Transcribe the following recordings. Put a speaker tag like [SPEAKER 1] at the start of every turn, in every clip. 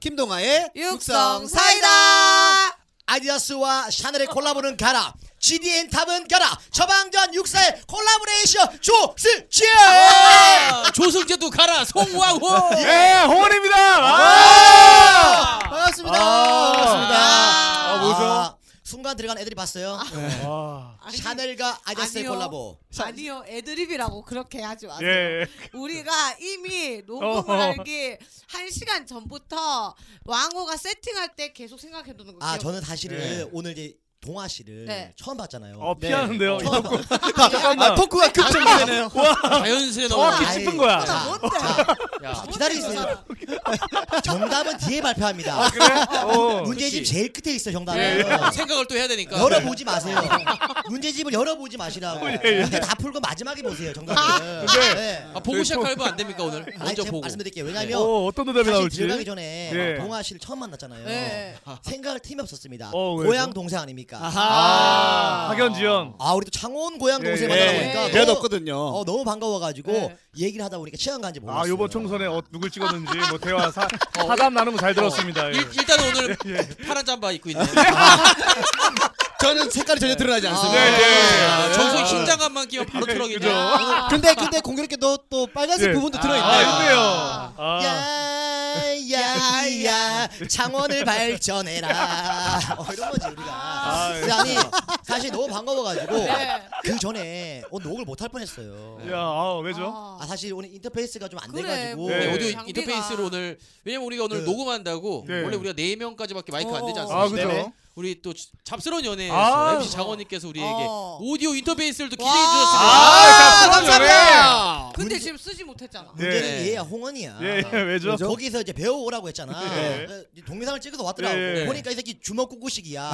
[SPEAKER 1] 드라마의
[SPEAKER 2] 육성 사이다.
[SPEAKER 1] 아디다스와 샤넬의 콜라보는 가라 GDN 탑은 가라 처방전 육사의 콜라보레이션 조스치
[SPEAKER 2] 아!
[SPEAKER 3] 조승재도 가라 송왕호
[SPEAKER 4] 예, 홍원입니다. 아!
[SPEAKER 1] 아, 반갑습니다
[SPEAKER 4] 아,
[SPEAKER 1] 반갑습니다
[SPEAKER 2] 아,
[SPEAKER 4] 뭐죠?
[SPEAKER 1] 순간 들어간 애들이 봤어요
[SPEAKER 4] 아.
[SPEAKER 2] 아니,
[SPEAKER 1] 샤넬과 아디다스의
[SPEAKER 2] 아니요.
[SPEAKER 1] 콜라보
[SPEAKER 2] 아니요 애드립이라고 그렇게 하지 마세요.
[SPEAKER 4] 예.
[SPEAKER 2] 우리가 이미 녹음을
[SPEAKER 4] 어허.
[SPEAKER 2] 하기 한 시간 전부터 왕호가 세팅할 때 계속 생각해두는 거예요.
[SPEAKER 1] 아 저는 사실은
[SPEAKER 4] 네.
[SPEAKER 1] 오늘 이제 동아 씨를
[SPEAKER 2] 네.
[SPEAKER 1] 처음 봤잖아요
[SPEAKER 4] 어, 피하는데요.
[SPEAKER 1] 네.
[SPEAKER 4] 이거.
[SPEAKER 1] 처음
[SPEAKER 4] 잠깐만.
[SPEAKER 1] 토크가 급정되네요 아,
[SPEAKER 3] 자연스레 넘어
[SPEAKER 4] 정확히 짚은 거야.
[SPEAKER 2] 나 뭔데?
[SPEAKER 3] 야
[SPEAKER 1] 기다리세요 정답은 뒤에 발표합니다
[SPEAKER 4] 그래? 어.
[SPEAKER 1] 문제집
[SPEAKER 3] 그치.
[SPEAKER 1] 제일 끝에 있어 정답은
[SPEAKER 4] 네.
[SPEAKER 1] 네.
[SPEAKER 3] 예,
[SPEAKER 4] 그러니까.
[SPEAKER 3] 생각을 또 해야 되니까 네.
[SPEAKER 1] 열어보지 마세요. 문제집을 열어보지 마시라고.
[SPEAKER 4] 예. 아,
[SPEAKER 1] 문제 다 풀고 마지막에 보세요. 정답을.
[SPEAKER 4] 근데-
[SPEAKER 1] 네.
[SPEAKER 3] 아, 보고 시작하면 안 됩니까 오늘
[SPEAKER 1] 아니,
[SPEAKER 3] 먼저
[SPEAKER 1] 제가
[SPEAKER 3] 보고
[SPEAKER 1] 말씀드릴게요. 왜냐하면
[SPEAKER 4] 어, 어떤 대답이
[SPEAKER 1] 사실
[SPEAKER 4] 나올지.
[SPEAKER 1] 들어가기 전에
[SPEAKER 4] 예.
[SPEAKER 1] 동아 씨를 처음 만났잖아요.
[SPEAKER 2] 네.
[SPEAKER 1] 생각할 틈이 없었습니다.
[SPEAKER 4] 어, 왜요?
[SPEAKER 1] 고향 동생 아닙니까?
[SPEAKER 4] 아, 학연지연.
[SPEAKER 1] 아 우리 또 창원 고향
[SPEAKER 4] 예,
[SPEAKER 1] 동생
[SPEAKER 4] 예.
[SPEAKER 3] 네.
[SPEAKER 1] 만나다 보니까
[SPEAKER 2] 예.
[SPEAKER 5] 대답
[SPEAKER 1] 너무,
[SPEAKER 5] 없거든요.
[SPEAKER 1] 어, 너무 반가워가지고
[SPEAKER 2] 네.
[SPEAKER 1] 얘기를 하다 보니까 시간 간지 몰랐어요.
[SPEAKER 4] 아, 요번 총선에 어, 누굴 찍었는지 뭐 대화 사, 사담 나누고 잘 들었습니다. 예.
[SPEAKER 3] 어. 일, 일단 오늘 파란 잠바 입고 있네
[SPEAKER 5] 저는 색깔이 전혀 드러나지 않습니다.
[SPEAKER 4] 네, 예.
[SPEAKER 3] 아, 정수희 신장갑만 끼면 바로 트럭이네
[SPEAKER 4] 그죠?
[SPEAKER 5] 근데 근데 공교롭게 너 또 빨간색
[SPEAKER 4] 예.
[SPEAKER 5] 부분도
[SPEAKER 4] 아,
[SPEAKER 5] 들어있네요.
[SPEAKER 4] 힘내요. 아,
[SPEAKER 1] 야야야 창원을 발전해라 어, 이런 거지 우리가
[SPEAKER 4] 아,
[SPEAKER 1] 근데 아니 사실 너무 반가워가지고
[SPEAKER 2] 네.
[SPEAKER 1] 그 전에 오늘 녹을 못할 뻔했어요
[SPEAKER 4] 야, 아, 왜죠?
[SPEAKER 2] 아,
[SPEAKER 1] 아 사실 오늘 인터페이스가 좀 안
[SPEAKER 2] 그래,
[SPEAKER 1] 돼가지고
[SPEAKER 2] 뭐.
[SPEAKER 4] 네,
[SPEAKER 3] 오디오
[SPEAKER 2] 장비가-
[SPEAKER 3] 인터페이스로 오늘 왜냐면 우리가 오늘
[SPEAKER 1] 네. 녹음한다고
[SPEAKER 3] 녹음한다고
[SPEAKER 4] 네.
[SPEAKER 3] 원래 우리가 네 명까지밖에 마이크 안 되지
[SPEAKER 2] 어, 어.
[SPEAKER 3] 않습니까?
[SPEAKER 4] 아, 그죠?
[SPEAKER 3] 우리 또 잡스러운 연애에서
[SPEAKER 4] 아.
[SPEAKER 3] MC 장원님께서 우리에게
[SPEAKER 2] 어.
[SPEAKER 3] 오디오 인터페이스를 또 기대해
[SPEAKER 2] 와.
[SPEAKER 3] 주셨습니다.
[SPEAKER 4] 아, 자,
[SPEAKER 3] 감사합니다. 아,
[SPEAKER 2] 근데
[SPEAKER 1] 문제-
[SPEAKER 2] 지금 쓰지 못했잖아.
[SPEAKER 4] 예.
[SPEAKER 1] 문제는 얘야 홍원이야
[SPEAKER 4] 예, 예, 왜죠?
[SPEAKER 1] 거기서 이제 배워오라고 했잖아
[SPEAKER 4] 예.
[SPEAKER 1] 그 동영상을 찍어서 왔더라고
[SPEAKER 4] 예.
[SPEAKER 1] 보니까 이 새끼 주먹 꾹꾹식이야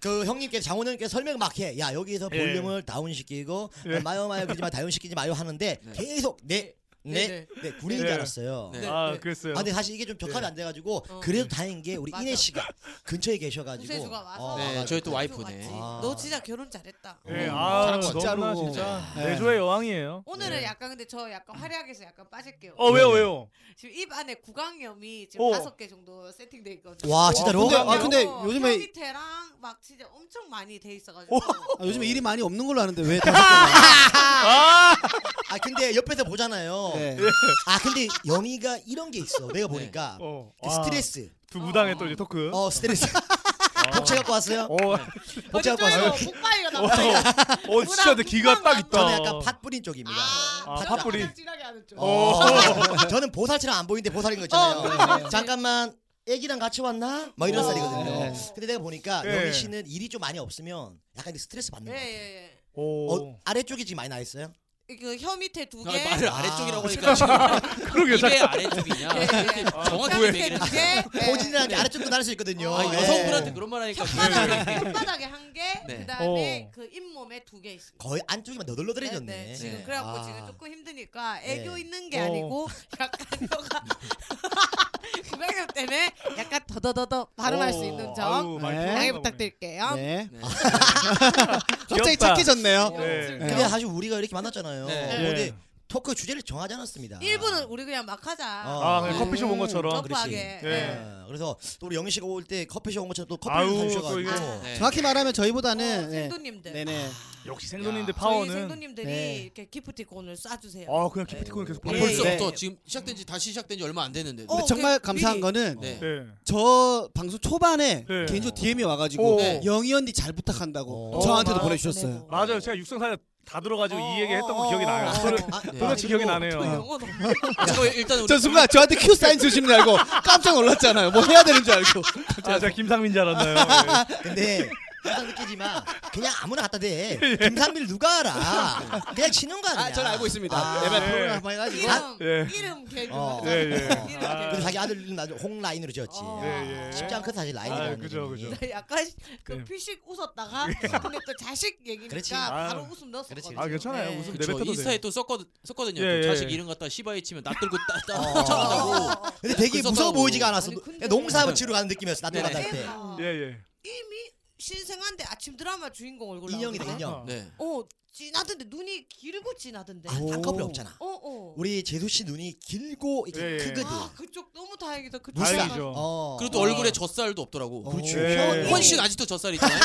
[SPEAKER 1] 그 형님께서 장원 형님께서 설명 막 해 야 여기서
[SPEAKER 4] 예.
[SPEAKER 1] 볼륨을 다운시키고
[SPEAKER 4] 예.
[SPEAKER 1] 마요 마요 그러지 마 다운시키지 마요 하는데 계속 네
[SPEAKER 2] 네,
[SPEAKER 1] 네, 네, 군인인 줄
[SPEAKER 4] 네.
[SPEAKER 1] 알았어요.
[SPEAKER 3] 네.
[SPEAKER 4] 아, 그랬어요.
[SPEAKER 1] 아, 근데 사실 이게 좀 격함이 안 돼가지고
[SPEAKER 2] 어.
[SPEAKER 1] 그래도 다행인 게 우리
[SPEAKER 2] 맞아.
[SPEAKER 1] 이내 씨가 근처에 계셔가지고.
[SPEAKER 2] 우세주가 와서
[SPEAKER 1] 어,
[SPEAKER 3] 네,
[SPEAKER 1] 와가지고.
[SPEAKER 3] 저희 또 와이-
[SPEAKER 2] 같이.
[SPEAKER 3] 와이프네.
[SPEAKER 1] 아.
[SPEAKER 2] 너 진짜 결혼 잘했다.
[SPEAKER 4] 예,
[SPEAKER 5] 음,
[SPEAKER 4] 아,
[SPEAKER 5] 사랑
[SPEAKER 4] 너무나
[SPEAKER 5] 진짜로.
[SPEAKER 4] 진짜
[SPEAKER 5] 예.
[SPEAKER 4] 내조의 여왕이에요.
[SPEAKER 2] 오늘은
[SPEAKER 4] 예.
[SPEAKER 2] 약간 근데 저 약간 활약해서 약간 빠질게요.
[SPEAKER 4] 어, 왜요, 왜요?
[SPEAKER 2] 지금 입 안에 구강염이 지금
[SPEAKER 4] 오.
[SPEAKER 2] 다섯 개 정도 세팅돼 있거든요.
[SPEAKER 1] 와 진짜로?
[SPEAKER 5] 근데-
[SPEAKER 1] 아,
[SPEAKER 5] 아, 근데
[SPEAKER 2] 어,
[SPEAKER 5] 요즘에-
[SPEAKER 2] 혈기테랑 막 진짜 엄청 많이 돼 있어가지고.
[SPEAKER 5] 아, 요즘에 일이 많이 없는 걸로 아는데 왜 다섯 개나?
[SPEAKER 4] 아,
[SPEAKER 1] 아 근데 옆에서 보잖아요.
[SPEAKER 5] 네.
[SPEAKER 1] 아 근데 영희가 이런 게 있어. 내가 보니까
[SPEAKER 4] 어,
[SPEAKER 1] 그
[SPEAKER 4] 아,
[SPEAKER 1] 스트레스.
[SPEAKER 4] 두 무당의 또 이제 토크. 아.
[SPEAKER 1] 어 스트레스. 복채 갖고 왔어요?
[SPEAKER 4] 어,
[SPEAKER 1] 복채 갖고 왔어요?
[SPEAKER 2] 어쩌요? 폭발이가 나왔어요.
[SPEAKER 4] 어, 진짜 내 기가 딱 있다.
[SPEAKER 1] 저는 약간 팥 뿌린 쪽입니다.
[SPEAKER 2] 아,
[SPEAKER 4] 어. 아,
[SPEAKER 2] 저는
[SPEAKER 4] 팥뿌리.
[SPEAKER 2] 가장 진하게 하는 쪽.
[SPEAKER 1] 어. 저는 보살처럼 안 보이는데 보살인 거
[SPEAKER 2] 어,
[SPEAKER 5] 네.
[SPEAKER 2] 그래,
[SPEAKER 1] 있잖아요.
[SPEAKER 4] 네.
[SPEAKER 2] 그래.
[SPEAKER 1] 잠깐만 애기랑 같이 왔나? 막 이런
[SPEAKER 2] 어.
[SPEAKER 1] 살이거든요.
[SPEAKER 5] 네.
[SPEAKER 1] 근데 내가 보니까
[SPEAKER 4] 네.
[SPEAKER 1] 영희 씨는 일이 좀 많이 없으면 약간 스트레스 받는
[SPEAKER 2] 예,
[SPEAKER 1] 거 같아요.
[SPEAKER 2] 예,
[SPEAKER 4] 오,
[SPEAKER 1] 어, 아래쪽이 지금 많이 나 있어요?
[SPEAKER 2] 예. 그혀 밑에 두 개.
[SPEAKER 3] 아, 말을
[SPEAKER 1] 아.
[SPEAKER 3] 아래쪽이라고 하니까 지금 입의
[SPEAKER 4] 그러게요. 잠깐.
[SPEAKER 3] 아래쪽이냐
[SPEAKER 2] 예, 예.
[SPEAKER 3] 정확히
[SPEAKER 2] 혀 밑에
[SPEAKER 3] 얘기를
[SPEAKER 2] 두
[SPEAKER 3] 하죠.
[SPEAKER 2] 개. 예. 네.
[SPEAKER 1] 포진이라는 게 아래쪽도 나를 수 있거든요.
[SPEAKER 3] 아,
[SPEAKER 1] 예.
[SPEAKER 3] 여성분한테 그런 말 하니까 아,
[SPEAKER 2] 혓바닥에 혓바닥에 한 개.
[SPEAKER 3] 네.
[SPEAKER 2] 그다음에
[SPEAKER 4] 어.
[SPEAKER 2] 그 잇몸에 두 개 있습니다.
[SPEAKER 1] 거의 안쪽이만 너덜너덜해졌네.
[SPEAKER 2] 네, 네. 지금
[SPEAKER 3] 네.
[SPEAKER 2] 그래갖고
[SPEAKER 1] 아.
[SPEAKER 2] 지금 조금 힘드니까
[SPEAKER 1] 네.
[SPEAKER 2] 애교 있는 게
[SPEAKER 4] 어.
[SPEAKER 2] 아니고 약간 너가 구강염 때문에 약간 더더더더 발음할
[SPEAKER 1] 어.
[SPEAKER 2] 수 있는 점
[SPEAKER 4] 아유, 말투
[SPEAKER 5] 네.
[SPEAKER 2] 양해
[SPEAKER 4] 너무-
[SPEAKER 2] 부탁드릴게요.
[SPEAKER 5] 네.
[SPEAKER 3] 네.
[SPEAKER 5] 갑자기
[SPEAKER 4] 귀엽다.
[SPEAKER 5] 착해졌네요.
[SPEAKER 4] 네.
[SPEAKER 2] 네.
[SPEAKER 1] 근데 사실 우리가 이렇게 만났잖아요. 어,
[SPEAKER 3] 네.
[SPEAKER 1] 근데
[SPEAKER 4] 예.
[SPEAKER 1] 토크 주제를 정하지 않았습니다.
[SPEAKER 2] 1부는 우리 그냥 막 하자.
[SPEAKER 1] 어.
[SPEAKER 4] 아, 그냥
[SPEAKER 1] 음.
[SPEAKER 4] 커피숍 온 것처럼.
[SPEAKER 1] 그렇지.
[SPEAKER 2] 떡하게.
[SPEAKER 4] 네.
[SPEAKER 1] 예. 그래서 또 우리 영희 씨가 올 때 커피숍 온 것처럼 또
[SPEAKER 4] 아유,
[SPEAKER 1] 커피를
[SPEAKER 4] 또
[SPEAKER 1] 사주셔가지고
[SPEAKER 4] 이게-
[SPEAKER 3] 네.
[SPEAKER 5] 정확히 말하면 저희보다는
[SPEAKER 2] 어,
[SPEAKER 5] 네.
[SPEAKER 2] 생도님들.
[SPEAKER 5] 네네.
[SPEAKER 4] 역시 생존인데
[SPEAKER 2] 저희
[SPEAKER 4] 파워는.
[SPEAKER 2] 생도님들이
[SPEAKER 5] 네.
[SPEAKER 2] 이렇게 기프티콘을 쏴주세요.
[SPEAKER 4] 아, 그냥 기프티콘 계속
[SPEAKER 3] 아,
[SPEAKER 4] 보고 있어.
[SPEAKER 3] 벌써부터
[SPEAKER 5] 네.
[SPEAKER 3] 지금 시작된 지 다시 시작된 지 얼마 안 됐는데
[SPEAKER 2] 어,
[SPEAKER 5] 근데 정말
[SPEAKER 2] 그
[SPEAKER 5] 감사한
[SPEAKER 2] 미리-
[SPEAKER 5] 거는
[SPEAKER 3] 네.
[SPEAKER 4] 네.
[SPEAKER 5] 저 방송 초반에
[SPEAKER 4] 네.
[SPEAKER 5] 개인적으로 DM이 와가지고
[SPEAKER 3] 네.
[SPEAKER 5] 영희 언니 잘 부탁한다고
[SPEAKER 1] 어.
[SPEAKER 5] 저한테도
[SPEAKER 4] 아,
[SPEAKER 2] 어,
[SPEAKER 5] 보내주셨어요.
[SPEAKER 2] 보내고.
[SPEAKER 4] 맞아요. 제가 육성사에 다 들어가지고
[SPEAKER 2] 어,
[SPEAKER 4] 이 얘기 했던
[SPEAKER 2] 어,
[SPEAKER 4] 거 기억이
[SPEAKER 2] 어,
[SPEAKER 4] 나요.
[SPEAKER 2] 어,
[SPEAKER 4] 저를
[SPEAKER 2] 어.
[SPEAKER 1] 아, 네.
[SPEAKER 4] 도대체 기억이
[SPEAKER 2] 저
[SPEAKER 4] 나네요.
[SPEAKER 2] 영어 너무
[SPEAKER 3] 아, 저
[SPEAKER 4] 네.
[SPEAKER 3] 일단 우리
[SPEAKER 5] 저 순간 저한테 큐 사인 주시는 줄 알고 깜짝 놀랐잖아요. 뭐 해야 되는 줄 알고.
[SPEAKER 4] 아, 제가 김상민 줄 알았나요? 네.
[SPEAKER 1] 근데 항상 느끼지만 그냥 아무나 갖다 대. 김상빈 누가 알아? 그냥 치는 거 아니야?
[SPEAKER 5] 아, 전 알고 있습니다.
[SPEAKER 1] 아,
[SPEAKER 5] 예매
[SPEAKER 4] 네.
[SPEAKER 5] 프로그램 한번 해가지고.
[SPEAKER 2] 이름
[SPEAKER 4] 예.
[SPEAKER 2] 이름 개그
[SPEAKER 1] 어.
[SPEAKER 4] 예, 예.
[SPEAKER 2] 이름
[SPEAKER 4] 아.
[SPEAKER 1] 그래서
[SPEAKER 2] 개그.
[SPEAKER 1] 자기 아들 이름 나중에 홍 라인으로 지었지.
[SPEAKER 2] 어.
[SPEAKER 4] 예, 예.
[SPEAKER 1] 쉽지 않거든 사실 라인이라는
[SPEAKER 4] 아, 그죠,
[SPEAKER 1] 이름이.
[SPEAKER 4] 그죠.
[SPEAKER 2] 약간 그
[SPEAKER 4] 네.
[SPEAKER 2] 피식 웃었다가 근데 또 자식 얘기니까
[SPEAKER 1] 그렇지.
[SPEAKER 2] 바로
[SPEAKER 4] 아.
[SPEAKER 2] 웃음 넣었거든요.
[SPEAKER 4] 아, 괜찮아요. 웃음
[SPEAKER 3] 그쵸,
[SPEAKER 4] 내뱉어도
[SPEAKER 3] 인스타에
[SPEAKER 4] 돼요.
[SPEAKER 3] 또 썼거든, 썼거든요.
[SPEAKER 4] 예,
[SPEAKER 3] 또
[SPEAKER 4] 예.
[SPEAKER 3] 자식 이름 갖다 시바에 치면 낯 들고
[SPEAKER 1] 어.
[SPEAKER 3] 따따따다고
[SPEAKER 1] 근데 되게
[SPEAKER 3] 그래서
[SPEAKER 1] 무서워
[SPEAKER 3] 따로.
[SPEAKER 1] 보이지가 않았어.
[SPEAKER 2] 아니, 근데- 아,
[SPEAKER 1] 그냥 농사업을 치러 가는 느낌이었어. 나도
[SPEAKER 3] 네네.
[SPEAKER 1] 만날 때.
[SPEAKER 4] 예, 예.
[SPEAKER 2] 이미 신생한데 아침 드라마 주인공 얼굴
[SPEAKER 1] 인형이다
[SPEAKER 2] 나오는데?
[SPEAKER 1] 인형.
[SPEAKER 4] 어.
[SPEAKER 3] 네.
[SPEAKER 2] 어 지나던데 눈이 길고 지나던데.
[SPEAKER 1] 아, 쌍꺼풀 없잖아.
[SPEAKER 2] 어 어.
[SPEAKER 1] 우리 재수 씨 눈이 길고 이렇게
[SPEAKER 4] 예, 예.
[SPEAKER 1] 크거든.
[SPEAKER 2] 아 그쪽 너무 다행이다. 그쪽
[SPEAKER 1] 물살.
[SPEAKER 4] 다행이죠.
[SPEAKER 1] 어.
[SPEAKER 3] 그리고 또
[SPEAKER 4] 어.
[SPEAKER 3] 얼굴에 젖살도 없더라고.
[SPEAKER 1] 어, 그렇지.
[SPEAKER 4] 예.
[SPEAKER 1] 혀-
[SPEAKER 3] 권 씨는 아직도 젖살 있잖아요.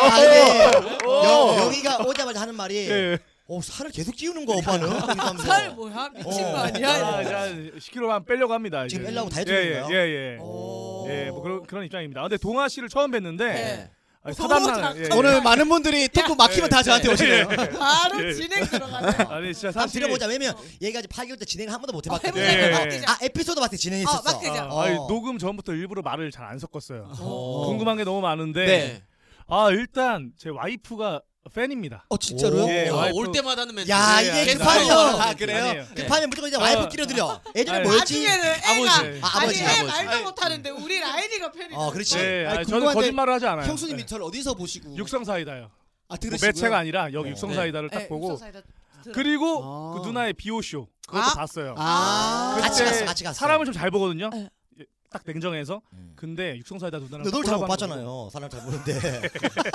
[SPEAKER 1] 아, 근데
[SPEAKER 4] 오.
[SPEAKER 1] 여, 기가 오자마자 하는 말이
[SPEAKER 4] 예.
[SPEAKER 1] 어, 살을 계속 찌우는 거 오빠는. 이러면서.
[SPEAKER 2] 살 뭐야 미친
[SPEAKER 1] 네. 어.
[SPEAKER 2] 거
[SPEAKER 4] 아,
[SPEAKER 2] 아니야?
[SPEAKER 4] 이제 한 10kg만 빼려고 합니다.
[SPEAKER 1] 지금
[SPEAKER 4] 이제.
[SPEAKER 1] 빼려고 다이어트
[SPEAKER 4] 예,
[SPEAKER 1] 중인가요?
[SPEAKER 4] 예, 예. 예.
[SPEAKER 1] 오.
[SPEAKER 4] 예, 뭐 그런 그런 입장입니다. 근데 동아 씨를 처음 뵀는데
[SPEAKER 2] 네.
[SPEAKER 4] 아니,
[SPEAKER 2] 오,
[SPEAKER 4] 사담난
[SPEAKER 2] 잠깐.
[SPEAKER 4] 예, 예.
[SPEAKER 5] 오늘 많은 분들이 톡톡 막히면 다 저한테 오시네요.
[SPEAKER 2] 바로
[SPEAKER 4] 예.
[SPEAKER 2] 진행 들어가자.
[SPEAKER 4] 아니 진짜
[SPEAKER 1] 한번
[SPEAKER 4] 사실
[SPEAKER 1] 들어보자. 왜냐면 얘가 이제 8개월 때 진행을 한 번도 못 해봤거든.
[SPEAKER 4] 아, 해보자. 예, 예.
[SPEAKER 2] 맡기자.
[SPEAKER 1] 아, 에피소드 봤을 때 진행했었어.
[SPEAKER 2] 어, 맡기자.
[SPEAKER 4] 아,
[SPEAKER 1] 어.
[SPEAKER 4] 아니, 녹음 전부터 일부러 말을 잘 안 섞었어요.
[SPEAKER 1] 어.
[SPEAKER 4] 궁금한 게 너무 많은데
[SPEAKER 3] 네.
[SPEAKER 4] 아 일단 제 와이프가 팬입니다.
[SPEAKER 1] 어, 진짜로요?
[SPEAKER 4] 오. 예,
[SPEAKER 3] 야,
[SPEAKER 4] 와이프-
[SPEAKER 3] 올 때마다 하는 멘트.
[SPEAKER 1] 야,
[SPEAKER 4] 예,
[SPEAKER 1] 이게
[SPEAKER 4] 알겠습니다.
[SPEAKER 1] 급하면
[SPEAKER 3] 아,
[SPEAKER 4] 그래요?
[SPEAKER 1] 급하면 무조건 이제
[SPEAKER 4] 아.
[SPEAKER 1] 와이프 끼려들여. 예전에
[SPEAKER 4] 아니,
[SPEAKER 1] 뭐였지?
[SPEAKER 2] 나중에는 애가
[SPEAKER 3] 아버지.
[SPEAKER 4] 예.
[SPEAKER 1] 아,
[SPEAKER 2] 아니
[SPEAKER 1] 아버지.
[SPEAKER 2] 애
[SPEAKER 3] 아버지.
[SPEAKER 2] 말도
[SPEAKER 5] 아니,
[SPEAKER 2] 못하는데 우리 라인이가 네. 팬이.
[SPEAKER 1] 어, 그렇지.
[SPEAKER 4] 예,
[SPEAKER 5] 아니,
[SPEAKER 4] 아니, 저는
[SPEAKER 5] 궁금한데
[SPEAKER 4] 거짓말을 하지 않아요.
[SPEAKER 5] 형수님이
[SPEAKER 4] 예.
[SPEAKER 5] 저를 어디서 보시고
[SPEAKER 4] 육성사이다요.
[SPEAKER 5] 아
[SPEAKER 4] 뭐
[SPEAKER 5] 들으시고요?
[SPEAKER 4] 매체가 아니라 여기
[SPEAKER 1] 어.
[SPEAKER 4] 육성사이다를
[SPEAKER 2] 네,
[SPEAKER 4] 딱 보고
[SPEAKER 2] 그
[SPEAKER 4] 그리고
[SPEAKER 5] 아.
[SPEAKER 4] 그 누나의 비오쇼 그것도
[SPEAKER 2] 아.
[SPEAKER 4] 봤어요.
[SPEAKER 5] 아
[SPEAKER 4] 그때
[SPEAKER 1] 같이 갔어, 같이 갔어.
[SPEAKER 4] 사람을 좀 잘 보거든요.
[SPEAKER 2] 네.
[SPEAKER 4] 예, 딱 냉정해서.
[SPEAKER 1] 음.
[SPEAKER 4] 근데 육성사이다 누나랑
[SPEAKER 1] 근데
[SPEAKER 4] 딱
[SPEAKER 1] 너잘못
[SPEAKER 4] 콜라보하는 뭐.
[SPEAKER 1] 봤잖아요.
[SPEAKER 4] 거
[SPEAKER 1] 사람 잘 보는데.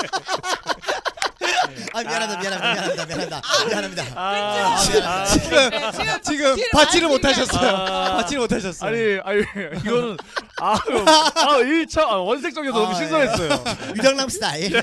[SPEAKER 1] 아, 미안하다, 미안합니다, 미안합니다, 미안합니다, 미안합니다.
[SPEAKER 4] 아, 아, 아,
[SPEAKER 5] 지금 지금
[SPEAKER 2] 네, 지금 아침이야.
[SPEAKER 5] 받지를 못하셨어요.
[SPEAKER 4] 아.
[SPEAKER 5] 받지를 못하셨어요.
[SPEAKER 4] 아니, 아니, 이거는 아, 아 1차 아, 원색적이어서
[SPEAKER 1] 아,
[SPEAKER 4] 너무 신선했어요.
[SPEAKER 1] 유경남 스타일.
[SPEAKER 4] 네.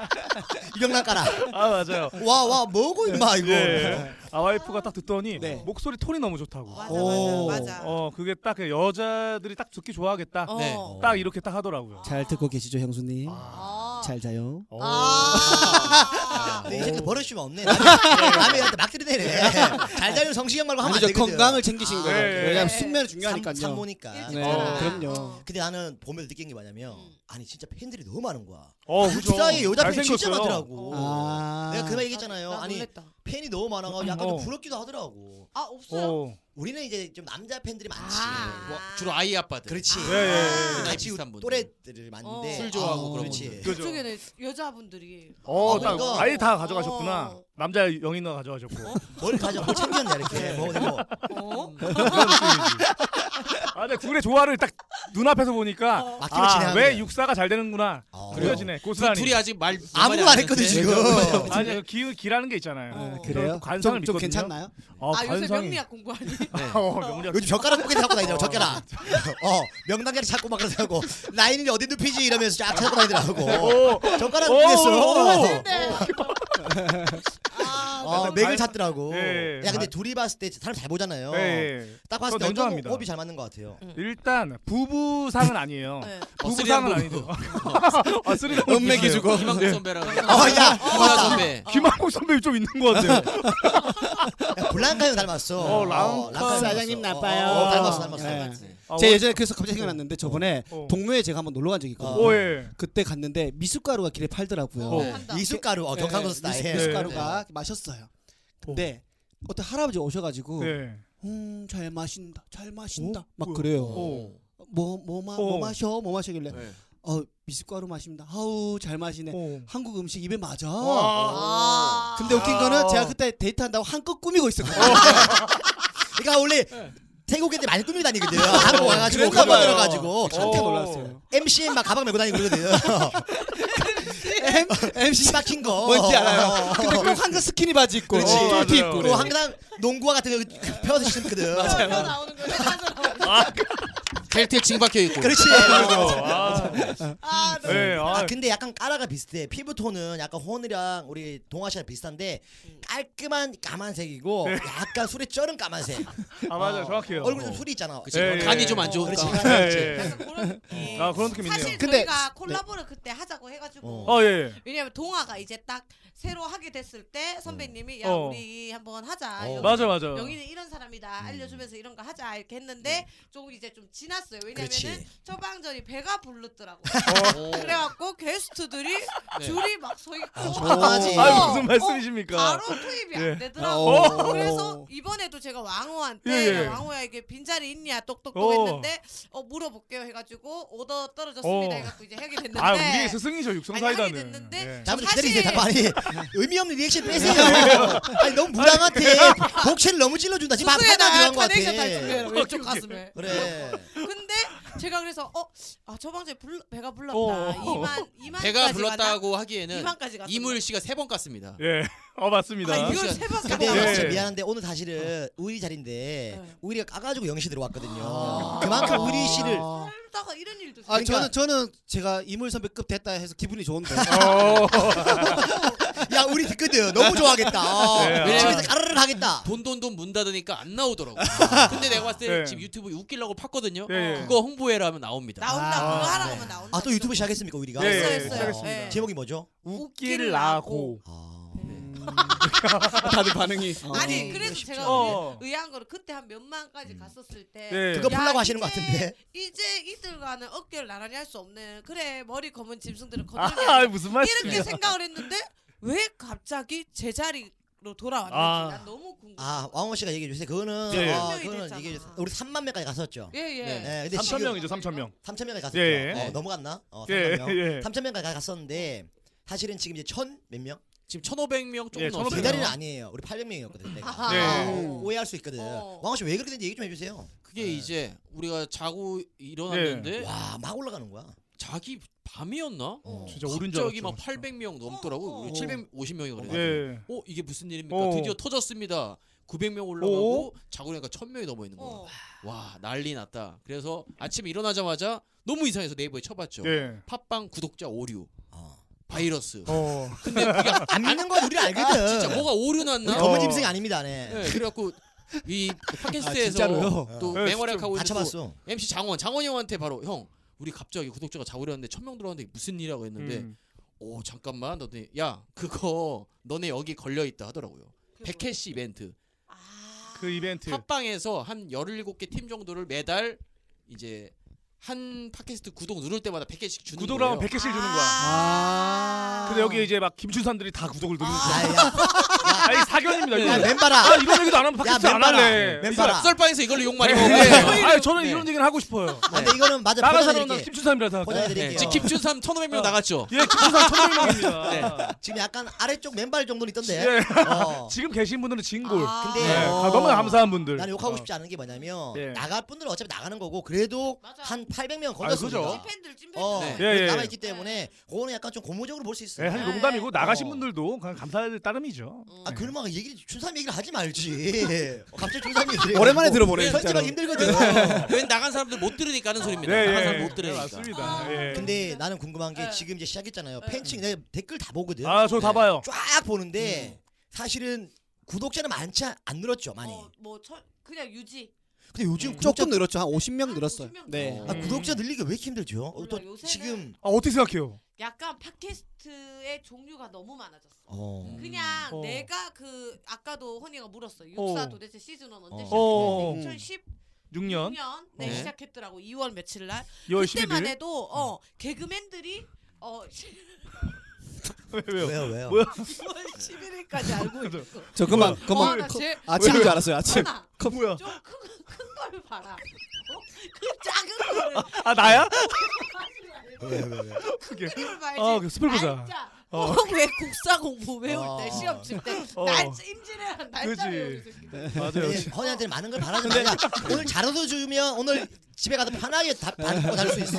[SPEAKER 1] 유경남 까라.
[SPEAKER 4] 아, 맞아요.
[SPEAKER 1] 와, 와, 뭐고, 임마, 이거.
[SPEAKER 4] 예. 아, 와이프가 딱 듣더니
[SPEAKER 5] 네.
[SPEAKER 4] 목소리 톤이 너무 좋다고.
[SPEAKER 2] 맞아
[SPEAKER 1] 오.
[SPEAKER 2] 네. 맞아 맞아.
[SPEAKER 4] 어, 그게 딱 여자들이 딱 듣기 좋아하겠다.
[SPEAKER 2] 어.
[SPEAKER 3] 네.
[SPEAKER 4] 딱 이렇게 딱 하더라고요.
[SPEAKER 5] 잘 듣고 계시죠 형수님?
[SPEAKER 2] 아.
[SPEAKER 5] 잘 자요.
[SPEAKER 4] 어.
[SPEAKER 2] 아.
[SPEAKER 1] 근데 이 새끼 버릇이 뭐
[SPEAKER 4] 예.
[SPEAKER 1] 없네. 남이 한테 막 들이대네. 잘 자는 성시경 말고 하면 안
[SPEAKER 5] 아니죠
[SPEAKER 1] 되거든.
[SPEAKER 5] 건강을 챙기신 거예요.
[SPEAKER 4] 예, 예.
[SPEAKER 5] 왜냐면
[SPEAKER 2] 예.
[SPEAKER 5] 숙면이
[SPEAKER 1] 산-
[SPEAKER 5] 중요하니까요.
[SPEAKER 1] 산모니까.
[SPEAKER 5] 네,
[SPEAKER 2] 어.
[SPEAKER 5] 그럼요.
[SPEAKER 1] 근데 나는 보면서 느낀 게 뭐냐면 아니 진짜 팬들이 너무 많은 거야.
[SPEAKER 4] 어, 그죠.
[SPEAKER 1] 육사의 여자 팬이 진짜
[SPEAKER 4] 잘생겼어요.
[SPEAKER 1] 많더라고.
[SPEAKER 5] 아.
[SPEAKER 1] 뭐. 내가 그 말 얘기했잖아요.
[SPEAKER 2] 나
[SPEAKER 1] 아니
[SPEAKER 2] 놀랬다.
[SPEAKER 1] 팬이 너무 많아가 약간 좀
[SPEAKER 4] 어.
[SPEAKER 1] 부럽기도 하더라고.
[SPEAKER 2] 아 없어요.
[SPEAKER 4] 어.
[SPEAKER 1] 우리는 이제 좀 남자 팬들이 많지.
[SPEAKER 2] 아.
[SPEAKER 1] 뭐,
[SPEAKER 3] 주로 아이 아빠들.
[SPEAKER 1] 그렇지.
[SPEAKER 4] 예, 예, 예.
[SPEAKER 3] 나이
[SPEAKER 1] 같이
[SPEAKER 3] 비슷한 분들.
[SPEAKER 1] 또래들을 많은데
[SPEAKER 2] 어. 술
[SPEAKER 3] 좋아하고
[SPEAKER 1] 아,
[SPEAKER 3] 그런
[SPEAKER 1] 그렇지.
[SPEAKER 4] 그죠.
[SPEAKER 2] 그쪽에는 여자분들이
[SPEAKER 4] 어,
[SPEAKER 1] 아,
[SPEAKER 4] 딱
[SPEAKER 1] 그러니까. 어?
[SPEAKER 4] 아예 다 가져가셨구나.
[SPEAKER 2] 어.
[SPEAKER 4] 남자 영인과 가져가셨고.
[SPEAKER 1] 뭘 가져 뭘 챙겼냐 이렇게. 뭐, 뭐.
[SPEAKER 2] 어?
[SPEAKER 4] 그런 느낌이지. 아, 근데 둘의 조화를 딱 눈앞에서 보니까
[SPEAKER 2] 어.
[SPEAKER 1] 막히면
[SPEAKER 4] 아,
[SPEAKER 1] 진행하는
[SPEAKER 4] 왜
[SPEAKER 1] 거야.
[SPEAKER 4] 육사가 잘 되는구나.
[SPEAKER 1] 어.
[SPEAKER 4] 그려지네.
[SPEAKER 3] 둘-
[SPEAKER 4] 고스란히.
[SPEAKER 3] 둘이 아직 말
[SPEAKER 1] 아무도 안 했거든 지금.
[SPEAKER 4] 아니 그 기 기라는 게 있잖아요.
[SPEAKER 2] 어.
[SPEAKER 5] 그래요?
[SPEAKER 4] 관상을
[SPEAKER 5] 좀, 좀
[SPEAKER 4] 믿거든요.
[SPEAKER 5] 괜찮나요?
[SPEAKER 4] 어,
[SPEAKER 2] 아 요새
[SPEAKER 4] 관상이-
[SPEAKER 2] 명리학 공부하니?
[SPEAKER 4] 어, 명리학.
[SPEAKER 1] 요즘 젓가락 꼬개 갖고 다니더라고 젓가락. 어 명당자리 찾고 막 그러더라고. 라인이 어디 눕히지 이러면서 쫙 찾고
[SPEAKER 4] 어,
[SPEAKER 1] 다니더라고.
[SPEAKER 5] 어.
[SPEAKER 4] 오,
[SPEAKER 1] 젓가락
[SPEAKER 4] 오,
[SPEAKER 2] 어.
[SPEAKER 1] 꼬개서.
[SPEAKER 4] 오.
[SPEAKER 2] 근데 아
[SPEAKER 1] 어,
[SPEAKER 4] 네.
[SPEAKER 1] 맥을
[SPEAKER 4] 알-
[SPEAKER 1] 찾더라고.
[SPEAKER 4] 예, 예.
[SPEAKER 1] 야 근데
[SPEAKER 4] 아.
[SPEAKER 1] 둘이 봤을 때 사람 잘 보잖아요.
[SPEAKER 4] 예, 예.
[SPEAKER 1] 딱 봤을 때
[SPEAKER 4] 저
[SPEAKER 1] 어떤
[SPEAKER 4] 냉정합니다.
[SPEAKER 1] 호흡이 잘 맞는 것 같아요.
[SPEAKER 4] 일단 부부상은 아니에요. 어,
[SPEAKER 2] 네.
[SPEAKER 4] 부부상은 아니죠. 아, 쓰리랑
[SPEAKER 5] 은맥이 주고.
[SPEAKER 3] 김학국 선배랑.
[SPEAKER 5] 아,
[SPEAKER 1] 아, 어야
[SPEAKER 3] 김학국 선배.
[SPEAKER 4] 김한국 선배 좀 있는 것 같아요.
[SPEAKER 1] 블랑카 형 닮았어.
[SPEAKER 4] 어, 랑카.
[SPEAKER 5] 사장님 나빠요.
[SPEAKER 1] 어, 어, 닮았어 닮았어.
[SPEAKER 5] 예.
[SPEAKER 1] 닮았어.
[SPEAKER 4] 아,
[SPEAKER 5] 제
[SPEAKER 4] 원-
[SPEAKER 5] 예전에 그래서 갑자기 생각났는데 저번에
[SPEAKER 4] 어.
[SPEAKER 5] 동묘에 제가 한번 놀러 간 적이 있거든요.
[SPEAKER 4] 오, 예.
[SPEAKER 5] 그때 갔는데 미숫가루가 길에 팔더라고요.
[SPEAKER 4] 어.
[SPEAKER 2] 한다.
[SPEAKER 1] 이수가루 어, 경상도
[SPEAKER 5] 예,
[SPEAKER 1] 스타일.
[SPEAKER 5] 미숫- 미숫가루가 마셨어요. 근데 어떤 할아버지 오셔가지고
[SPEAKER 4] 네.
[SPEAKER 5] 음, 잘 마신다, 잘 마신다
[SPEAKER 4] 어?
[SPEAKER 5] 막
[SPEAKER 4] 뭐야?
[SPEAKER 5] 그래요.
[SPEAKER 4] 오.
[SPEAKER 5] 뭐, 뭐, 마, 뭐
[SPEAKER 4] 어.
[SPEAKER 5] 마셔, 뭐 마시길래
[SPEAKER 3] 네.
[SPEAKER 5] 어 미숫가루 마십니다. 아우 잘 마시네.
[SPEAKER 4] 오.
[SPEAKER 5] 한국 음식 입에 맞아.
[SPEAKER 2] 아.
[SPEAKER 5] 근데 웃긴
[SPEAKER 4] 아.
[SPEAKER 5] 거는 제가 그때 데이트한다고 한껏 꾸미고 있었거든요.
[SPEAKER 1] 그러니까 원래 태국 애들 많이 꾸미고 다니거든. 한국 와가지고
[SPEAKER 5] 아, 그랬나
[SPEAKER 1] 가방
[SPEAKER 5] 봐요.
[SPEAKER 1] 들어가지고
[SPEAKER 5] 깜짝
[SPEAKER 4] 오.
[SPEAKER 5] 놀랐어요.
[SPEAKER 1] MCM 막 가방 메고 다니고 그러거든.
[SPEAKER 5] M, MC
[SPEAKER 1] 시 막힌 거.
[SPEAKER 5] 뭔지
[SPEAKER 1] 어,
[SPEAKER 5] 알아요. 근데 꼭 항상 스키니 바지 입고 어,
[SPEAKER 1] 그렇지.
[SPEAKER 5] 쫄티
[SPEAKER 4] 맞아요.
[SPEAKER 5] 입고
[SPEAKER 1] 그리고 항상 농구화 같은 거 펴서 신거든.
[SPEAKER 2] 펴 나오는 거예요. 찾아 나오는 거.
[SPEAKER 3] 벨트에 징박혀 있고.
[SPEAKER 1] 그렇지.
[SPEAKER 2] 아,
[SPEAKER 4] 아,
[SPEAKER 2] 너무
[SPEAKER 4] 네, 아,
[SPEAKER 5] 그,
[SPEAKER 1] 아 근데 약간 까라가 비슷해. 피부 톤은 약간 호늘이랑 우리 동아시랑 비슷한데 깔끔한 까만색이고 약간 술에 쩔은 까만색.
[SPEAKER 4] 네. 아, 맞아요. 정확해요.
[SPEAKER 1] 얼굴 좀 술이 있잖아.
[SPEAKER 3] 그치.
[SPEAKER 4] 예,
[SPEAKER 3] 간이
[SPEAKER 4] 예.
[SPEAKER 3] 좀 안
[SPEAKER 1] 그렇지.
[SPEAKER 3] 좋으니까.
[SPEAKER 1] 그렇지.
[SPEAKER 4] 예,
[SPEAKER 2] 네. 약간 그런 게.
[SPEAKER 4] 아, 그런 느낌 있네요.
[SPEAKER 2] 사실
[SPEAKER 5] 근데-
[SPEAKER 2] 저희가 콜라보를 그때 하자고 해가지고
[SPEAKER 1] 어.
[SPEAKER 4] 어, 예.
[SPEAKER 2] 왜냐면 동아가 이제 딱 새로 하게 됐을 때 선배님이 야
[SPEAKER 4] 어.
[SPEAKER 2] 우리 한번 하자.
[SPEAKER 1] 어.
[SPEAKER 2] 여기-
[SPEAKER 4] 맞아, 맞아.
[SPEAKER 2] 여기는 이런 사람이다 알려주면서 이런 거 하자 이렇게 했는데 조금 이제 좀 지났어요. 왜냐면은
[SPEAKER 1] 그렇지.
[SPEAKER 2] 처방전이 배가 부르더라고.
[SPEAKER 3] 오.
[SPEAKER 2] 그래갖고 게스트들이
[SPEAKER 3] 네.
[SPEAKER 2] 줄이 막 서 있고
[SPEAKER 5] 예.
[SPEAKER 1] 정확하지.
[SPEAKER 4] 아, 무슨
[SPEAKER 2] 어,
[SPEAKER 4] 말씀이십니까?
[SPEAKER 2] 바로 투입이
[SPEAKER 4] 예.
[SPEAKER 2] 안 되더라고.
[SPEAKER 5] 어.
[SPEAKER 2] 그래서 이번에도 제가 왕호한테
[SPEAKER 4] 예, 예.
[SPEAKER 2] 나 왕호야 이게 빈자리 있냐
[SPEAKER 4] 어.
[SPEAKER 2] 똑똑똑했는데 어, 물어볼게요 해가지고 오더 떨어졌습니다
[SPEAKER 4] 어.
[SPEAKER 2] 해갖고 이제 하게 됐는데
[SPEAKER 4] 아, 우리의 스승이죠. 육성사이다는.
[SPEAKER 2] 아니, 하게 됐는데
[SPEAKER 4] 예.
[SPEAKER 1] 잠시
[SPEAKER 2] 사실-
[SPEAKER 1] 기다리세요. 잠깐 아니 의미 없는 리액션 빼세요. 아니 너무 무당한테 복채를 너무 찔러준다. 지금 막
[SPEAKER 2] 수술에다가
[SPEAKER 1] 판단 들어간 것
[SPEAKER 2] 카네이션 달성해라,
[SPEAKER 1] 같아.
[SPEAKER 2] 왼쪽
[SPEAKER 4] 오케이, 오케이.
[SPEAKER 2] 가슴에
[SPEAKER 1] 그래.
[SPEAKER 2] 근데 제가 그래서 어아 처방제 불 배가 불렀다
[SPEAKER 4] 어.
[SPEAKER 2] 이만 이만
[SPEAKER 3] 배가 불렀다고 하기에는
[SPEAKER 2] 이만까지 갔나?
[SPEAKER 3] 이물 씨가 세 번 갔습니다.
[SPEAKER 4] 예. 어 맞습니다.
[SPEAKER 2] 아 이걸
[SPEAKER 3] 진짜.
[SPEAKER 2] 세번
[SPEAKER 1] 근데
[SPEAKER 4] 네.
[SPEAKER 1] 진짜
[SPEAKER 4] 예.
[SPEAKER 1] 미안한데 오늘 사실은 우일이 자리인데
[SPEAKER 2] 네.
[SPEAKER 1] 우일이가 까가지고 영시 들어왔거든요.
[SPEAKER 5] 아.
[SPEAKER 1] 그만큼 우일이 씨를
[SPEAKER 5] 아,
[SPEAKER 2] 살다가 이런 일도
[SPEAKER 5] 아,
[SPEAKER 2] 생겨.
[SPEAKER 5] 저는 저는 제가 이물 선배급 됐다 해서 기분이 좋은데.
[SPEAKER 4] 어.
[SPEAKER 1] 야 우리 듣거든 너무 좋아하겠다. 어,
[SPEAKER 4] 네, 아.
[SPEAKER 1] 집에서 가르르 하겠다.
[SPEAKER 3] 돈 돈 돈 문 닫으니까 안 나오더라고. 근데 내가 봤을 때
[SPEAKER 4] 네.
[SPEAKER 3] 지금 유튜브 웃기려고 팠거든요.
[SPEAKER 4] 예, 예.
[SPEAKER 3] 그거 홍보해라 하면 나옵니다.
[SPEAKER 2] 나온다
[SPEAKER 5] 아,
[SPEAKER 2] 그거 하라고
[SPEAKER 1] 네.
[SPEAKER 2] 하면 나온다.
[SPEAKER 1] 아 또 유튜브 시작했습니까 우일이가?
[SPEAKER 4] 예,
[SPEAKER 2] 했어요,
[SPEAKER 4] 예,
[SPEAKER 2] 했어요.
[SPEAKER 4] 시작했습니다.
[SPEAKER 2] 예.
[SPEAKER 1] 제목이 뭐죠?
[SPEAKER 4] 웃길라고. 음.
[SPEAKER 1] 아.
[SPEAKER 3] 다들 반응이.
[SPEAKER 2] 아니
[SPEAKER 1] 어,
[SPEAKER 2] 그래서
[SPEAKER 1] 쉽지
[SPEAKER 2] 제가
[SPEAKER 4] 않네.
[SPEAKER 2] 오늘 의아한 거로 그때 한 몇만까지 갔었을 때
[SPEAKER 4] 네.
[SPEAKER 1] 음. 그거
[SPEAKER 2] 야,
[SPEAKER 1] 풀라고 하시는 것
[SPEAKER 2] 이제-
[SPEAKER 1] 같은데.
[SPEAKER 2] 이제 이들과는 어깨를 나란히 할 수 없는 그래 머리 검은 짐승들은 건들게
[SPEAKER 4] 아 무슨
[SPEAKER 2] 이렇게
[SPEAKER 4] 말씀이야?
[SPEAKER 2] 생각을 했는데 왜 갑자기 제자리로 돌아왔는지
[SPEAKER 4] 아.
[SPEAKER 2] 난 너무 궁금해.
[SPEAKER 1] 아 왕호 씨가 얘기해 주세요. 그거는
[SPEAKER 4] 예, 예.
[SPEAKER 1] 어,
[SPEAKER 2] 설명이
[SPEAKER 1] 그거는
[SPEAKER 2] 됐잖아.
[SPEAKER 1] 얘기해 주세요. 우리 3만 명까지 갔었죠.
[SPEAKER 2] 예 예.
[SPEAKER 3] 네.
[SPEAKER 1] 네, 근데
[SPEAKER 4] 3천
[SPEAKER 1] 지금
[SPEAKER 4] 명이죠 3천 명.
[SPEAKER 1] 3천 명까지 갔었죠.
[SPEAKER 4] 예,
[SPEAKER 3] 예.
[SPEAKER 1] 어, 넘어갔나? 어, 3만
[SPEAKER 4] 예,
[SPEAKER 1] 명.
[SPEAKER 4] 예.
[SPEAKER 1] 3천 명까지 갔었는데 사실은 지금 이제 천 몇 명?
[SPEAKER 3] 지금 1,500명 조금
[SPEAKER 4] 예,
[SPEAKER 3] 넘었어요.
[SPEAKER 4] 천오백
[SPEAKER 1] 기다리는 아니에요. 우리 800명이었거든. 내가.
[SPEAKER 2] 아하.
[SPEAKER 4] 네.
[SPEAKER 1] 어, 오해할 수 있거든.
[SPEAKER 2] 어.
[SPEAKER 1] 왕호 씨 왜 그랬는지 얘기 좀 해주세요.
[SPEAKER 3] 그게
[SPEAKER 1] 네.
[SPEAKER 3] 이제 우리가 자고
[SPEAKER 4] 예.
[SPEAKER 3] 일어났는데
[SPEAKER 1] 와 막 올라가는 거야.
[SPEAKER 3] 자기 밤이었나?
[SPEAKER 1] 어.
[SPEAKER 4] 진짜 오른 줄
[SPEAKER 3] 갑자기
[SPEAKER 4] 알았죠,
[SPEAKER 3] 막
[SPEAKER 4] 진짜.
[SPEAKER 3] 800명 넘더라고.
[SPEAKER 2] 어, 어.
[SPEAKER 3] 우리 750명이 그래요.
[SPEAKER 4] 예.
[SPEAKER 3] 어 이게 무슨 일입니까?
[SPEAKER 4] 어.
[SPEAKER 3] 드디어 터졌습니다. 900명 올라가고 자고 나니까 1000명이 넘어 있는 거야.
[SPEAKER 2] 어.
[SPEAKER 3] 와 난리 났다. 그래서 아침에 일어나자마자 너무 이상해서 네이버에 쳐봤죠.
[SPEAKER 4] 예.
[SPEAKER 3] 팟빵 구독자 오류,
[SPEAKER 1] 어.
[SPEAKER 3] 바이러스.
[SPEAKER 4] 어.
[SPEAKER 3] 근데 그게
[SPEAKER 1] 안 믿는 건 우리 알거든.
[SPEAKER 3] 진짜 뭐가 오류
[SPEAKER 1] 우리
[SPEAKER 3] 났나?
[SPEAKER 4] 어.
[SPEAKER 1] 검은 짐승이 아닙니다, 어. 네.
[SPEAKER 3] 예, 그래갖고 이
[SPEAKER 5] 아,
[SPEAKER 3] 팟캐스트에서
[SPEAKER 5] 진짜로요?
[SPEAKER 3] 또
[SPEAKER 4] 예,
[SPEAKER 3] 맹활약하고
[SPEAKER 1] 다
[SPEAKER 3] 있는 또
[SPEAKER 1] 쳐봤어.
[SPEAKER 3] MC 장원, 장원 형한테 바로 형 우리 갑자기 구독자가 자고려는데 천 명 들어왔는데 무슨 일이라고 했는데
[SPEAKER 4] 음.
[SPEAKER 3] 오 잠깐만 너네 야 그거 너네 여기 걸려 있다 하더라고요.
[SPEAKER 2] 그
[SPEAKER 3] 백해시 이벤트
[SPEAKER 2] 아.
[SPEAKER 4] 그 이벤트.
[SPEAKER 3] 팟빵에서 한 17개 팀 정도를 매달 이제 한 팟캐스트 구독 누를 때마다 100개씩 주는
[SPEAKER 4] 구독을 하면
[SPEAKER 3] 거예요.
[SPEAKER 4] 100개씩 주는 거야.
[SPEAKER 2] 아.
[SPEAKER 4] 근데 여기 이제 막 김춘산들이 다 구독을 누르는 거야.
[SPEAKER 1] 아, 야,
[SPEAKER 4] 아, 이 사견입니다.
[SPEAKER 1] 야,
[SPEAKER 4] 이거.
[SPEAKER 1] 맨발아.
[SPEAKER 4] 아, 이런 얘기도 안 하면 팟캐스트 안
[SPEAKER 1] 맨발아.
[SPEAKER 4] 할래.
[SPEAKER 1] 맨발아.
[SPEAKER 3] 썰빵에서 이걸로 욕 많이
[SPEAKER 4] 네.
[SPEAKER 3] 먹어요.
[SPEAKER 4] 네. 아, 저는
[SPEAKER 3] 네.
[SPEAKER 4] 이런 얘기는 하고 싶어요.
[SPEAKER 1] 아, 근데 이거는 맞아.
[SPEAKER 4] 나간
[SPEAKER 1] 보자
[SPEAKER 4] 사람은 나
[SPEAKER 1] 드릴게.
[SPEAKER 4] 김춘산이라서.
[SPEAKER 1] 보자
[SPEAKER 3] 네.
[SPEAKER 1] 드릴게요.
[SPEAKER 3] 지금 김춘삼 1,500명
[SPEAKER 4] 어.
[SPEAKER 3] 나갔죠.
[SPEAKER 4] 예, 김춘산 천명입니다.
[SPEAKER 1] 지금 약간 아래쪽 맨발 정도는 있던데.
[SPEAKER 4] 예.
[SPEAKER 1] 어.
[SPEAKER 4] 지금 계신 분들은 진골.
[SPEAKER 2] 아.
[SPEAKER 1] 근데-
[SPEAKER 4] 네.
[SPEAKER 1] 어.
[SPEAKER 4] 가- 너무 감사한 분들.
[SPEAKER 1] 나는 욕하고
[SPEAKER 4] 어.
[SPEAKER 1] 싶지 않은 게 뭐냐면
[SPEAKER 4] 예.
[SPEAKER 1] 나갈 분들은 어차피 나가는 거고 그래도
[SPEAKER 2] 맞아.
[SPEAKER 1] 한 800명
[SPEAKER 4] 아, 그죠.
[SPEAKER 1] 걸렸습니다.
[SPEAKER 2] 팬들 찐팬들.
[SPEAKER 1] 어,
[SPEAKER 3] 네.
[SPEAKER 4] 예, 예, 예.
[SPEAKER 1] 남아 있기 때문에 그거는 약간 좀 고무적으로 볼 수 있어요.
[SPEAKER 4] 네, 사실 농담이고 나가신
[SPEAKER 1] 어.
[SPEAKER 4] 분들도 그냥 감사할 따름이죠.
[SPEAKER 2] 음.
[SPEAKER 1] 아 그런 막 얘기 준삼 얘기를 하지 말지. 어, 갑자기 준삼 얘기.
[SPEAKER 5] 오랜만에 들어보네,
[SPEAKER 1] 편집하기 힘들거든.
[SPEAKER 3] 왜 나간 사람들 못 들으니까는 소리입니다.
[SPEAKER 4] 네,
[SPEAKER 3] 나간
[SPEAKER 4] 예.
[SPEAKER 3] 사람 못 들으니까.
[SPEAKER 4] 맞습니다. 예.
[SPEAKER 1] 근데 나는 궁금한 게
[SPEAKER 2] 네.
[SPEAKER 1] 지금 이제 시작했잖아요.
[SPEAKER 2] 네.
[SPEAKER 1] 팬층 내가 댓글 다 보거든.
[SPEAKER 4] 아, 저 다
[SPEAKER 3] 네.
[SPEAKER 4] 봐요.
[SPEAKER 1] 쫙
[SPEAKER 3] 음.
[SPEAKER 1] 보는데 사실은 구독자는 많지 않- 안 늘었죠 많이.
[SPEAKER 2] 어, 뭐 처, 그냥 유지.
[SPEAKER 1] 근데 요즘 구독자
[SPEAKER 5] 조금 늘었죠. 한 50명
[SPEAKER 2] 한
[SPEAKER 5] 늘었어요.
[SPEAKER 2] 50명 음.
[SPEAKER 5] 네.
[SPEAKER 3] 음. 늘었어요. 음.
[SPEAKER 1] 아, 구독자 늘리기 왜 이렇게 힘들죠? 어, 또
[SPEAKER 2] 몰라, 요새는-
[SPEAKER 1] 지금
[SPEAKER 4] 아, 어떻게 생각해요?
[SPEAKER 2] 약간 팟캐스트의 종류가 너무 많아졌어.
[SPEAKER 3] 음.
[SPEAKER 1] 어.
[SPEAKER 2] 그냥
[SPEAKER 4] 어.
[SPEAKER 2] 내가 그 아까도 허니가 물었어. 육사 도대체 시즌은 언제
[SPEAKER 1] 어.
[SPEAKER 4] 어.
[SPEAKER 2] 시작했는데
[SPEAKER 4] 6년
[SPEAKER 2] 2016년 네,
[SPEAKER 3] 네.
[SPEAKER 2] 시작했더라고. 2월 며칠 날.
[SPEAKER 4] 2월
[SPEAKER 2] 그때만
[SPEAKER 4] 11일. 음.
[SPEAKER 2] 해도 어 개그맨들이 어
[SPEAKER 4] 왜, 왜요?
[SPEAKER 1] 왜요 왜요?
[SPEAKER 4] 뭐야?
[SPEAKER 2] 10월 11일까지 알고 있고.
[SPEAKER 5] 저 그만
[SPEAKER 2] 어,
[SPEAKER 4] 뭐,
[SPEAKER 5] 그만.
[SPEAKER 2] 나 제일
[SPEAKER 5] 아침인 줄 알았어요. 아침.
[SPEAKER 2] 하나
[SPEAKER 4] 뭐야?
[SPEAKER 2] 좀큰걸 봐라. 어? 그 작은 거를
[SPEAKER 4] 아, 나야?
[SPEAKER 1] 왜, 왜, 왜?
[SPEAKER 4] 그게.
[SPEAKER 2] 그림을 봐야지.
[SPEAKER 4] 아, 그 스펠 보자.
[SPEAKER 2] 날짜.
[SPEAKER 4] 어. 아.
[SPEAKER 2] 어. 왜 국사 공부 외울
[SPEAKER 1] 어.
[SPEAKER 2] 때 시험 칠 때
[SPEAKER 4] 어.
[SPEAKER 2] 날짜 임진왜란 날짜
[SPEAKER 4] 그지. 네.
[SPEAKER 2] 외우는 새끼들.
[SPEAKER 4] 맞아요.
[SPEAKER 1] 예, 허니한테는 많은
[SPEAKER 3] 네.
[SPEAKER 1] 걸 바라지 말자. 오늘 잘해서 주면 오늘 집에 가서 편하게 다 받고 잘수 있어.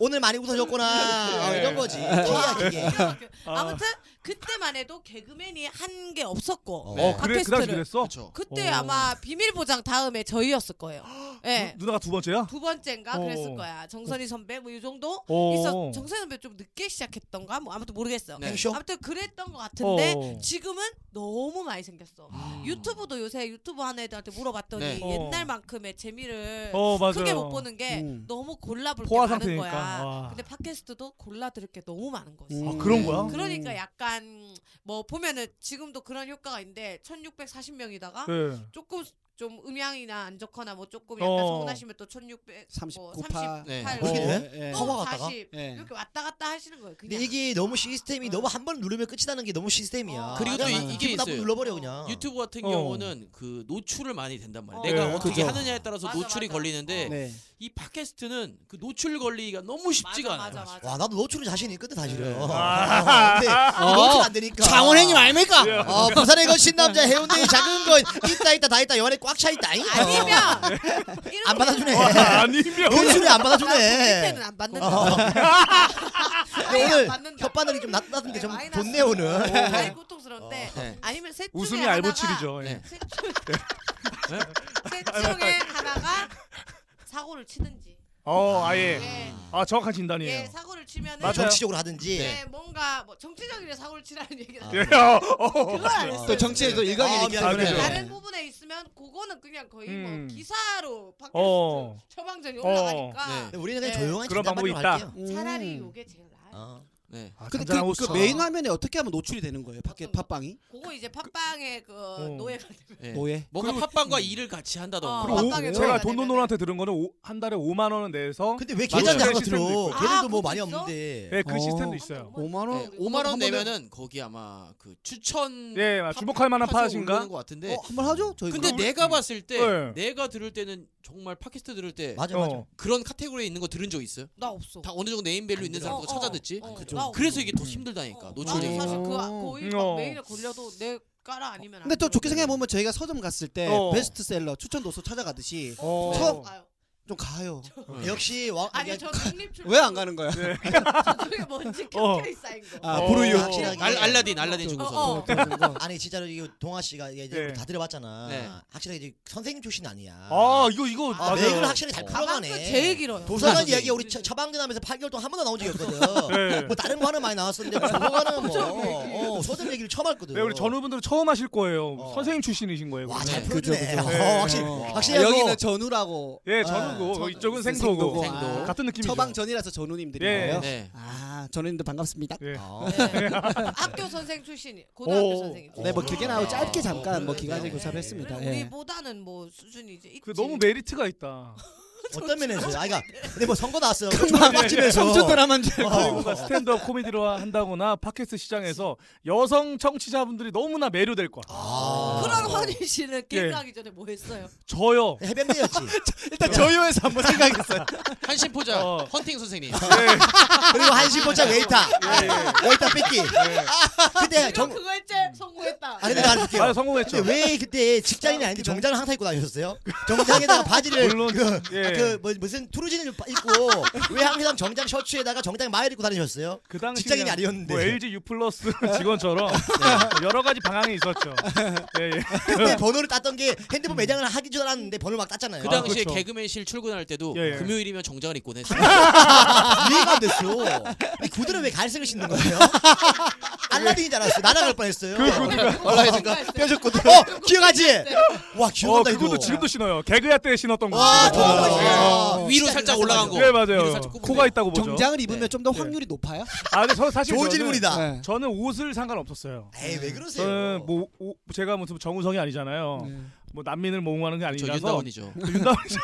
[SPEAKER 1] 오늘 많이 웃어줬구나. 어,
[SPEAKER 3] 네.
[SPEAKER 1] 이런 거지. 기야 기계.
[SPEAKER 2] 아무튼 그때만 해도 개그맨이 한 게 없었고
[SPEAKER 1] 어.
[SPEAKER 4] 어, 그래? 그 당시
[SPEAKER 2] 팟캐스트를-
[SPEAKER 4] 그랬어?
[SPEAKER 3] 그렇죠.
[SPEAKER 2] 그때
[SPEAKER 4] 오.
[SPEAKER 2] 아마 비밀 보장 다음에 저희였을 거예요. 예.
[SPEAKER 4] 누- 누나가 두 번째야?
[SPEAKER 2] 두 번째인가
[SPEAKER 4] 음. 어.
[SPEAKER 2] 그랬을 거야. 정선희 선배 뭐 이 정도
[SPEAKER 4] 어.
[SPEAKER 2] 있어. 정선희 선배 좀 늦게 시작했던가 뭐 아무튼 모르겠어요.
[SPEAKER 3] 네.
[SPEAKER 1] 행쇼?
[SPEAKER 2] 아무튼 그랬던 것 같은데
[SPEAKER 4] 어.
[SPEAKER 2] 지금은 너무 많이 생겼어. 유튜브도 요새 유튜브 하는 애들한테 물어봤더니
[SPEAKER 3] 음. 네.
[SPEAKER 4] 어.
[SPEAKER 2] 옛날만큼의 재미를
[SPEAKER 4] 어, 맞아요.
[SPEAKER 2] 크게 못 보는 게
[SPEAKER 5] 음.
[SPEAKER 2] 너무 골라볼 게
[SPEAKER 4] 포화
[SPEAKER 2] 많은
[SPEAKER 4] 상태니까.
[SPEAKER 2] 거야.
[SPEAKER 4] 와.
[SPEAKER 2] 근데 팟캐스트도 골라 들을 게 너무 많은 거지.
[SPEAKER 5] 음.
[SPEAKER 4] 아, 그런 거야?
[SPEAKER 2] 그러니까 약간 뭐 보면은 지금도 그런 효과가 있는데 1640명이다가
[SPEAKER 4] 네.
[SPEAKER 2] 조금 좀 음향이나 안 좋거나 뭐 조금 약간
[SPEAKER 4] 어.
[SPEAKER 2] 서운하시면 또 1600, 뭐
[SPEAKER 5] 39,
[SPEAKER 2] 38,
[SPEAKER 3] 네.
[SPEAKER 1] 그렇게
[SPEAKER 4] 어.
[SPEAKER 1] 돼?
[SPEAKER 5] 예.
[SPEAKER 1] 커버 갔다가?
[SPEAKER 5] 예.
[SPEAKER 2] 이렇게 왔다 갔다 하시는 거예요.
[SPEAKER 1] 근데
[SPEAKER 2] 그냥
[SPEAKER 1] 이게 너무 시스템이
[SPEAKER 2] 어.
[SPEAKER 1] 너무 한 번 누르면 끝이 나는 게 너무 시스템이야.
[SPEAKER 2] 어.
[SPEAKER 3] 그리고 또
[SPEAKER 1] 그냥
[SPEAKER 3] 이- 이게
[SPEAKER 1] 기분 나쁘면
[SPEAKER 3] 있어요.
[SPEAKER 1] 눌러버려 그냥.
[SPEAKER 3] 유튜브 같은
[SPEAKER 4] 어.
[SPEAKER 3] 경우는 그 노출을 많이 된단 말이에요.
[SPEAKER 2] 어.
[SPEAKER 3] 내가
[SPEAKER 4] 네,
[SPEAKER 3] 어떻게
[SPEAKER 5] 그죠.
[SPEAKER 3] 하느냐에 따라서
[SPEAKER 2] 맞아,
[SPEAKER 3] 노출이
[SPEAKER 2] 맞아.
[SPEAKER 3] 걸리는데
[SPEAKER 2] 어.
[SPEAKER 5] 네.
[SPEAKER 3] 이 팟캐스트는 그 노출 걸리기가 너무 쉽지가
[SPEAKER 2] 맞아,
[SPEAKER 3] 않아요.
[SPEAKER 2] 맞아, 맞아.
[SPEAKER 1] 와 나도 노출은 자신 있거든 사실은.
[SPEAKER 4] 네.
[SPEAKER 1] 어.
[SPEAKER 4] 아.
[SPEAKER 1] 근데
[SPEAKER 5] 어.
[SPEAKER 1] 노출 안 되니까.
[SPEAKER 5] 장원행님 아닙니까?
[SPEAKER 4] 예.
[SPEAKER 1] 어, 부산의 거신 남자 해운대의 작은 거 있다 있다 다 있다 영안에 꽉 차 있다.
[SPEAKER 2] 아니면 이렇게
[SPEAKER 1] 안 받아주네.
[SPEAKER 4] 와, 어, 아니면
[SPEAKER 1] 노출이 안
[SPEAKER 2] 그때는
[SPEAKER 1] 받아주네.
[SPEAKER 2] 뭐 안 받는다.
[SPEAKER 1] 어.
[SPEAKER 2] 아예 네, 안
[SPEAKER 1] 오늘
[SPEAKER 2] 받는다.
[SPEAKER 1] 혓바늘이 좀 낮다던데
[SPEAKER 2] 네,
[SPEAKER 1] 좀
[SPEAKER 2] 마이너스. 어,
[SPEAKER 1] 좋네 오늘.
[SPEAKER 2] 아니 고통스러운데
[SPEAKER 3] 어. 네.
[SPEAKER 2] 아니면 셋 중에
[SPEAKER 4] 웃음이
[SPEAKER 2] 하나가-
[SPEAKER 4] 알보칠이죠. 예.
[SPEAKER 3] 네.
[SPEAKER 2] 셋 중- 셋 중에 하나가 사고를 치든지.
[SPEAKER 4] 어, 아예.
[SPEAKER 2] 예,
[SPEAKER 4] 아, 정확한
[SPEAKER 2] 예
[SPEAKER 4] 진단이에요.
[SPEAKER 2] 사고를 치면은
[SPEAKER 4] 맞아요. 네.
[SPEAKER 1] 정치적으로 하든지.
[SPEAKER 2] 예, 뭔가 뭐 정치적인 일 사고를 치라는 얘기다.
[SPEAKER 1] 아.
[SPEAKER 4] 예. 어, 어.
[SPEAKER 2] 그걸 안 했어요.
[SPEAKER 5] 또 정치에 또 일각이니까.
[SPEAKER 1] 아, 미안해.
[SPEAKER 4] 그죠.
[SPEAKER 2] 다른 부분에 있으면 그거는 그냥 거의
[SPEAKER 4] 음.
[SPEAKER 2] 뭐 기사로 팟캐스트
[SPEAKER 4] 어.
[SPEAKER 2] 처방전이
[SPEAKER 4] 어. 네.
[SPEAKER 2] 올라가니까
[SPEAKER 1] 근데 우리는 그냥
[SPEAKER 2] 네.
[SPEAKER 1] 조용한
[SPEAKER 4] 그런
[SPEAKER 1] 진단만
[SPEAKER 4] 방법이
[SPEAKER 1] 좀
[SPEAKER 4] 있다.
[SPEAKER 1] 할게요.
[SPEAKER 5] 음.
[SPEAKER 2] 차라리 요게 제일 나아요.
[SPEAKER 1] 어.
[SPEAKER 3] 네.
[SPEAKER 4] 아,
[SPEAKER 5] 근데
[SPEAKER 4] 잔잔하고
[SPEAKER 5] 그, 그
[SPEAKER 4] 있어.
[SPEAKER 5] 메인 화면에 어떻게 하면 노출이 되는 거예요? 밖에
[SPEAKER 2] 어떤 거?
[SPEAKER 5] 팟빵이?
[SPEAKER 2] 그거 이제 팟빵의 그
[SPEAKER 4] 어.
[SPEAKER 2] 노예가 되면
[SPEAKER 3] 네.
[SPEAKER 5] 노예.
[SPEAKER 3] 뭔가
[SPEAKER 4] 그리고-
[SPEAKER 3] 팝빵과 일을 같이 한다던가.
[SPEAKER 2] 어.
[SPEAKER 4] 그리고 오-
[SPEAKER 2] 깜빡이에요.
[SPEAKER 4] 제가
[SPEAKER 2] 왜냐면은-
[SPEAKER 4] 돈돈돈한테 들은 거는 오, 한 달에 5만 원은 내에서
[SPEAKER 1] 근데 왜
[SPEAKER 4] 어? 맞아요.
[SPEAKER 1] 계좌 잔고 들어?
[SPEAKER 4] 시스템도 있고.
[SPEAKER 1] 걔네도
[SPEAKER 2] 아,
[SPEAKER 1] 뭐
[SPEAKER 2] 그것도
[SPEAKER 1] 많이
[SPEAKER 2] 있어?
[SPEAKER 1] 없는데.
[SPEAKER 4] 예, 그
[SPEAKER 5] 어.
[SPEAKER 4] 시스템도 있어요.
[SPEAKER 5] 5만
[SPEAKER 3] 네,
[SPEAKER 5] 원.
[SPEAKER 3] 5만 원
[SPEAKER 5] 한번 더-
[SPEAKER 3] 내면은 거기 아마 그
[SPEAKER 1] 음,
[SPEAKER 3] 추천
[SPEAKER 4] 예,
[SPEAKER 3] 팟-
[SPEAKER 4] 주목할 만한
[SPEAKER 3] 팟에
[SPEAKER 4] 팟인가? 아,
[SPEAKER 3] 올리는 것 같은데.
[SPEAKER 5] 어, 한번 하죠. 저희
[SPEAKER 3] 네. 근데
[SPEAKER 5] 그럼.
[SPEAKER 3] 내가 봤을 때
[SPEAKER 4] 네.
[SPEAKER 3] 내가 들을 때는 정말 팟캐스트 들을 때
[SPEAKER 1] 맞아 맞아.
[SPEAKER 4] 어.
[SPEAKER 3] 그런 카테고리에 있는 거 들은 적 있어요?
[SPEAKER 2] 나 없어.
[SPEAKER 3] 다 어느 정도 네임밸류
[SPEAKER 1] 안
[SPEAKER 3] 있는
[SPEAKER 1] 들어.
[SPEAKER 3] 사람 거
[SPEAKER 2] 어,
[SPEAKER 3] 찾아
[SPEAKER 2] 어,
[SPEAKER 3] 듣지.
[SPEAKER 2] 어,
[SPEAKER 1] 그죠.
[SPEAKER 2] 나 없어.
[SPEAKER 3] 그래서 이게 더
[SPEAKER 4] 음.
[SPEAKER 3] 힘들다니까.
[SPEAKER 2] 어, 나는
[SPEAKER 3] 노출되니까.
[SPEAKER 2] 사실 그
[SPEAKER 5] 어.
[SPEAKER 2] 거의
[SPEAKER 4] 어.
[SPEAKER 2] 막 메일에 걸려도 내 까라 아니면
[SPEAKER 5] 근데 또
[SPEAKER 2] 안
[SPEAKER 3] 음.
[SPEAKER 2] 들어오고.
[SPEAKER 5] 좋게 생각해 보면 저희가 서점 갔을 때
[SPEAKER 4] 어.
[SPEAKER 5] 베스트셀러 추천 도서 찾아가듯이
[SPEAKER 4] 어.
[SPEAKER 2] 처음
[SPEAKER 5] 처음-
[SPEAKER 2] 가요.
[SPEAKER 5] 좀 가요.
[SPEAKER 3] 네.
[SPEAKER 1] 역시 와
[SPEAKER 2] 아니요, 저
[SPEAKER 4] 그
[SPEAKER 2] 독립 출.
[SPEAKER 5] 왜 안 가는 거야?
[SPEAKER 2] 저쪽에 먼지 켜켜이 쌓인 거.
[SPEAKER 5] 아,
[SPEAKER 4] 어.
[SPEAKER 5] 보루유.
[SPEAKER 1] 확실하게.
[SPEAKER 3] 알, 알라딘 알라딘
[SPEAKER 5] 어,
[SPEAKER 3] 중고서.
[SPEAKER 2] 어.
[SPEAKER 1] 아니 진짜로 이게 동아 씨가 이게 이제
[SPEAKER 4] 네.
[SPEAKER 1] 다 들어봤잖아.
[SPEAKER 3] 네.
[SPEAKER 1] 확실히 이제 선생님 출신 아니야.
[SPEAKER 4] 아, 이거 이거
[SPEAKER 2] 아,
[SPEAKER 4] 맞아요.
[SPEAKER 1] 맥을 확실히 잘
[SPEAKER 3] 어.
[SPEAKER 1] 풀어가네.
[SPEAKER 2] 제일 길어요.
[SPEAKER 1] 도서관
[SPEAKER 3] 맞아.
[SPEAKER 1] 이야기 우리 처- 처방전하면서 8개월 동안 한 번도 나온 적이 없거든.
[SPEAKER 4] 네.
[SPEAKER 1] 뭐 다른 거 하나 많이 나왔었는데 뭐 도서관은 뭐 어, 서점 얘기를 처음 했거든.
[SPEAKER 4] 네, 우리 전우분들 처음 하실 거예요.
[SPEAKER 1] 어.
[SPEAKER 4] 선생님 출신이신 거예요.
[SPEAKER 1] 와,
[SPEAKER 4] 그러면.
[SPEAKER 1] 잘
[SPEAKER 3] 네.
[SPEAKER 1] 풀어주네.
[SPEAKER 5] 그죠, 그죠.
[SPEAKER 1] 어, 확실히
[SPEAKER 5] 어.
[SPEAKER 1] 확실히
[SPEAKER 5] 아,
[SPEAKER 1] 하고
[SPEAKER 5] 여기는 전우라고.
[SPEAKER 4] 예,
[SPEAKER 5] 아,
[SPEAKER 4] 전우고
[SPEAKER 5] 전-
[SPEAKER 4] 이쪽은 생소고.
[SPEAKER 5] 생도고.
[SPEAKER 3] 생도.
[SPEAKER 5] 아,
[SPEAKER 4] 같은 느낌이죠.
[SPEAKER 5] 처방 전이라서 전우님들이에요.
[SPEAKER 4] 예.
[SPEAKER 3] 네.
[SPEAKER 5] 아, 전우님들 반갑습니다.
[SPEAKER 4] 예.
[SPEAKER 1] 어.
[SPEAKER 2] 네. 학교 선생 출신이 고등학교
[SPEAKER 4] 오.
[SPEAKER 2] 선생님.
[SPEAKER 5] 네, 뭐 길게 나오고 짧게
[SPEAKER 3] 아,
[SPEAKER 5] 잠깐 뭐
[SPEAKER 3] 그래요?
[SPEAKER 5] 기간제
[SPEAKER 3] 네.
[SPEAKER 5] 교차를 했습니다.
[SPEAKER 2] 그래도
[SPEAKER 5] 예.
[SPEAKER 2] 우리보다는 뭐 수준이 이제
[SPEAKER 4] 그
[SPEAKER 2] 있지.
[SPEAKER 4] 너무 메리트가
[SPEAKER 1] 아.
[SPEAKER 4] 있다.
[SPEAKER 1] 어떤 면에서 아이가 근데 뭐 선거 네. 나왔어요.
[SPEAKER 5] 네.
[SPEAKER 1] 맛집에서
[SPEAKER 5] 청춘 드라마인 줄 알고.
[SPEAKER 4] 그리고 뭔가 스탠드업 코미디로 한다거나 팟캐스트 시장에서 여성 청취자분들이 너무나 매료될 거야.
[SPEAKER 1] 아.
[SPEAKER 2] 그런 허니
[SPEAKER 4] 예.
[SPEAKER 2] 씨는 게임 가기 전에 뭐 했어요?
[SPEAKER 4] 저요.
[SPEAKER 1] 네, 해변대였지.
[SPEAKER 5] 일단 저희에서 한번 생각했어요.
[SPEAKER 3] 한신 포자
[SPEAKER 4] 어.
[SPEAKER 3] 헌팅 선생님.
[SPEAKER 1] 아,
[SPEAKER 4] 네.
[SPEAKER 1] 그리고 한시
[SPEAKER 4] 예.
[SPEAKER 1] 포차 웨이터. 웨이터 뺏기.
[SPEAKER 2] 저
[SPEAKER 1] 그때 정
[SPEAKER 2] 그거 했지 성공했다.
[SPEAKER 1] 아니 근데 알려줄게요.
[SPEAKER 4] 아, 성공했죠. 그렇죠.
[SPEAKER 1] 근데 왜 그때 직장인이 아닌데 정장을 항상 입고 다니셨어요? 정장에다가 바지를
[SPEAKER 4] 물론,
[SPEAKER 1] 그,
[SPEAKER 4] 예.
[SPEAKER 1] 그 뭐, 무슨 투르진을 입고 왜 항상 정장 셔츠에다가 정장 마일 입고 다니셨어요?
[SPEAKER 4] 그 당시
[SPEAKER 1] 직장인이
[SPEAKER 4] 그냥
[SPEAKER 1] 아니었는데.
[SPEAKER 4] 뭐 LG U 플러스 직원처럼 네, 여러 가지 방향이 있었죠. 예, 예.
[SPEAKER 1] 그때 번호를 땄던 게 핸드폰 매장을 하기 줄 알았는데 번호를 막 땄잖아요.
[SPEAKER 3] 그
[SPEAKER 4] 아,
[SPEAKER 3] 당시에
[SPEAKER 4] 그렇죠.
[SPEAKER 3] 개그맨실 출근할 때도
[SPEAKER 4] 예, 예.
[SPEAKER 3] 금요일이면 정장을 입곤 했어요.
[SPEAKER 1] 아, 이해가 안 됐어. 아니, 구두는 왜 갈색을 신는 거예요? 알라딘인 줄 알았어요. 날아갈 뻔했어요.
[SPEAKER 4] 그 구두가-
[SPEAKER 1] 올라가니까 뼈졌거든. 어 기억하지? 와
[SPEAKER 4] 어,
[SPEAKER 1] 기억난다 이거.
[SPEAKER 4] 그것도 지금도 신어요. 개그야 때 신었던 거.
[SPEAKER 1] 와
[SPEAKER 4] 예.
[SPEAKER 1] 정말 멋있다.
[SPEAKER 3] 위로 살짝 올라간 거.
[SPEAKER 4] 예, 맞아요.
[SPEAKER 3] 위로 살짝 꼽으세요.
[SPEAKER 4] 코가 있다고 보죠.
[SPEAKER 5] 정장을 입으면
[SPEAKER 3] 네.
[SPEAKER 5] 좀 더
[SPEAKER 4] 네.
[SPEAKER 5] 확률이 높아요?
[SPEAKER 4] 아, 근데 저 사실
[SPEAKER 1] 좋은
[SPEAKER 4] 저는- 예.
[SPEAKER 1] 질문이다.
[SPEAKER 5] 네.
[SPEAKER 4] 저는 옷을 상관없었어요.
[SPEAKER 1] 에이 왜 그러세요?
[SPEAKER 4] 저는 뭐 오- 제가 무슨 정우성이 아니잖아요.
[SPEAKER 5] 네.
[SPEAKER 4] 뭐 난민을 모험하는 게
[SPEAKER 3] 저
[SPEAKER 4] 아니라서 어.
[SPEAKER 3] 윤다원이죠.
[SPEAKER 4] 윤다운이죠.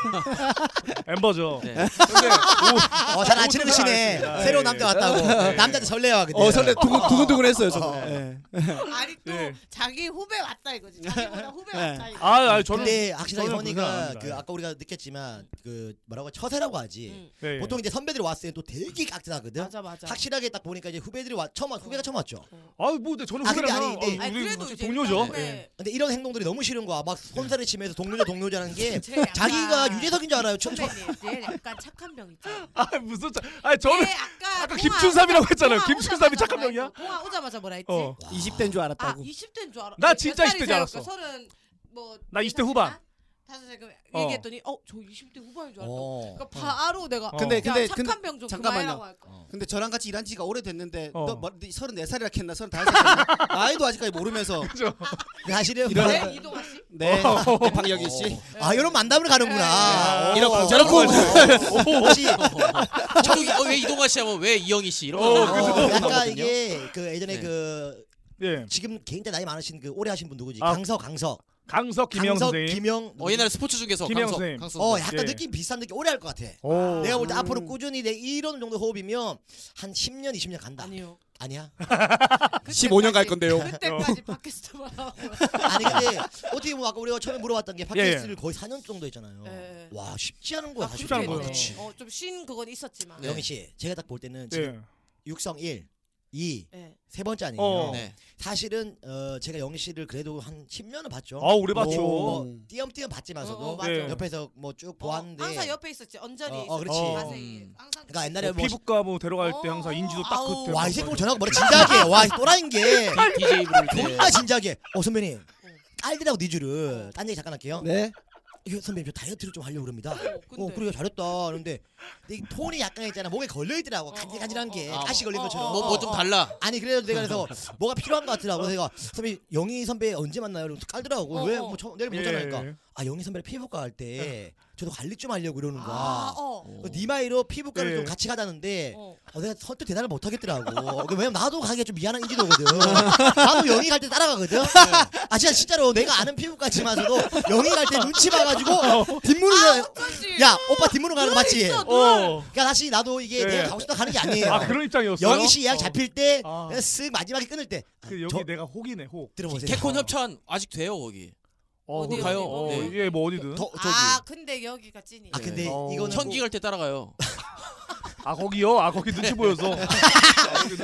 [SPEAKER 4] 엠버죠.
[SPEAKER 3] 네.
[SPEAKER 4] 근데 오-
[SPEAKER 1] 어, 잘안 치는
[SPEAKER 4] 옷은 잘
[SPEAKER 1] 시네.
[SPEAKER 4] 알겠습니다. 예,
[SPEAKER 1] 새로운
[SPEAKER 4] 예.
[SPEAKER 1] 남자 왔다고.
[SPEAKER 4] 네.
[SPEAKER 1] 남자한테 설레요. 그때.
[SPEAKER 5] 어, 설레 두근, 두근두근 했어요, 저도.
[SPEAKER 1] 어.
[SPEAKER 5] 예.
[SPEAKER 2] 아니 또
[SPEAKER 4] 예.
[SPEAKER 2] 자기 후배 왔다 이거지. 자기보다 후배
[SPEAKER 5] 예.
[SPEAKER 2] 왔다 이거.
[SPEAKER 4] 아, 아니, 저는
[SPEAKER 1] 근데 확실하게
[SPEAKER 4] 저는 그건
[SPEAKER 1] 허니가
[SPEAKER 4] 아닙니다.
[SPEAKER 1] 그
[SPEAKER 4] 예.
[SPEAKER 1] 아까 우리가 느꼈지만 그 뭐라고 처세라고 하지.
[SPEAKER 2] 음.
[SPEAKER 4] 예, 예.
[SPEAKER 1] 보통 이제 선배들이 왔을 때 또 되게 깍듯하거든.
[SPEAKER 2] 맞아 맞아. 어.
[SPEAKER 1] 확실하게 딱 보니까 이제 후배들이 와 처음 왔, 후배가 처음 왔죠.
[SPEAKER 4] 아뭐 근데 저는
[SPEAKER 1] 아, 근데
[SPEAKER 4] 후배라면
[SPEAKER 1] 아니, 근데-
[SPEAKER 4] 어,
[SPEAKER 2] 아니,
[SPEAKER 4] 우리
[SPEAKER 2] 그래도
[SPEAKER 4] 같이
[SPEAKER 2] 이제 네.
[SPEAKER 4] 동료죠.
[SPEAKER 2] 일단은
[SPEAKER 4] 예.
[SPEAKER 1] 근데 이런 행동들이 너무 싫은 거야. 막 손살을 치면서 동료자 동료자라는 게
[SPEAKER 2] 제 약간
[SPEAKER 1] 자기가 유재석인 줄 알아요. 처, 처,
[SPEAKER 2] 선배님, 얘 약간 착한 병 있잖아.
[SPEAKER 4] 아 무슨 자- 아니 저는
[SPEAKER 2] 얘 아까,
[SPEAKER 4] 아까
[SPEAKER 2] 통화-
[SPEAKER 4] 김춘삼이라고 했잖아요.
[SPEAKER 2] 통화
[SPEAKER 4] 김춘삼이
[SPEAKER 2] 오자마자
[SPEAKER 4] 착한
[SPEAKER 2] 뭐라
[SPEAKER 4] 병이야?
[SPEAKER 2] 했어? 통화 오자마자 뭐라 했지?
[SPEAKER 4] 어.
[SPEAKER 5] 20대인 줄
[SPEAKER 2] 아,
[SPEAKER 5] 알았다고.
[SPEAKER 2] 20대인 줄 알아.
[SPEAKER 4] 나 진짜 20대인 줄 알았어.
[SPEAKER 2] 서른 뭐.
[SPEAKER 4] 나 20대 후반.
[SPEAKER 2] 다섯 살 그-
[SPEAKER 4] 어.
[SPEAKER 2] 얘기했더니 어저 20대 후반인 줄 알았다고.
[SPEAKER 1] 어.
[SPEAKER 2] 그러니까 바로 내가
[SPEAKER 4] 어.
[SPEAKER 5] 근데,
[SPEAKER 2] 야,
[SPEAKER 5] 근데,
[SPEAKER 2] 착한
[SPEAKER 5] 근데,
[SPEAKER 2] 병좀
[SPEAKER 5] 잠깐만요.
[SPEAKER 2] 그만하라고 할 거.
[SPEAKER 5] 근데 저랑 같이 일한 지가 오래됐는데,
[SPEAKER 4] 어.
[SPEAKER 5] 너 뭐, 34살이라 했나? 35살이라 나이도 아직까지 모르면서.
[SPEAKER 1] 사실은
[SPEAKER 5] 이런-
[SPEAKER 1] 뭐-
[SPEAKER 2] 네 이동아 씨.
[SPEAKER 5] 네, 그러니까 박여기 씨.
[SPEAKER 2] 어.
[SPEAKER 1] 아 이런 만담을
[SPEAKER 2] 네.
[SPEAKER 1] 가는구나.
[SPEAKER 4] 예.
[SPEAKER 1] 이런
[SPEAKER 5] 저런 거.
[SPEAKER 1] 혹시
[SPEAKER 3] 어, 왜 이동아 씨 하면 왜 이영희 씨 이런
[SPEAKER 4] 어,
[SPEAKER 3] 거.
[SPEAKER 1] 어, 약간 이게 그 예전에
[SPEAKER 3] 네.
[SPEAKER 1] 그
[SPEAKER 4] 예.
[SPEAKER 1] 지금 굉장히 나이 많으신 그 오래 하신 분 누구지?
[SPEAKER 4] 아.
[SPEAKER 1] 강석 강석.
[SPEAKER 4] 강석 김영
[SPEAKER 1] 강석,
[SPEAKER 4] 선생님.
[SPEAKER 1] 김영
[SPEAKER 3] 어 옛날에 스포츠 중계서
[SPEAKER 4] 김혜영
[SPEAKER 3] 강석
[SPEAKER 4] 선생님.
[SPEAKER 3] 강석
[SPEAKER 1] 어
[SPEAKER 3] 선생님.
[SPEAKER 1] 약간
[SPEAKER 4] 예.
[SPEAKER 1] 느낌 비슷한 느낌 오래 할 것 같아.
[SPEAKER 5] 오.
[SPEAKER 4] 어,
[SPEAKER 1] 내가 볼 때
[SPEAKER 5] 음.
[SPEAKER 1] 앞으로 꾸준히 내 이런 정도 호흡이면 한 10년 20년 간다.
[SPEAKER 2] 아니요.
[SPEAKER 1] 아니야?
[SPEAKER 2] 그때까지-
[SPEAKER 6] 15년 갈 건데요.
[SPEAKER 2] 그때까지
[SPEAKER 4] 어.
[SPEAKER 2] 팟캐스트만 하고.
[SPEAKER 1] 아니 근데 어떻게 보면 아까 우리가 처음에 물어봤던
[SPEAKER 4] 예,
[SPEAKER 1] 게 팟캐스트를 거의 4년 정도 했잖아요.
[SPEAKER 2] 예, 예.
[SPEAKER 1] 와 쉽지 않은 거야.
[SPEAKER 2] 아,
[SPEAKER 1] 사실.
[SPEAKER 4] 쉽지 않은 거예요.
[SPEAKER 1] 그렇죠. 그치.
[SPEAKER 2] 어, 좀쉰 그건 있었지만.
[SPEAKER 3] 네.
[SPEAKER 1] 영희 씨, 제가 딱 볼 때는 지금
[SPEAKER 4] 예.
[SPEAKER 1] 육성 1, 2,
[SPEAKER 2] 예.
[SPEAKER 1] 세 번째 아니에요.
[SPEAKER 4] 어.
[SPEAKER 3] 네.
[SPEAKER 1] 사실은 어, 제가 영희 씨를 그래도 한 10년은 봤죠.
[SPEAKER 4] 아 오래 봤죠.
[SPEAKER 5] 오.
[SPEAKER 1] 뭐 띄엄띄엄 봤지만서도
[SPEAKER 2] 음. 어, 어,
[SPEAKER 4] 맞아. 예.
[SPEAKER 1] 옆에서 뭐 쭉 보았는데.
[SPEAKER 2] 어, 항상 옆에 있었지. 언저리.
[SPEAKER 1] 어, 어, 그렇지.
[SPEAKER 4] 어.
[SPEAKER 2] 자세히. 항상.
[SPEAKER 1] 그러니까 옛날에
[SPEAKER 4] 뭐
[SPEAKER 1] 뭐
[SPEAKER 4] 피부과 뭐 데려갈 때 항상
[SPEAKER 2] 어,
[SPEAKER 4] 인지도 딱
[SPEAKER 2] 아우.
[SPEAKER 4] 그때.
[SPEAKER 1] 와, 이 새끼 오늘 전화가 뭐래? 진작에. 와, 이 또라이인 게.
[SPEAKER 4] 네.
[SPEAKER 3] DJ 부를 때
[SPEAKER 1] 존나 진작에. 어, 선배님. 딸들하고
[SPEAKER 2] 어.
[SPEAKER 1] 니즈를. 딴 얘기 잠깐 할게요.
[SPEAKER 5] 네.
[SPEAKER 1] 이거 선배님, 저 다이어트를 좀 하려고 그럽니다.
[SPEAKER 2] 어, 근데.
[SPEAKER 1] 어, 그래요. 잘했다. 그런데 이 톤이 약간 있잖아. 목에 걸려있더라고.
[SPEAKER 2] 어,
[SPEAKER 1] 간질간질한 게.
[SPEAKER 2] 어, 어,
[SPEAKER 1] 가시 걸린
[SPEAKER 2] 어,
[SPEAKER 1] 것처럼.
[SPEAKER 2] 어,
[SPEAKER 3] 뭐 뭐 좀 달라.
[SPEAKER 1] 아니 그래도 내가 그래서 뭐가 필요한 것 같더라고 그래서 내가 선배 영희 선배 언제 만나요? 이러고 깔더라고
[SPEAKER 2] 어,
[SPEAKER 1] 왜
[SPEAKER 2] 어.
[SPEAKER 1] 뭐 처- 내일
[SPEAKER 4] 예.
[SPEAKER 1] 보잖아 그러니까 아 영희 선배를 피부과 할 때 저도 관리 좀 하려고 이러는 거야
[SPEAKER 2] 아, 어.
[SPEAKER 1] 어, 니마이로 피부과를
[SPEAKER 4] 예.
[SPEAKER 1] 좀 같이 가자는데
[SPEAKER 2] 어.
[SPEAKER 1] 어, 내가 선뜻 대답을 못 하겠더라고 그 왜냐면 나도 가기가 좀 미안한 인지도거든 나도 영희 갈 때 따라가거든
[SPEAKER 4] 예.
[SPEAKER 1] 아 진짜 진짜로 내가 아는 피부과지만서도 영희 갈 때 눈치
[SPEAKER 4] 아,
[SPEAKER 1] 봐가지고 뒷문으로
[SPEAKER 2] 어쩐지.
[SPEAKER 1] 야 오빠 뒷문으로 가는 거 맞지?
[SPEAKER 2] 아, 있어.
[SPEAKER 4] 어.
[SPEAKER 1] 그러니까 사실 나도 이게
[SPEAKER 4] 예.
[SPEAKER 1] 내가 가고 싶다 가는 게 아니에요
[SPEAKER 4] 아 그런 입장이었어요.
[SPEAKER 1] 네. 영희 씨 예약
[SPEAKER 4] 어.
[SPEAKER 1] 잡힐 때
[SPEAKER 4] 아.
[SPEAKER 1] 그냥 쓱 마지막에 끊을 때 아,
[SPEAKER 4] 그 여기
[SPEAKER 1] 저-
[SPEAKER 4] 내가 혹이네 혹.
[SPEAKER 1] 들어보세요.
[SPEAKER 3] 개콘 협찬 아직 돼요 거기.
[SPEAKER 4] 어,
[SPEAKER 2] 어디,
[SPEAKER 4] 그-
[SPEAKER 3] 가요?
[SPEAKER 4] 어,
[SPEAKER 3] 어디?
[SPEAKER 4] 예, 뭐 어디든.
[SPEAKER 1] 더, 저기.
[SPEAKER 2] 아,
[SPEAKER 1] 아,
[SPEAKER 2] 근데 여기가 찐이야.
[SPEAKER 3] 아,
[SPEAKER 1] 근데
[SPEAKER 4] 어.
[SPEAKER 1] 이거는 뭐
[SPEAKER 3] 천기 갈 때 따라가요.
[SPEAKER 4] 아 거기요? 아 거기 눈치 보여서.
[SPEAKER 1] 뭐-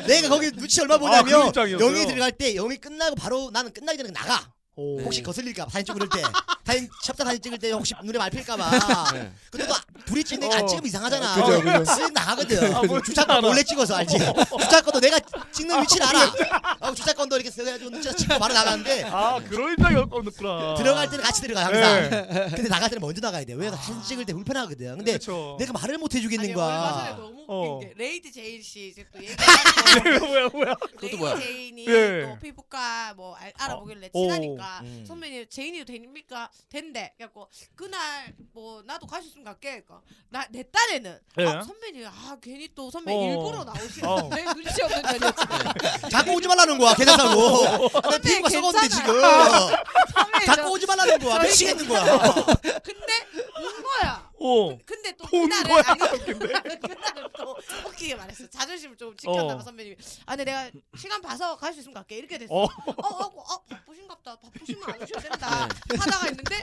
[SPEAKER 1] 내가 거기 눈치 얼마
[SPEAKER 4] 아, 그런
[SPEAKER 1] 보냐면
[SPEAKER 4] 입장이었어요.
[SPEAKER 1] 영희 들어갈 때 영희 끝나고 바로 나는 끝나기 전에 나가.
[SPEAKER 4] 오. 네.
[SPEAKER 1] 혹시 거슬릴까 봐 사진 찍을 때 사진 첩사 사진 찍을 때 혹시 눈에 말필까 봐.
[SPEAKER 3] 네.
[SPEAKER 1] 근데 또 불이 찍는 거안
[SPEAKER 4] 어.
[SPEAKER 1] 찍으면 이상하잖아.
[SPEAKER 6] 그죠, 그죠.
[SPEAKER 1] 쓱 나가거든.
[SPEAKER 4] 아, 뭘
[SPEAKER 1] 주차권
[SPEAKER 4] 알아.
[SPEAKER 1] 몰래 찍어서 알지. 주차권도 내가 찍는 위치를 알아. 어, 주차권도 이렇게 써가지고 눈치 찍고 바로 나가는데
[SPEAKER 4] 아 그런 입장이었구나. 네.
[SPEAKER 1] 들어갈 때는 같이 들어가 항상. 근데 나갈 때는 먼저 나가야 돼. 왜 사진 찍을 때 불편하거든. 근데
[SPEAKER 4] 그쵸.
[SPEAKER 1] 내가 말을 못
[SPEAKER 2] 아니,
[SPEAKER 1] 해주겠는
[SPEAKER 2] 얼마 전에
[SPEAKER 1] 거야.
[SPEAKER 2] 너무 웃긴
[SPEAKER 4] 어.
[SPEAKER 2] 게 레이디 제인 씨 이제 또 얘기.
[SPEAKER 4] 네, 뭐야 뭐야.
[SPEAKER 3] 그것도
[SPEAKER 2] 레이디
[SPEAKER 3] 뭐야?
[SPEAKER 2] 네, 제인이
[SPEAKER 4] 예.
[SPEAKER 2] 또 피부과 뭐 알, 알아보길래
[SPEAKER 4] 어.
[SPEAKER 2] 친하니까
[SPEAKER 1] 음.
[SPEAKER 2] 선배님 제인이 됩니까? 된대. 그래갖고 그날 뭐 나도 갈 수 있으면 갈게. 그니까 나내 딸에는
[SPEAKER 4] 예.
[SPEAKER 2] 아, 선배님 아 괜히 또 선배
[SPEAKER 4] 어.
[SPEAKER 2] 일부러 나오시는
[SPEAKER 4] 어.
[SPEAKER 2] 내 눈치 없는 자녀지.
[SPEAKER 1] 자꾸 오지 말라는 거야 계산하고 내
[SPEAKER 2] 선배,
[SPEAKER 1] 피부가 썩었는데
[SPEAKER 2] 괜찮아.
[SPEAKER 1] 지금
[SPEAKER 2] 선배님
[SPEAKER 1] 자꾸 오지 네. 말라는 거야
[SPEAKER 2] 저희
[SPEAKER 1] 미치겠는 거야
[SPEAKER 2] 저- 근데 온 거야.
[SPEAKER 4] 오.
[SPEAKER 1] 어,
[SPEAKER 2] 근데 또
[SPEAKER 4] 온
[SPEAKER 2] 그날은
[SPEAKER 4] 거야,
[SPEAKER 2] 아니 그날은 또 웃기게 말했어. 자존심을 좀 지켰나 봐
[SPEAKER 4] 어.
[SPEAKER 2] 선배님이. 아 근데 내가 시간 봐서 갈 수 있으면 갈게 이렇게 됐어.
[SPEAKER 4] 어.
[SPEAKER 2] 어어 어, 어, 바쁘신갑다 바쁘시면 안 오셔도 된다 하다가 있는데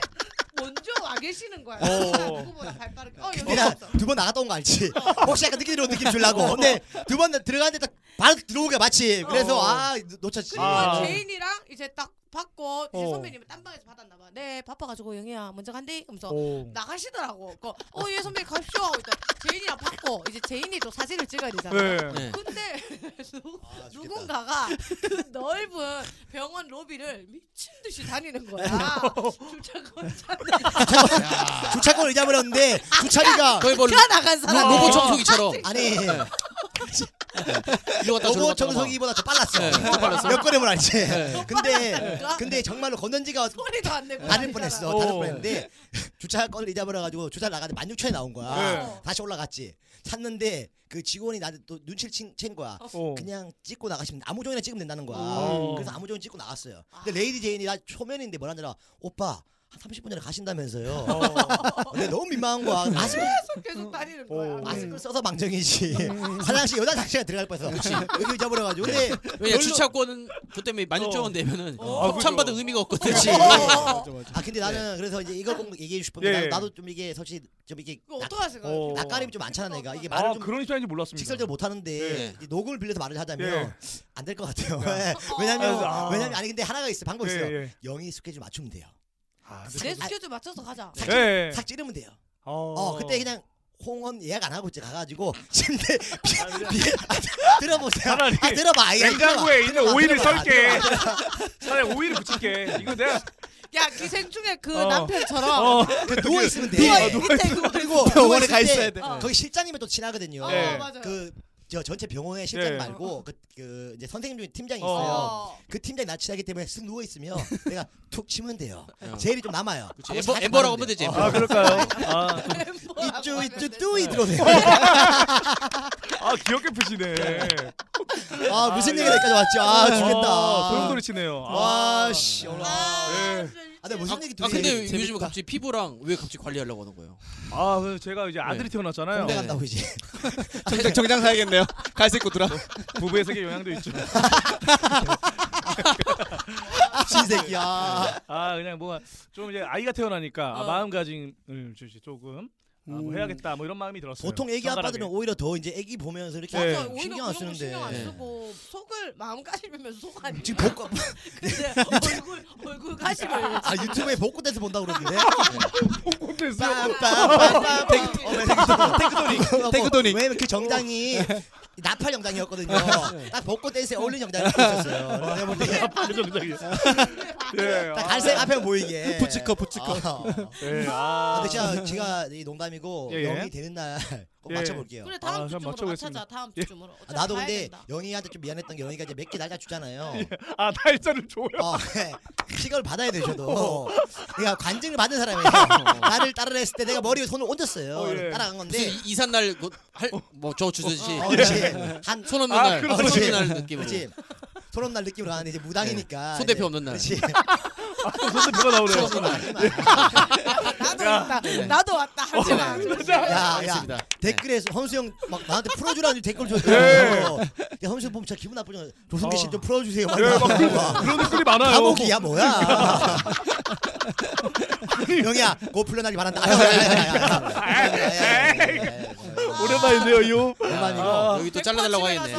[SPEAKER 2] 먼저 와 계시는 거야
[SPEAKER 4] 네. 어.
[SPEAKER 2] 누구보다 발 빠르게 어 여기
[SPEAKER 1] 내가
[SPEAKER 2] 없어
[SPEAKER 1] 두 번 나갔다 온 거 알지 혹시 약간 느낌 들어 느낌 주려고 근데 두 번 들어갔는데 딱 바로 들어오게 마침 그래서
[SPEAKER 4] 어.
[SPEAKER 1] 아 놓쳤지
[SPEAKER 2] 그리고
[SPEAKER 4] 아.
[SPEAKER 2] 제인이랑 이제 딱 받고 이제
[SPEAKER 4] 어.
[SPEAKER 2] 선배님이 딴 방에서 받았나 봐네 바빠가지고 영희야 먼저 간대 하면서
[SPEAKER 4] 오.
[SPEAKER 2] 나가시더라고 그, 어예 선배님 가십시오 하고 있다 제인이랑 받고 이제 제인이 또 사진을 찍어야 되잖아
[SPEAKER 4] 네.
[SPEAKER 3] 네.
[SPEAKER 2] 근데 누,
[SPEAKER 1] 아, 죽겠다.
[SPEAKER 2] 누군가가 그 넓은 병원 로비를 미친 듯이 다니는 거야
[SPEAKER 1] 네.
[SPEAKER 2] 주차권 찾는
[SPEAKER 3] 야.
[SPEAKER 1] 주차권 의자버렸는데 주차비가
[SPEAKER 3] 거의 뭐
[SPEAKER 2] 가 나간 사람
[SPEAKER 3] 로봇 청소기처럼
[SPEAKER 1] 아니
[SPEAKER 2] 네.
[SPEAKER 3] 이리 왔다 저리
[SPEAKER 1] 로봇
[SPEAKER 3] 왔다
[SPEAKER 1] 정석이보다 더 빨랐어
[SPEAKER 3] 네, 더 빨랐어.
[SPEAKER 1] 몇 걸음을 알지
[SPEAKER 3] 네.
[SPEAKER 1] 근데
[SPEAKER 2] 그러니까
[SPEAKER 1] 근데 정말로 건넌지가
[SPEAKER 2] 소리도 안 내고 다니잖아.
[SPEAKER 1] 다를 뻔했어
[SPEAKER 4] 어.
[SPEAKER 1] 다를 뻔했는데 주차권을 잊어버려가지고 주차 나가는데 16,000원에 나온 거야
[SPEAKER 4] 네.
[SPEAKER 2] 어.
[SPEAKER 1] 다시 올라갔지. 샀는데 그 직원이 나한테 또 눈치를 챈, 챈 거야.
[SPEAKER 4] 오.
[SPEAKER 1] 그냥 찍고 나가시면 아무 종이나 찍으면 된다는 거야.
[SPEAKER 4] 오.
[SPEAKER 1] 그래서 아무 종이나 찍고 나갔어요. 근데 레이디 제인이 나 초면인데 뭐라 하더라. 오빠 한 30분 전에 가신다면서요.
[SPEAKER 4] 어. 음.
[SPEAKER 1] 근데 너무 민망한 거야. 마스크,
[SPEAKER 2] 계속 계속 다니는 거야
[SPEAKER 4] 어.
[SPEAKER 1] 마스크를 써서 망정이지.
[SPEAKER 4] 음.
[SPEAKER 1] 화장실 여자 장실에 들어갈 뻔했어. 여기 잊어버려가지고. 근데
[SPEAKER 4] 네.
[SPEAKER 3] 왜냐
[SPEAKER 1] 별로-
[SPEAKER 3] 주차권은 그 때문에 16,000원 내면은
[SPEAKER 4] 아,
[SPEAKER 2] 어.
[SPEAKER 3] 협찬받은 의미가 없거든.
[SPEAKER 1] 그렇지.
[SPEAKER 2] 어.
[SPEAKER 1] 아 근데 나는 그래서 이제 이걸 꼭 얘기해 주고 싶은 게
[SPEAKER 4] 네. 예.
[SPEAKER 1] 나도, 나도 좀 이게 솔직히 좀 이게
[SPEAKER 2] 그거 어. 어떡할 생각이야
[SPEAKER 4] 어.
[SPEAKER 1] 낯- 낯가림이 좀 많잖아 내가 이게 말을
[SPEAKER 4] 아
[SPEAKER 1] 좀
[SPEAKER 4] 그런 입장인지 몰랐습니다.
[SPEAKER 1] 직설적으로
[SPEAKER 3] 네.
[SPEAKER 1] 못하는데 이제 녹음을 빌려서 말을 하자면
[SPEAKER 4] 예.
[SPEAKER 1] 안 될 것 같아요. 네. 왜냐면
[SPEAKER 4] 아.
[SPEAKER 1] 왜냐면 아니 근데 하나가 있어 방법 이
[SPEAKER 4] 예,
[SPEAKER 1] 있어요.
[SPEAKER 4] 예.
[SPEAKER 1] 영희 스케줄 맞추면 돼요.
[SPEAKER 4] 아,
[SPEAKER 2] 내 스케줄 맞춰서 가자
[SPEAKER 1] 삭,
[SPEAKER 4] 예.
[SPEAKER 1] 삭 찌르면 돼요.
[SPEAKER 4] 어.
[SPEAKER 1] 어, 그때 그냥 홍원 예약 안 하고 이제 가가지고 침대 비, 비, 아, 들어보세요.
[SPEAKER 4] 차라리
[SPEAKER 1] 아 들어봐. 이거 들어봐,
[SPEAKER 4] 냉장고에 있는 오이를
[SPEAKER 1] 들어봐,
[SPEAKER 4] 썰게. 차라리 오이를 붙일게. 이거 내가
[SPEAKER 2] 야 기생충의 그
[SPEAKER 4] 어.
[SPEAKER 2] 남편처럼
[SPEAKER 4] 어.
[SPEAKER 1] 들어봐. 그 누워 있으면 돼.
[SPEAKER 2] 누워 밑에 그거
[SPEAKER 1] 그리고 네.
[SPEAKER 6] 병원에 가 있어야 돼.
[SPEAKER 2] 어.
[SPEAKER 1] 거기 실장님이 또 친하거든요.
[SPEAKER 2] 어,
[SPEAKER 4] 예.
[SPEAKER 2] 맞아요.
[SPEAKER 1] 그저 전체 병원의 실장
[SPEAKER 4] 예.
[SPEAKER 1] 말고 그, 그 이제 선생님 중에 팀장이
[SPEAKER 4] 어.
[SPEAKER 1] 있어요.
[SPEAKER 2] 어.
[SPEAKER 1] 그 팀장이 나 친하기 때문에 쓱 누워 있으면 내가 툭 치면 돼요.
[SPEAKER 3] 어.
[SPEAKER 1] 제일이 좀 남아요.
[SPEAKER 3] 그치, 엠버- 엠버라고 하면 되지, 엠버.
[SPEAKER 4] 아 그럴까요? 아,
[SPEAKER 1] 이쭈 이쭈 뚜이 들어오세요.
[SPEAKER 4] 아 귀엽게 푸시네.
[SPEAKER 1] 아
[SPEAKER 3] 어,
[SPEAKER 1] 무슨 얘기가 여기까지 왔죠? 아 죽겠다.
[SPEAKER 4] 소용돌이 치네요. 아,
[SPEAKER 1] 와씨.
[SPEAKER 2] 아,
[SPEAKER 4] 예.
[SPEAKER 2] 진짜
[SPEAKER 1] 아, 네, 무슨 얘기
[SPEAKER 3] 아 근데
[SPEAKER 1] 들으세요?
[SPEAKER 3] 요즘 에
[SPEAKER 1] 재밌다.
[SPEAKER 3] 갑자기 피부랑 왜 갑자기 관리하려고 하는 거예요?
[SPEAKER 4] 아 그래서 제가 이제 아들이
[SPEAKER 3] 네.
[SPEAKER 4] 태어났잖아요.
[SPEAKER 1] 군대
[SPEAKER 3] 네.
[SPEAKER 1] 간다고 이제.
[SPEAKER 5] 정장, 정장 사야겠네요. 갈색 구두랑.
[SPEAKER 4] 부부의 세계 영향도 있죠.
[SPEAKER 3] 네,
[SPEAKER 1] 신세기야.
[SPEAKER 4] 아 그냥 뭐 좀 이제 아이가 태어나니까 아,
[SPEAKER 2] 어.
[SPEAKER 4] 마음가짐을 이제 조금 아, 뭐
[SPEAKER 5] 음.
[SPEAKER 4] 해야겠다 뭐 이런 마음이 들었어요.
[SPEAKER 1] 보통 애기
[SPEAKER 4] 정갈하게.
[SPEAKER 1] 아빠들은 오히려 더 이제 애기 보면서 이렇게
[SPEAKER 4] 네.
[SPEAKER 2] 맞아, 오히려
[SPEAKER 1] 신경 안
[SPEAKER 2] 그런 거
[SPEAKER 1] 쓰는데.
[SPEAKER 2] 신경 안
[SPEAKER 3] 네.
[SPEAKER 2] 쓰고 속을 마음가짐이면 속 아니야?
[SPEAKER 1] 지금 복고
[SPEAKER 2] 근데 얼굴 얼굴 가심을
[SPEAKER 1] 아 유튜브에 복고 댄스 본다 고 그러는데.
[SPEAKER 3] 어, 네.
[SPEAKER 1] 어,
[SPEAKER 2] 빰빰빰빰.
[SPEAKER 1] 네,
[SPEAKER 5] 테크토닉.
[SPEAKER 1] 왜냐면 그 정장이
[SPEAKER 3] 네.
[SPEAKER 1] 나팔 정장이었거든요. 딱 복고 댄스에 어울리는 정장이 있었어요. 내가 볼
[SPEAKER 3] 네.
[SPEAKER 1] 때.
[SPEAKER 4] 아빠는 정상이에요. 예.
[SPEAKER 1] 어, 네. 딱
[SPEAKER 4] 아,
[SPEAKER 1] 갈색 앞에 보이게.
[SPEAKER 5] 부치커, 부치커.
[SPEAKER 1] 아.
[SPEAKER 4] 예. 아.
[SPEAKER 1] 아, 근데 제가, 제가 이 농담이고
[SPEAKER 4] 예, 예.
[SPEAKER 1] 영이 되는 날 꼭
[SPEAKER 4] 예.
[SPEAKER 1] 맞춰볼게요.
[SPEAKER 2] 그래
[SPEAKER 4] 아,
[SPEAKER 2] 다음 주
[SPEAKER 4] 그럼
[SPEAKER 2] 주쯤으로
[SPEAKER 4] 맞춰보겠습니다.
[SPEAKER 2] 맞춰자 다음
[SPEAKER 4] 예.
[SPEAKER 2] 주쯤으로
[SPEAKER 1] 아,
[SPEAKER 2] 어차피
[SPEAKER 1] 나도
[SPEAKER 2] 가야
[SPEAKER 1] 근데
[SPEAKER 2] 된다.
[SPEAKER 1] 영희한테 좀 미안했던 게 영희가 이제 몇 개 날짜 주잖아요.
[SPEAKER 4] 아 날짜를 줘요.
[SPEAKER 1] 어, 시각을 받아야 돼 저도. 내가 관증을 받은 사람이에요. 나를 따라 했을 때 내가 머리에 손을 얹었어요.
[SPEAKER 4] 어, 예.
[SPEAKER 1] 따라간
[SPEAKER 3] 무슨
[SPEAKER 1] 건데.
[SPEAKER 3] 이- 이삿 날뭐저 주듯이
[SPEAKER 1] 어, 그렇지. 한
[SPEAKER 3] 손 없는
[SPEAKER 4] 아,
[SPEAKER 3] 날, 손
[SPEAKER 4] 그렇지.
[SPEAKER 3] 없는 날 느낌으로
[SPEAKER 1] 그렇지. 소름 날 느낌으로 가는데 이제 무당이니까.
[SPEAKER 3] 예. 손 대표
[SPEAKER 1] 이제-
[SPEAKER 3] 없는 날.
[SPEAKER 1] 그렇지.
[SPEAKER 4] 손도 누가 나오네요.
[SPEAKER 1] 손 없는 날.
[SPEAKER 2] 나도 왔다 네. 나도 왔다 하지마 네. 아,
[SPEAKER 1] 야,
[SPEAKER 3] 네.
[SPEAKER 1] 야.
[SPEAKER 3] 알겠습니다.
[SPEAKER 1] 댓글에서 헌수형 막 나한테 풀어주라는 댓글
[SPEAKER 4] 예.
[SPEAKER 1] 줬어요. 야, 헌수형 보면 진짜 기분 나쁘잖아. 조승기 씨 좀 풀어주세요. 막
[SPEAKER 4] 예, 막
[SPEAKER 1] 이러고.
[SPEAKER 4] 그런, 그런 댓글이 많아요.
[SPEAKER 1] 아, 감옥이야 뭐야. 영희야 곧 풀려나기 바란다. 아유, 아유, 아유, 아유, 아유. 아유, 아유, 아유, 아유, 아유.
[SPEAKER 4] 오랜만인데요, 이요.
[SPEAKER 1] 오랜만이고.
[SPEAKER 4] 아.
[SPEAKER 3] 여기 또 잘라달라고 했네. 네.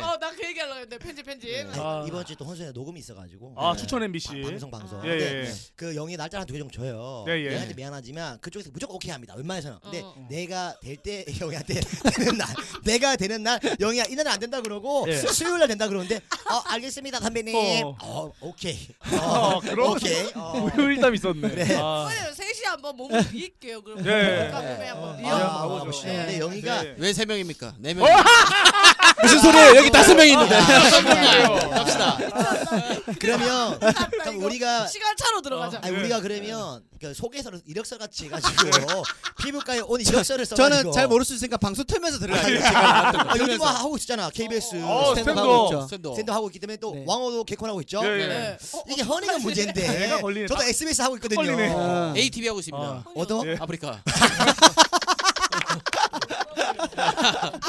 [SPEAKER 2] 어나 그 얘기하려고 했는데 편집 편집 네.
[SPEAKER 1] 아니, 이번 주에 또 헌수형 녹음이 있어가지고.
[SPEAKER 4] 아
[SPEAKER 1] 네.
[SPEAKER 4] 추천 MBC.
[SPEAKER 1] 바- 방송 방송.
[SPEAKER 4] 예,
[SPEAKER 1] 근데
[SPEAKER 4] 예, 예.
[SPEAKER 1] 그 영희 날짜 한두개 정도 줘요.
[SPEAKER 4] 예, 예.
[SPEAKER 1] 영희한테 미안하지만 그쪽에서 무조건 오케이 합니다. 웬만해서는. 근데
[SPEAKER 2] 어.
[SPEAKER 1] 내가 될 때 영희한테 되는 날, 내가 되는 날 영희야 이 날은 안 된다 그러고
[SPEAKER 4] 예.
[SPEAKER 1] 수요일 날 된다 그러는데 어 알겠습니다 선배님.
[SPEAKER 4] 어.
[SPEAKER 1] 어, 오케이.
[SPEAKER 4] 아,
[SPEAKER 1] 어,
[SPEAKER 4] 그럼
[SPEAKER 1] 오케이. 어.
[SPEAKER 4] 우유일담 있었네.
[SPEAKER 1] 그래.
[SPEAKER 4] 아.
[SPEAKER 2] 오늘 셋이 한번 몸을 비일게요 그럼
[SPEAKER 4] 네.
[SPEAKER 2] 몸에 한번
[SPEAKER 1] 아,
[SPEAKER 4] 아,
[SPEAKER 2] 비워.
[SPEAKER 4] 한번 가보죠.
[SPEAKER 1] 멋있네. 근데 영희가
[SPEAKER 4] 네.
[SPEAKER 3] 왜 세 명입니까? 네 명. 다
[SPEAKER 5] 무슨 소리예요? 여기 다섯 명 있는데.
[SPEAKER 1] 아.
[SPEAKER 3] 갑시다.
[SPEAKER 1] 그러면
[SPEAKER 2] 나
[SPEAKER 1] 그럼
[SPEAKER 2] 이거
[SPEAKER 1] 우리가
[SPEAKER 2] 시간 차로 들어가자
[SPEAKER 1] 아니
[SPEAKER 4] 네.
[SPEAKER 1] 우리가 그러면 그 소개서를 이력서 같이 해가지고 피부과에 온 이력서를 써가지고
[SPEAKER 5] 저는 잘 모를 수 있으니까 방송 틀면서 들어가요.
[SPEAKER 1] 아, 요즘 뭐 하고 있잖아 KBS
[SPEAKER 4] 어,
[SPEAKER 1] 스탠드
[SPEAKER 4] 스탠드업.
[SPEAKER 1] 하고 있죠.
[SPEAKER 3] 샌더.
[SPEAKER 1] 샌드 하고 있기 때문에 또
[SPEAKER 5] 네.
[SPEAKER 1] 왕호도 개콘하고 있죠.
[SPEAKER 4] 예, 예.
[SPEAKER 2] 네. 어,
[SPEAKER 1] 이게 허니가
[SPEAKER 2] 어떡하지?
[SPEAKER 1] 문제인데.
[SPEAKER 4] 내가 걸리네.
[SPEAKER 1] 저도 SBS 하고 있거든요.
[SPEAKER 4] 걸리네.
[SPEAKER 5] 아.
[SPEAKER 3] ATV 하고 있습니다.
[SPEAKER 4] 아.
[SPEAKER 1] 어떤?
[SPEAKER 4] 예.
[SPEAKER 3] 아프리카.
[SPEAKER 2] 아빠가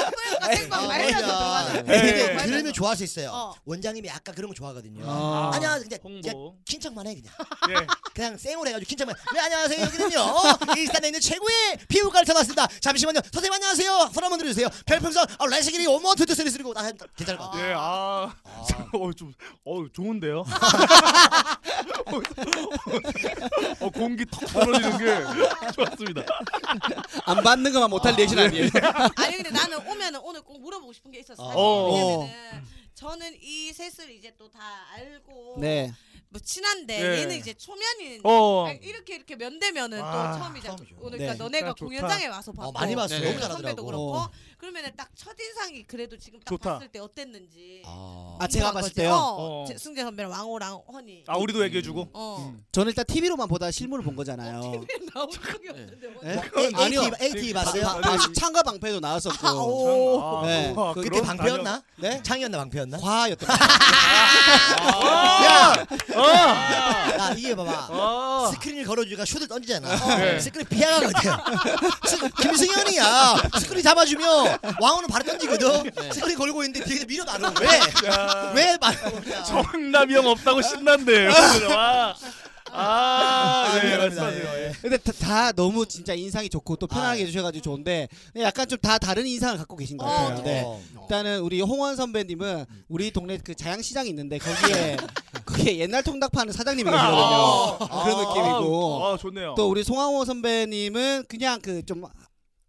[SPEAKER 2] 생방 말이라도
[SPEAKER 1] 네.
[SPEAKER 2] 들어가자
[SPEAKER 4] 예, 예.
[SPEAKER 1] 근데 들으면 좋아할 수 있어요.
[SPEAKER 2] 어.
[SPEAKER 1] 원장님이 아까 그런 거 좋아하거든요.
[SPEAKER 5] 아.
[SPEAKER 1] 아니야, 그냥, 그냥
[SPEAKER 4] 홍보.
[SPEAKER 1] 킨척만 해 그냥.
[SPEAKER 4] 예.
[SPEAKER 1] 그냥 쌩으로 해가지고 킨척만. 네 안녕하세요 여기는요 어, 일산에 있는 최고의 피부과를 찾았습니다. 잠시만요 선생님 안녕하세요. 손 한번 들어주세요. 별풍선 어, 라이스기리 오먼트 드스리 쓰리고 나 괜찮을 것 같아.
[SPEAKER 4] 예. 아. 어, 좀, 어, 좋은데요? 어, 공기 턱 떨어지는 게 좋았습니다.
[SPEAKER 5] 안 받는 것만 못할 리액션 아니에요.
[SPEAKER 2] 아니 근데 나는 오면은 오늘 꼭 물어보고 싶은 게 있었어. 사실.
[SPEAKER 1] 어.
[SPEAKER 2] 왜냐면은 저는 이 셋을 이제 또 다 알고
[SPEAKER 5] 네.
[SPEAKER 2] 뭐 친한데
[SPEAKER 4] 예.
[SPEAKER 2] 얘는 이제 초면인.
[SPEAKER 4] 어.
[SPEAKER 2] 아, 이렇게 이렇게 면대면은
[SPEAKER 4] 아,
[SPEAKER 2] 또 처음이자
[SPEAKER 1] 처음이죠.
[SPEAKER 2] 오늘 그러니까
[SPEAKER 5] 네.
[SPEAKER 2] 너네가
[SPEAKER 4] 진짜 좋다.
[SPEAKER 2] 공연장에 와서 봤고
[SPEAKER 1] 어, 많이 봤어요.
[SPEAKER 3] 네.
[SPEAKER 1] 너무
[SPEAKER 2] 선배도
[SPEAKER 1] 잘하더라고.
[SPEAKER 2] 그렇고
[SPEAKER 5] 어.
[SPEAKER 2] 그러면은 딱첫 인상이 그래도 지금 딱
[SPEAKER 4] 좋다.
[SPEAKER 2] 봤을 때 어땠는지.
[SPEAKER 3] 아.
[SPEAKER 5] 아 제가
[SPEAKER 2] 궁금한
[SPEAKER 5] 봤을
[SPEAKER 2] 거지.
[SPEAKER 5] 때요.
[SPEAKER 2] 어,
[SPEAKER 4] 어.
[SPEAKER 2] 제- 승재 선배랑 왕호랑 허니.
[SPEAKER 4] 아, 우리도 얘기해주고.
[SPEAKER 2] 어.
[SPEAKER 5] 저는 일단 TV로만 보다 실물을 본 거잖아요.
[SPEAKER 4] 어.
[SPEAKER 2] 나온 적이 없는데. 뭐.
[SPEAKER 5] 네? 아,
[SPEAKER 1] AT,
[SPEAKER 5] 아니요.
[SPEAKER 1] AT 봤어요?
[SPEAKER 5] 아, 아, 창과 방패도
[SPEAKER 2] 아, 어.
[SPEAKER 5] 나왔었고.
[SPEAKER 4] 오. 아,
[SPEAKER 5] 네.
[SPEAKER 1] 예, 그때 방패였나?
[SPEAKER 5] 네?
[SPEAKER 1] 창이었나 방패였나?
[SPEAKER 5] 과였던
[SPEAKER 1] 야,
[SPEAKER 4] 아.
[SPEAKER 1] 야 이게 봐봐.
[SPEAKER 4] 아.
[SPEAKER 1] 스크린을 걸어주니까 슛을 던지잖아.
[SPEAKER 4] 네.
[SPEAKER 1] 스크린 비양하거든. 스- 김승현이야. 스크린 잡아주면 왕호는 바로 던지거든.
[SPEAKER 3] 네.
[SPEAKER 1] 스크린 걸고 있는데 뒤에서 밀어 나는 왜? 왜 말이야?
[SPEAKER 4] 정남이 형 없다고 신난대요. 와. 아,
[SPEAKER 1] 아,
[SPEAKER 4] 예, 예,
[SPEAKER 1] 미안합니다.
[SPEAKER 4] 말씀하세요. 예.
[SPEAKER 5] 네, 근데 다, 다 너무 진짜 인상이 좋고 또
[SPEAKER 1] 아,
[SPEAKER 5] 편하게
[SPEAKER 1] 예.
[SPEAKER 5] 해주셔가지고 좋은데 근데 약간 좀 다 다른 인상을 갖고 계신 것 같아요.
[SPEAKER 2] 어,
[SPEAKER 5] 네.
[SPEAKER 1] 어.
[SPEAKER 5] 일단은 우리 홍원 선배님은 우리 동네 그 자양시장이 있는데 거기에 거기에 옛날 통닭 파는 사장님이 계시거든요.
[SPEAKER 1] 아,
[SPEAKER 5] 그런 아, 느낌이고
[SPEAKER 4] 아, 아, 좋네요.
[SPEAKER 5] 또 우리 송하호 선배님은 그냥 그 좀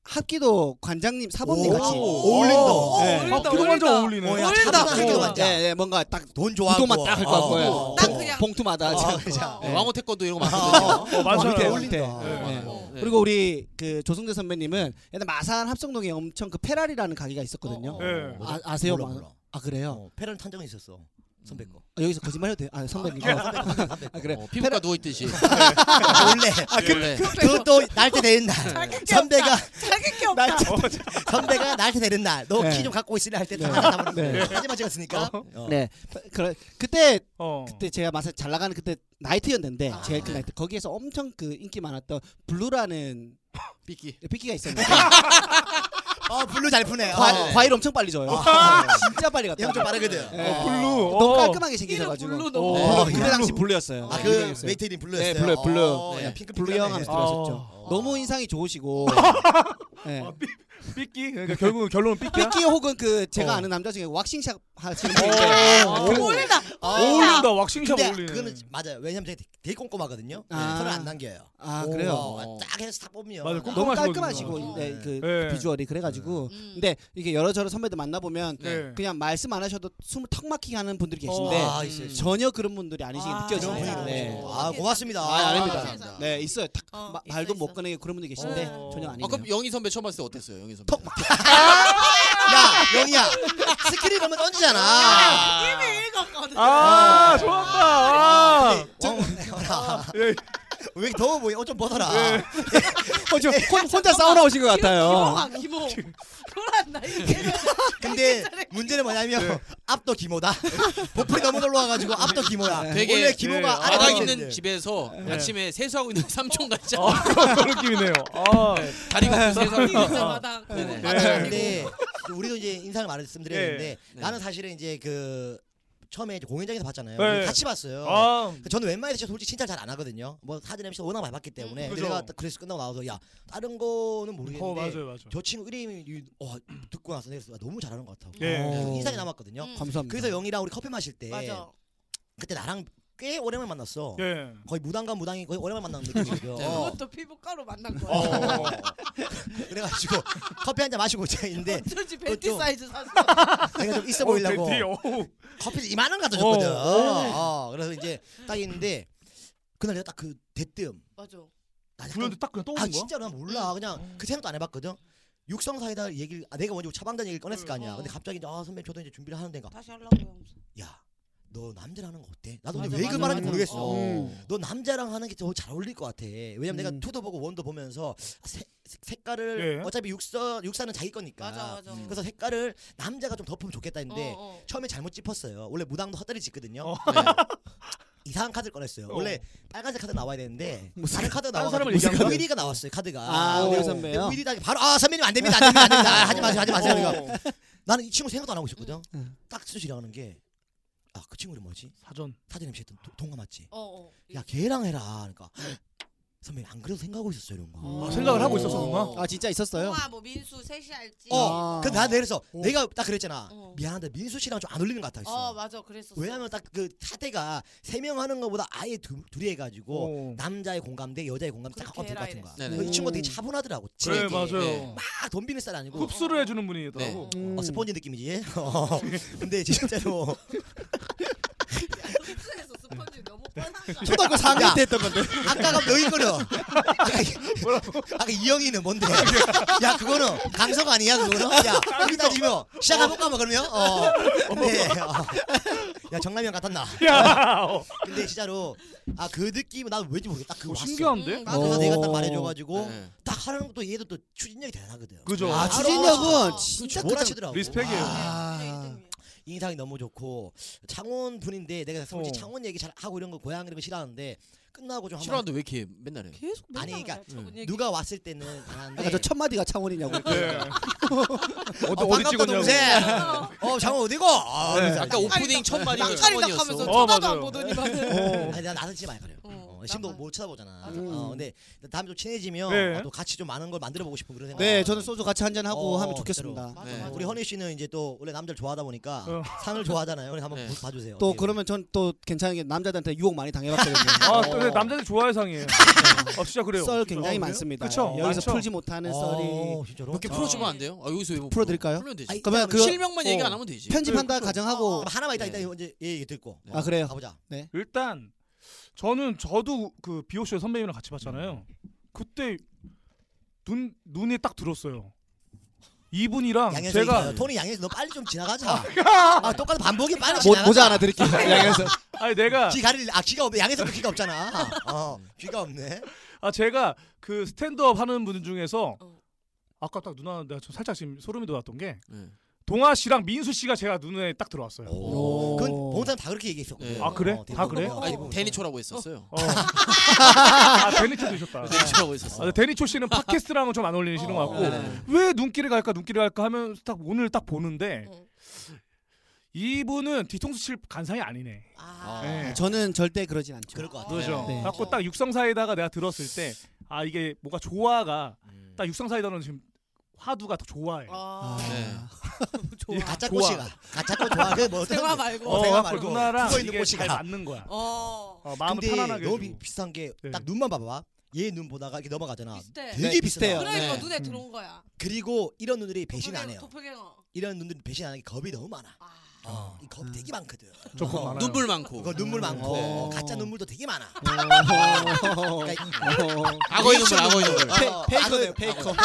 [SPEAKER 5] 합기도 관장님 사범님
[SPEAKER 1] 오,
[SPEAKER 5] 같이
[SPEAKER 1] 어울린다.
[SPEAKER 5] 어,
[SPEAKER 4] 네.
[SPEAKER 5] 어울린다,
[SPEAKER 4] 아, 그거 완전 어울리네.
[SPEAKER 1] 어, 야,
[SPEAKER 2] 어울린다.
[SPEAKER 1] 차분한
[SPEAKER 5] 예,
[SPEAKER 1] 학교 맞자.
[SPEAKER 5] 예, 뭔가 딱
[SPEAKER 1] 돈 좋아하고.
[SPEAKER 5] 구도만 딱 할 것 같고요.
[SPEAKER 1] 어.
[SPEAKER 2] 난 그냥-
[SPEAKER 5] 봉투마다
[SPEAKER 1] 아,
[SPEAKER 5] 자-
[SPEAKER 2] 어.
[SPEAKER 1] 그냥.
[SPEAKER 5] 네.
[SPEAKER 3] 왕호 태권도 이런 거 많거든요.
[SPEAKER 4] 어,
[SPEAKER 5] 밑에,
[SPEAKER 4] 맞아요.
[SPEAKER 5] 밑에.
[SPEAKER 1] 네.
[SPEAKER 3] 어, 네.
[SPEAKER 5] 그리고 우리 그 조승재 선배님은 옛날 마산 합성동에 엄청 그 페라리라는 가게가 있었거든요.
[SPEAKER 2] 어, 어.
[SPEAKER 4] 예.
[SPEAKER 5] 아, 아세요?
[SPEAKER 1] 몰라,
[SPEAKER 5] 마-
[SPEAKER 1] 몰라.
[SPEAKER 5] 아 그래요?
[SPEAKER 1] 어, 패럴 탄정 있었어.
[SPEAKER 3] 음,
[SPEAKER 1] 선배 거.
[SPEAKER 5] 아, 여기서 거짓말 해도 돼요? 아 선배님.
[SPEAKER 1] 어, 선배 거, 선배 거.
[SPEAKER 5] 아 그래.
[SPEAKER 3] 어, 뭐, 피부과 누워 있듯이. 네.
[SPEAKER 1] 원래
[SPEAKER 3] 그래.
[SPEAKER 1] 그또 날때 되는 날. 선배가
[SPEAKER 2] 자격이 없다.
[SPEAKER 1] 날짜 선배가 날때 되는 날. 너 키
[SPEAKER 5] 네.
[SPEAKER 1] 좀 갖고 있으려 할 때 다
[SPEAKER 5] 네.
[SPEAKER 1] 하나 담아.
[SPEAKER 5] 네.
[SPEAKER 1] 사진만 찍었으니까. 어.
[SPEAKER 5] 네. 그래 그때
[SPEAKER 4] 어.
[SPEAKER 5] 그때 제가 마산 잘 나가는 그때 나이트였는데
[SPEAKER 2] 아.
[SPEAKER 5] 제일 큰 나이트 거기에서 엄청 그 인기 많았던 블루라는
[SPEAKER 3] 삐끼.
[SPEAKER 5] 삐끼가 있었는데
[SPEAKER 1] 어 블루 잘 푸네. 어.
[SPEAKER 5] 과, 과일 엄청 빨리 져요. 아, 진짜 빨리 갔다.
[SPEAKER 1] 영좀 빠르거든.
[SPEAKER 5] 예.
[SPEAKER 4] 어, 블루.
[SPEAKER 5] 너무
[SPEAKER 4] 어.
[SPEAKER 5] 깔끔하게
[SPEAKER 2] 이름
[SPEAKER 5] 생기셔가지고
[SPEAKER 2] 불러 너무
[SPEAKER 4] 어.
[SPEAKER 5] 네, 그때 당시 블루였어요.
[SPEAKER 1] 아
[SPEAKER 5] 블루였어요.
[SPEAKER 1] 그 웨이트 이름 블루였어요.
[SPEAKER 5] 네, 블루, 블루.
[SPEAKER 1] 어,
[SPEAKER 3] 네.
[SPEAKER 1] 야, 핑크
[SPEAKER 5] 블루 형 하면서
[SPEAKER 4] 아.
[SPEAKER 5] 들었었죠.
[SPEAKER 1] 어.
[SPEAKER 5] 너무 인상이 좋으시고 예.
[SPEAKER 4] 아, 삐끼. 그러니까 결국 결론은 삐끼야.
[SPEAKER 5] 삐끼 혹은 그 제가
[SPEAKER 4] 어.
[SPEAKER 5] 아는 남자 중에 왁싱샵 하시는 분이 있어요.
[SPEAKER 4] 오.
[SPEAKER 2] 어, 어울린다.
[SPEAKER 4] 어울린다. 왁싱샵
[SPEAKER 1] 아, 근데
[SPEAKER 4] 어울리네.
[SPEAKER 1] 그거는 맞아요. 왜냐면 제가 되게 꼼꼼하거든요.
[SPEAKER 5] 아.
[SPEAKER 1] 털을 안 남겨요.
[SPEAKER 5] 아
[SPEAKER 1] 오,
[SPEAKER 5] 그래요.
[SPEAKER 1] 어, 딱 해서 딱 뽑으면.
[SPEAKER 4] 맞아, 꼼꼼-
[SPEAKER 5] 너무
[SPEAKER 4] 깔끔하시거든요.
[SPEAKER 5] 깔끔하시고 네, 그
[SPEAKER 4] 네.
[SPEAKER 5] 비주얼이 그래가지고
[SPEAKER 2] 음.
[SPEAKER 5] 근데 이게 여러 저러 선배들 만나 보면
[SPEAKER 4] 네.
[SPEAKER 5] 그냥 말씀 안 하셔도 숨을 턱 막히게 하는 분들이 계신데
[SPEAKER 1] 아, 있어요. 있어요.
[SPEAKER 5] 전혀 그런 분들이 아니시게
[SPEAKER 2] 아,
[SPEAKER 5] 느껴지는
[SPEAKER 1] 그런
[SPEAKER 5] 분이 음. 네.
[SPEAKER 1] 분이군요. 아, 고맙습니다.
[SPEAKER 5] 아, 아닙니다.
[SPEAKER 1] 감사합니다.
[SPEAKER 5] 네 있어요. 탁
[SPEAKER 2] 어,
[SPEAKER 5] 마-
[SPEAKER 2] 있어,
[SPEAKER 5] 말도
[SPEAKER 2] 있어.
[SPEAKER 5] 못 꺼내게 그런 분들이 계신데
[SPEAKER 2] 어.
[SPEAKER 5] 전혀 아니에요.
[SPEAKER 3] 아 그럼 영희 선배 처음 봤을 때 어땠어요, 영희 선배?
[SPEAKER 1] 야, 영희야. 스킬이 그러면 던지잖아.
[SPEAKER 2] 일일 읽었거든.
[SPEAKER 4] 아, 좋았다. 아. 네.
[SPEAKER 1] 저, 어,
[SPEAKER 4] 예.
[SPEAKER 1] 왜 이렇게 더워 보이? 어좀 벗어라. 예,
[SPEAKER 5] 어, 지금 혼, 혼자 싸우러 오신 것 같아요. 네.
[SPEAKER 2] 기모가 기모. 그란다 이게.
[SPEAKER 1] 근데 문제는 뭐냐면
[SPEAKER 4] 네.
[SPEAKER 1] 앞도 기모다. 보풀이 너무 놀러 와가지고 앞도 기모야.
[SPEAKER 3] 되게-
[SPEAKER 1] 원래
[SPEAKER 4] 네.
[SPEAKER 1] 기모가 아래
[SPEAKER 3] 바닥
[SPEAKER 4] 아,
[SPEAKER 3] 있는 집에서
[SPEAKER 4] 네.
[SPEAKER 3] 아침에 세수하고 있는 삼촌 같지 않아?
[SPEAKER 4] 아, 그런 느낌이네요. 아.
[SPEAKER 3] 다리 걷고 세수하고 있는
[SPEAKER 5] 어.
[SPEAKER 2] 진짜 마당.
[SPEAKER 3] 네네.
[SPEAKER 1] 맞았는데 우리도 이제 인상을 말씀드렸는데
[SPEAKER 3] 네.
[SPEAKER 1] 나는 사실은 이제 그 처음에 이제 공연장에서 봤잖아요.
[SPEAKER 4] 네.
[SPEAKER 1] 같이 봤어요.
[SPEAKER 4] 아.
[SPEAKER 1] 저는 웬만해서 진짜 솔직히 칭찬 잘 안 하거든요. 뭐 사진 MC 워낙 많이 봤기 때문에
[SPEAKER 4] 음,
[SPEAKER 1] 근데
[SPEAKER 4] 그죠.
[SPEAKER 1] 내가 딱 그래서 끝나고 나와서 야 다른 거는 모르겠는데
[SPEAKER 4] 어, 맞아요, 맞아요.
[SPEAKER 1] 저 친구 이름이 어, 듣고 나서 내가 아, 너무 잘하는 것 같다고
[SPEAKER 4] 네.
[SPEAKER 1] 그래서
[SPEAKER 5] 오.
[SPEAKER 1] 인상이 남았거든요.
[SPEAKER 2] 음.
[SPEAKER 5] 감사합니다.
[SPEAKER 1] 그래서 영희랑 우리 커피 마실
[SPEAKER 5] 네.
[SPEAKER 1] 때
[SPEAKER 5] 어.
[SPEAKER 2] 맞아.
[SPEAKER 1] 그때 나랑 꽤 오랜만에 만났어.
[SPEAKER 4] 예.
[SPEAKER 1] 거의 무당과 무당이 거의 오랜만에 만난 느낌이거든.
[SPEAKER 3] 네.
[SPEAKER 1] 어.
[SPEAKER 2] 그것도 피부과로 만난 거야.
[SPEAKER 4] 어.
[SPEAKER 1] 그래가지고 커피 한 잔 마시고 제가 있는데
[SPEAKER 2] 어쩐지 벤티
[SPEAKER 1] 좀-
[SPEAKER 2] 사이즈 샀어.
[SPEAKER 1] 내가 좀 있어 보이려고
[SPEAKER 4] 어, 벤티, 어우.
[SPEAKER 1] 커피를 이만원 갖다 줬거든.
[SPEAKER 4] 어.
[SPEAKER 1] 어, 그래서 이제 딱 있는데 그날 내가 딱 그 대뜸
[SPEAKER 2] 맞아.
[SPEAKER 1] 나 약간
[SPEAKER 4] 불현듯 딱 그냥 떠오른
[SPEAKER 1] 아
[SPEAKER 4] 거야? 음.
[SPEAKER 1] 진짜로 난 몰라 그냥 그 생각도 안 해봤거든 육성 사이다 얘기를 아, 내가 먼저 차방단 얘기를 꺼냈을 거 아니야
[SPEAKER 2] 어.
[SPEAKER 1] 근데 갑자기 이제 아 선배 저도 이제 준비를 하는데가
[SPEAKER 2] 다시
[SPEAKER 5] 아,
[SPEAKER 2] 하려고 하면서.
[SPEAKER 1] 야너 남자랑 하는 거 어때 나도
[SPEAKER 2] 맞아,
[SPEAKER 1] 근데 왜
[SPEAKER 2] 맞아,
[SPEAKER 4] 음,
[SPEAKER 1] 그 말하는지
[SPEAKER 2] 맞아.
[SPEAKER 1] 모르겠어 음.
[SPEAKER 2] 어.
[SPEAKER 1] 너 남자랑 하는 게 더 잘 어울릴 것 같아 왜냐면 내가
[SPEAKER 5] 음.
[SPEAKER 1] 투도 보고 원도 보면서 세- 세- 색깔을
[SPEAKER 4] 예.
[SPEAKER 1] 어차피 육서 육사는 자기 거니까
[SPEAKER 2] 맞아 맞아.
[SPEAKER 3] 음.
[SPEAKER 5] 어,
[SPEAKER 1] 그래서 색깔을 남자가 좀 덮으면 좋겠다 했는데
[SPEAKER 2] 어, 어.
[SPEAKER 1] 처음에 잘못 짚었어요 원래 무당도 헛다리 짚거든요
[SPEAKER 4] 어.
[SPEAKER 3] 네.
[SPEAKER 1] 이상한 카드를 꺼냈어요
[SPEAKER 4] 어.
[SPEAKER 1] 원래 빨간색 카드 나와야 되는데
[SPEAKER 5] 무슨
[SPEAKER 1] 다른 카드
[SPEAKER 4] 다른
[SPEAKER 1] 나와
[SPEAKER 4] 사람을
[SPEAKER 1] 무슨
[SPEAKER 4] 얘기한 거예요?
[SPEAKER 1] 의리가 나왔어요 카드가
[SPEAKER 5] 아,
[SPEAKER 1] 근데
[SPEAKER 5] 의리
[SPEAKER 1] 근데
[SPEAKER 5] 선배요.
[SPEAKER 1] 의리다 바로 아 선배님 안 됩니다 안 됩니다 안 됩니다 아, 하지 마세요 하지 마세요 그러니까
[SPEAKER 4] 어.
[SPEAKER 1] 나는 이 친구 생각도 안 하고 있었거든
[SPEAKER 5] 음.
[SPEAKER 1] 딱 수시라는 게아 그 친구 이름 뭐지
[SPEAKER 4] 사전.
[SPEAKER 1] 사진 MC 했던 도- 동감 맞지
[SPEAKER 2] 어 어.
[SPEAKER 1] 야 걔랑 해라 그러니까 선배님 안 그래도 생각하고 있었어요 이런
[SPEAKER 5] 아,
[SPEAKER 1] 거
[SPEAKER 4] 생각을 하고
[SPEAKER 3] 있었었구나.
[SPEAKER 5] 아 진짜 있었어요.
[SPEAKER 2] 동아 뭐 민수 셋이 할지.
[SPEAKER 1] 어,
[SPEAKER 5] 아.
[SPEAKER 1] 근데 나 내려서 내가 딱 그랬잖아.
[SPEAKER 2] 어.
[SPEAKER 1] 미안한데 민수 씨랑 좀 안 어울리는 것 같아
[SPEAKER 2] 어
[SPEAKER 1] 있어.
[SPEAKER 2] 맞아 그랬었어.
[SPEAKER 1] 왜냐면 딱 그 사태가 세 명 하는 것보다 아예 두, 둘이 해가지고
[SPEAKER 4] 어.
[SPEAKER 1] 남자의 공감대, 여자의 공감대 딱
[SPEAKER 2] 그렇게
[SPEAKER 1] 갖고 될것
[SPEAKER 2] 해라
[SPEAKER 1] 같은 거야.
[SPEAKER 3] 이랬어.
[SPEAKER 1] 이 친구 되게 차분하더라고.
[SPEAKER 4] 음. 그래
[SPEAKER 1] 친하게.
[SPEAKER 4] 맞아요.
[SPEAKER 3] 네.
[SPEAKER 1] 막 덤비는 스타일 아니고
[SPEAKER 4] 흡수를 해주는 분이더라고.
[SPEAKER 2] 네.
[SPEAKER 5] 음.
[SPEAKER 1] 어, 스펀지 느낌이지. 어, 근데 진짜로
[SPEAKER 2] 흡수해서 스펀지 너무 뻔한 거.
[SPEAKER 1] 초등학교
[SPEAKER 5] 아,
[SPEAKER 1] 4학년 때 했던 건데. 아까가 너희 거려. 아까, 이- 아까 이영이는 뭔데? 야 그거는 강석 아니야 그거는? 야 여기 따지면 시작해볼까 뭐 그러면? 어. 네. 어. 야 정남이랑 같았나? 아,
[SPEAKER 4] 야, 어,
[SPEAKER 1] 근데 진짜로 아 그 느낌 난 왠지 모르겠다. 그 왔어.
[SPEAKER 4] 신기한데?
[SPEAKER 2] 음.
[SPEAKER 1] 딱 그래서 내가 딱
[SPEAKER 5] 오.
[SPEAKER 1] 말해줘가지고
[SPEAKER 3] 네.
[SPEAKER 1] 딱 하는 것도 얘도 또 추진력이 대단하거든.
[SPEAKER 4] 그죠.
[SPEAKER 5] 아
[SPEAKER 4] 아,
[SPEAKER 5] 추진력은
[SPEAKER 2] 아,
[SPEAKER 5] 진짜 끝장-
[SPEAKER 1] 몰아치더라고.
[SPEAKER 4] 리스펙이에요.
[SPEAKER 5] 아.
[SPEAKER 2] 네,
[SPEAKER 1] 인상이 너무 좋고 창원 분인데 내가 솔직히
[SPEAKER 4] 어.
[SPEAKER 1] 창원 얘기 잘 하고 이런 거 고향 이런 거 싫어하는데 끝나고 좀 한번
[SPEAKER 3] 싫어하는데 왜 이렇게 맨날 해?
[SPEAKER 2] 계속
[SPEAKER 1] 아니,
[SPEAKER 2] 맨날
[SPEAKER 1] 그러니까
[SPEAKER 2] 저분 얘기.
[SPEAKER 1] 누가 왔을 때는
[SPEAKER 5] 아까
[SPEAKER 1] 안하는데
[SPEAKER 5] 저 첫 마디가 창원이냐고.
[SPEAKER 4] 네. 어디,
[SPEAKER 1] 어,
[SPEAKER 4] 어디
[SPEAKER 1] 아, 반갑다,
[SPEAKER 4] 찍었냐고.
[SPEAKER 1] 동생.
[SPEAKER 2] 어.
[SPEAKER 1] 어 장원 어디고? 아,
[SPEAKER 4] 네.
[SPEAKER 1] 그래서
[SPEAKER 3] 아까
[SPEAKER 1] 알지.
[SPEAKER 3] 오프닝 첫 말이
[SPEAKER 2] 땅탈이다 하면서
[SPEAKER 3] 창원이었어.
[SPEAKER 4] 어,
[SPEAKER 2] 쳐다도
[SPEAKER 4] 맞아요.
[SPEAKER 2] 안 보더니만은.
[SPEAKER 4] 어.
[SPEAKER 1] 아니 나 나는 진짜 많이 그래요. 어, 심도 못 쳐다보잖아.
[SPEAKER 5] 맞아.
[SPEAKER 1] 어, 근데 다음에 좀 친해지면
[SPEAKER 4] 네.
[SPEAKER 1] 아, 또 같이 좀 많은 걸 만들어 보고 싶은 그런 생각.
[SPEAKER 5] 네 저는 소주 같이 한잔 하고
[SPEAKER 1] 어,
[SPEAKER 5] 하면 좋겠습니다.
[SPEAKER 2] 맞아
[SPEAKER 3] 네.
[SPEAKER 2] 맞아.
[SPEAKER 1] 우리 허니 씨는 이제 또 원래 남자를 좋아하다 보니까
[SPEAKER 4] 어.
[SPEAKER 1] 산을 좋아하잖아요. 우리 한번
[SPEAKER 3] 네.
[SPEAKER 1] 보- 봐주세요.
[SPEAKER 5] 또
[SPEAKER 1] 어때요?
[SPEAKER 5] 그러면 전 또 괜찮은 게 남자들한테 유혹 많이 당해봤거든요.
[SPEAKER 4] 예.
[SPEAKER 1] 어.
[SPEAKER 4] 아,
[SPEAKER 5] 어,
[SPEAKER 4] 근데 남자들 좋아할 상이에요. 아, 진짜 그래요.
[SPEAKER 5] 썰 굉장히
[SPEAKER 4] 아, 그래요?
[SPEAKER 5] 많습니다. 어,
[SPEAKER 4] 그쵸?
[SPEAKER 5] 여기서
[SPEAKER 4] 많죠?
[SPEAKER 5] 풀지 못하는 썰이.
[SPEAKER 1] 어, 진짜로?
[SPEAKER 3] 이렇게 풀어주면 안 돼요? 아 여기서 왜못
[SPEAKER 5] 풀어드릴까요?
[SPEAKER 3] 풀면 되지.
[SPEAKER 1] 아니,
[SPEAKER 5] 그러면 그
[SPEAKER 3] 실명만
[SPEAKER 5] 어.
[SPEAKER 3] 얘기 안 하면 되지.
[SPEAKER 5] 편집한다
[SPEAKER 4] 그렇죠.
[SPEAKER 5] 가정하고.
[SPEAKER 1] 그럼 어. 하나만 있다
[SPEAKER 3] 네.
[SPEAKER 1] 이따 이제 얘기 듣고.
[SPEAKER 5] 아 그래요.
[SPEAKER 1] 가보자.
[SPEAKER 4] 일단 저는 저도 그 비오쇼 선배님이랑 같이 봤잖아요. 그때 눈 눈이 딱 들었어요. 이분이랑
[SPEAKER 1] 양현석
[SPEAKER 4] 제가
[SPEAKER 1] 제가 토니 양현석 너 빨리 좀 지나가자. 아 똑같은 반복이 빨리
[SPEAKER 5] 모,
[SPEAKER 1] 지나가.
[SPEAKER 5] 모자 하나 드릴게요. 네, 양에서.
[SPEAKER 4] 아니 내가
[SPEAKER 1] 귀 가릴 아 귀가 없네. 양현석도 귀가 없잖아. 어 귀가 없네.
[SPEAKER 4] 아 제가 그 스탠드업 하는 분 중에서
[SPEAKER 2] 어.
[SPEAKER 4] 아까 딱 누나 내가 좀 살짝 지금 소름이 돋았던 게
[SPEAKER 3] 네.
[SPEAKER 4] 동아 씨랑 민수 씨가 제가 눈에 딱 들어왔어요.
[SPEAKER 1] 오. 그건 모든 사람 다 그렇게 어, 얘기했었고.
[SPEAKER 3] 네.
[SPEAKER 4] 아, 그래? 다 그래?
[SPEAKER 3] 아니 데니초라고 했었어요.
[SPEAKER 4] 어. 아, 데니초 드셨다.
[SPEAKER 3] 데니초라고
[SPEAKER 4] 아,
[SPEAKER 3] 했었어.
[SPEAKER 4] 데니초 씨는 팟캐스트랑은 좀 안 어울리시는 것 같고
[SPEAKER 3] 네네.
[SPEAKER 4] 왜 눈길을 갈까 눈길을 갈까 하면 딱 오늘 딱 보는데
[SPEAKER 2] 응.
[SPEAKER 4] 이분은 뒤통수 칠 간상이 아니네.
[SPEAKER 2] 아.
[SPEAKER 4] 네.
[SPEAKER 5] 저는 절대 그러진 않죠.
[SPEAKER 1] 그럴 것 같아요.
[SPEAKER 4] 그렇죠.
[SPEAKER 5] 네.
[SPEAKER 4] 갖고 딱 육성사에다가 내가 들었을 때 아 이게 뭐가 조화가
[SPEAKER 3] 음.
[SPEAKER 4] 딱 육성사에다는 지금 화두가 더 어, 좋아해.
[SPEAKER 2] 아.
[SPEAKER 4] 네. 이
[SPEAKER 1] 가짜
[SPEAKER 4] 좋아.
[SPEAKER 1] 꽃이가. 가짜 꽃 좋아. 그뭐 어떤
[SPEAKER 2] 생화 말고.
[SPEAKER 4] 어,
[SPEAKER 1] 네. 어, 생각
[SPEAKER 4] 갖고
[SPEAKER 1] 말고
[SPEAKER 4] 누나랑
[SPEAKER 1] 죽어있는
[SPEAKER 4] 이게
[SPEAKER 1] 꽃이가.
[SPEAKER 4] 잘 맞는 거야.
[SPEAKER 2] 어.
[SPEAKER 4] 어, 마음을
[SPEAKER 1] 근데
[SPEAKER 4] 편안하게.
[SPEAKER 1] 너무 비,
[SPEAKER 4] 해주고.
[SPEAKER 1] 비슷한 게 딱
[SPEAKER 4] 네.
[SPEAKER 1] 눈만 봐봐. 얘 눈 보다가 이렇게 넘어가잖아.
[SPEAKER 2] 비슷해.
[SPEAKER 1] 되게
[SPEAKER 5] 네,
[SPEAKER 1] 비슷해요.
[SPEAKER 5] 비슷해요.
[SPEAKER 2] 그러니까
[SPEAKER 3] 네.
[SPEAKER 2] 눈에
[SPEAKER 4] 음.
[SPEAKER 2] 들어온 거야.
[SPEAKER 1] 그리고 이런 눈들이 배신 안 해요.
[SPEAKER 2] 도플갱어.
[SPEAKER 1] 이런 눈들이 배신 안 하는 게 겁이 너무 많아.
[SPEAKER 2] 아.
[SPEAKER 1] 어. 이 겁 되게 많거든.
[SPEAKER 4] 조금 많아요.
[SPEAKER 3] 눈물 많고
[SPEAKER 1] 그거 눈물 많고
[SPEAKER 5] 어.
[SPEAKER 1] 어, 가짜 눈물도 되게 많아. 그러니까
[SPEAKER 5] 어. 어.
[SPEAKER 3] 악어의 눈물 악어의 눈물.
[SPEAKER 5] 페- 페이커네요, 페이커.
[SPEAKER 1] 페이커죠.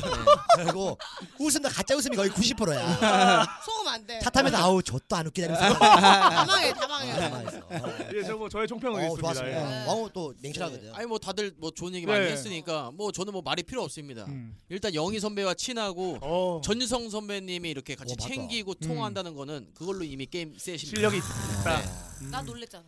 [SPEAKER 1] 네. 그리고 웃음도 가짜 웃음이 거의 90%야.
[SPEAKER 2] 소금 안 돼.
[SPEAKER 1] 탓하면서 아우 저도 안 웃기다면서
[SPEAKER 2] 다망해, 다망해.
[SPEAKER 1] 가만히 아, 있어. 어,
[SPEAKER 4] 아, 예, 저뭐 저의 총평은
[SPEAKER 1] 어,
[SPEAKER 4] 있습니다. 예.
[SPEAKER 1] 좋았습니다.
[SPEAKER 2] 예.
[SPEAKER 1] 왕호 또 냉철하거든.
[SPEAKER 3] 아니 뭐 다들 뭐 좋은 얘기 많이
[SPEAKER 4] 네.
[SPEAKER 3] 했으니까 뭐 저는 뭐 말이 필요 없습니다.
[SPEAKER 4] 음.
[SPEAKER 3] 일단 영희 선배와 친하고
[SPEAKER 4] 어,
[SPEAKER 3] 전유성 선배님이 이렇게 같이
[SPEAKER 1] 어, 맞다.
[SPEAKER 3] 챙기고 통화한다는 거는 그걸로 이미 게임 셋입니다. 네.
[SPEAKER 4] 실력이 있다. 음.
[SPEAKER 2] 나 놀랬잖아.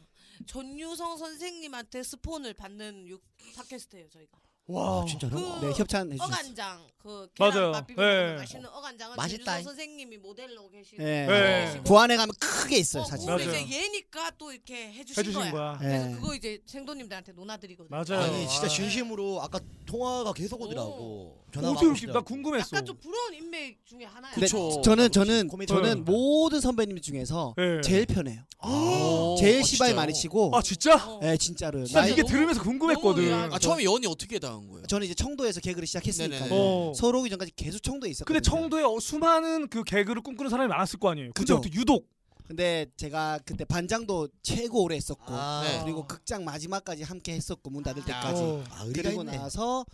[SPEAKER 2] 전유성 선생님한테 스폰을 받는 육 팟캐스트예요 저희가.
[SPEAKER 4] 와,
[SPEAKER 1] 아, 진짜로?
[SPEAKER 2] 그-
[SPEAKER 5] 네, 협찬해 주셨어요.
[SPEAKER 2] 어간장 그
[SPEAKER 4] 맞아요.
[SPEAKER 2] 계란 맛 비벼
[SPEAKER 4] 예.
[SPEAKER 2] 네. 맛있는 어간장은
[SPEAKER 1] 맛있다.
[SPEAKER 2] 전유성 선생님이 모델로 계시고
[SPEAKER 5] 예.
[SPEAKER 4] 네.
[SPEAKER 5] 부안에 가면 크게 있어요,
[SPEAKER 2] 어,
[SPEAKER 5] 사실.
[SPEAKER 2] 그걸
[SPEAKER 4] 맞아요.
[SPEAKER 2] 이제 얘니까 또 이렇게 해주신, 거야.
[SPEAKER 4] 해주신 거야.
[SPEAKER 5] 예.
[SPEAKER 2] 그래서 그거 이제 생도님들한테 어, 논하드리거든.
[SPEAKER 4] 맞아요.
[SPEAKER 1] 아니 진짜
[SPEAKER 4] 아.
[SPEAKER 1] 진심으로 아까 통화가 계속 오더라고. 전화가 안
[SPEAKER 4] 어떻게 이렇게 나
[SPEAKER 1] 오시더라고.
[SPEAKER 4] 궁금했어.
[SPEAKER 2] 약간 좀 부러운 인맥 중에 하나야. 어.
[SPEAKER 5] 근데
[SPEAKER 3] 그쵸.
[SPEAKER 4] 어,
[SPEAKER 5] 저는 저는
[SPEAKER 1] 코미디.
[SPEAKER 5] 저는 모든 선배님 중에서
[SPEAKER 4] 예.
[SPEAKER 5] 제일 편해요.
[SPEAKER 3] 오,
[SPEAKER 5] 제일
[SPEAKER 3] 아,
[SPEAKER 5] 시바이
[SPEAKER 3] 진짜요?
[SPEAKER 5] 많이 치고.
[SPEAKER 4] 어, 아 진짜?
[SPEAKER 2] 어.
[SPEAKER 5] 예, 진짜로요.
[SPEAKER 4] 나
[SPEAKER 5] 나
[SPEAKER 4] 이게
[SPEAKER 5] 이게
[SPEAKER 2] 너무-
[SPEAKER 4] 들으면서 궁금했거든.
[SPEAKER 2] 너무 의아하죠.
[SPEAKER 3] 아 처음에 연이 어떻게 당한 거예요?
[SPEAKER 5] 저는 이제 청도에서 개그를 시작했으니까
[SPEAKER 3] 네네네.
[SPEAKER 4] 어.
[SPEAKER 5] 서울 오기 전까지 계속 청도에 있었거든요.
[SPEAKER 4] 근데 청도에 어, 수많은 그 개그를 꿈꾸는 사람이 많았을 거 아니에요. 근데
[SPEAKER 5] 그죠.
[SPEAKER 4] 어떻게 유독
[SPEAKER 5] 근데 제가 그때 반장도 최고 오래 했었고
[SPEAKER 1] 아,
[SPEAKER 3] 네.
[SPEAKER 5] 그리고 극장 마지막까지 함께 했었고 문 닫을 뭐- 때까지.
[SPEAKER 4] 어.
[SPEAKER 1] 아, 의리가
[SPEAKER 5] 그리고
[SPEAKER 1] 있네.
[SPEAKER 5] 나서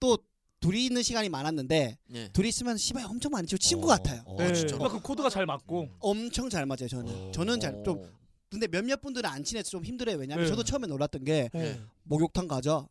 [SPEAKER 5] 또 둘이 있는 시간이 많았는데
[SPEAKER 3] 네.
[SPEAKER 5] 둘이 있으면 시바이 엄청 많이 치고 친구
[SPEAKER 1] 어,
[SPEAKER 5] 같아요.
[SPEAKER 1] 어,
[SPEAKER 4] 네.
[SPEAKER 1] 진짜로?
[SPEAKER 4] 그러니까 그 코드가 잘 맞고
[SPEAKER 5] 엄청 잘 맞아요 저는.
[SPEAKER 1] 어.
[SPEAKER 5] 저는 잘 좀
[SPEAKER 3] 어.
[SPEAKER 5] 근데 몇몇 분들은 안 친해서 좀 힘들어요. 왜냐면
[SPEAKER 4] 네.
[SPEAKER 5] 저도 처음에 놀랐던 게
[SPEAKER 3] 네.
[SPEAKER 5] 목욕탕 가자.
[SPEAKER 1] 어.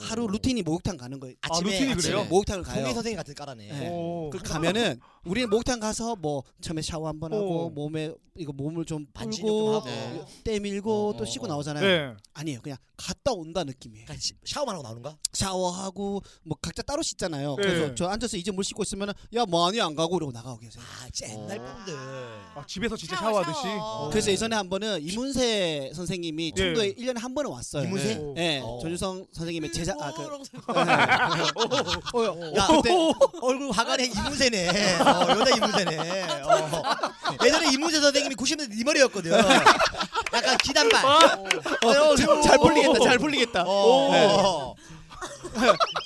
[SPEAKER 5] 하루 루틴이 목욕탕 가는 거예요.
[SPEAKER 4] 아, 루틴이
[SPEAKER 1] 아침에
[SPEAKER 4] 그래요?
[SPEAKER 5] 목욕탕을 가요.
[SPEAKER 1] 동의 선생님 같은 까라네.
[SPEAKER 5] 네.
[SPEAKER 4] 어.
[SPEAKER 5] 그 가면은 우리는 목욕탕 가서 뭐 처음에 샤워 한 번 하고
[SPEAKER 4] 어.
[SPEAKER 5] 몸에 이거 몸을 좀
[SPEAKER 1] 반신욕
[SPEAKER 5] 풀고
[SPEAKER 2] 어.
[SPEAKER 1] 좀 하고.
[SPEAKER 3] 네.
[SPEAKER 5] 때밀고
[SPEAKER 1] 어,
[SPEAKER 5] 또
[SPEAKER 1] 어,
[SPEAKER 5] 씻고
[SPEAKER 1] 어.
[SPEAKER 5] 나오잖아요.
[SPEAKER 4] 네.
[SPEAKER 5] 아니에요. 그냥 갔다 온다 느낌이에요.
[SPEAKER 1] 그러니까 시- 샤워만 하고 나오는가?
[SPEAKER 5] 샤워하고 뭐 각자 따로 씻잖아요.
[SPEAKER 4] 네.
[SPEAKER 5] 그래서 저 앉아서 이제 물 씻고 있으면은 야뭐 아니 안 가고 이러고 나가고 계세요.
[SPEAKER 1] 아, 진짜 옛날
[SPEAKER 3] 어.
[SPEAKER 1] 분들.
[SPEAKER 4] 아, 집에서 진짜
[SPEAKER 2] 샤워,
[SPEAKER 4] 샤워하듯이.
[SPEAKER 2] 샤워.
[SPEAKER 4] 어.
[SPEAKER 5] 그래서 예전에 한 번은 이문세 선생님이
[SPEAKER 4] 예.
[SPEAKER 5] 청도에 1년에 한 번은 왔어요.
[SPEAKER 1] 이문세?
[SPEAKER 3] 네.
[SPEAKER 4] 어.
[SPEAKER 5] 예,
[SPEAKER 1] 어.
[SPEAKER 5] 전유성 선생님의 제자 아그 네.
[SPEAKER 2] 어.
[SPEAKER 5] 어,
[SPEAKER 1] 어, 야,
[SPEAKER 5] 그때
[SPEAKER 1] 얼굴 화가네 이문세네. 어, 여자 이문세네. 어. 예전에 이문세 선생님이 90년대 이 머리였거든. 약간 기단발.
[SPEAKER 5] 어, 잘, 잘 풀리겠다, 잘 풀리겠다.
[SPEAKER 1] 어.
[SPEAKER 5] 네.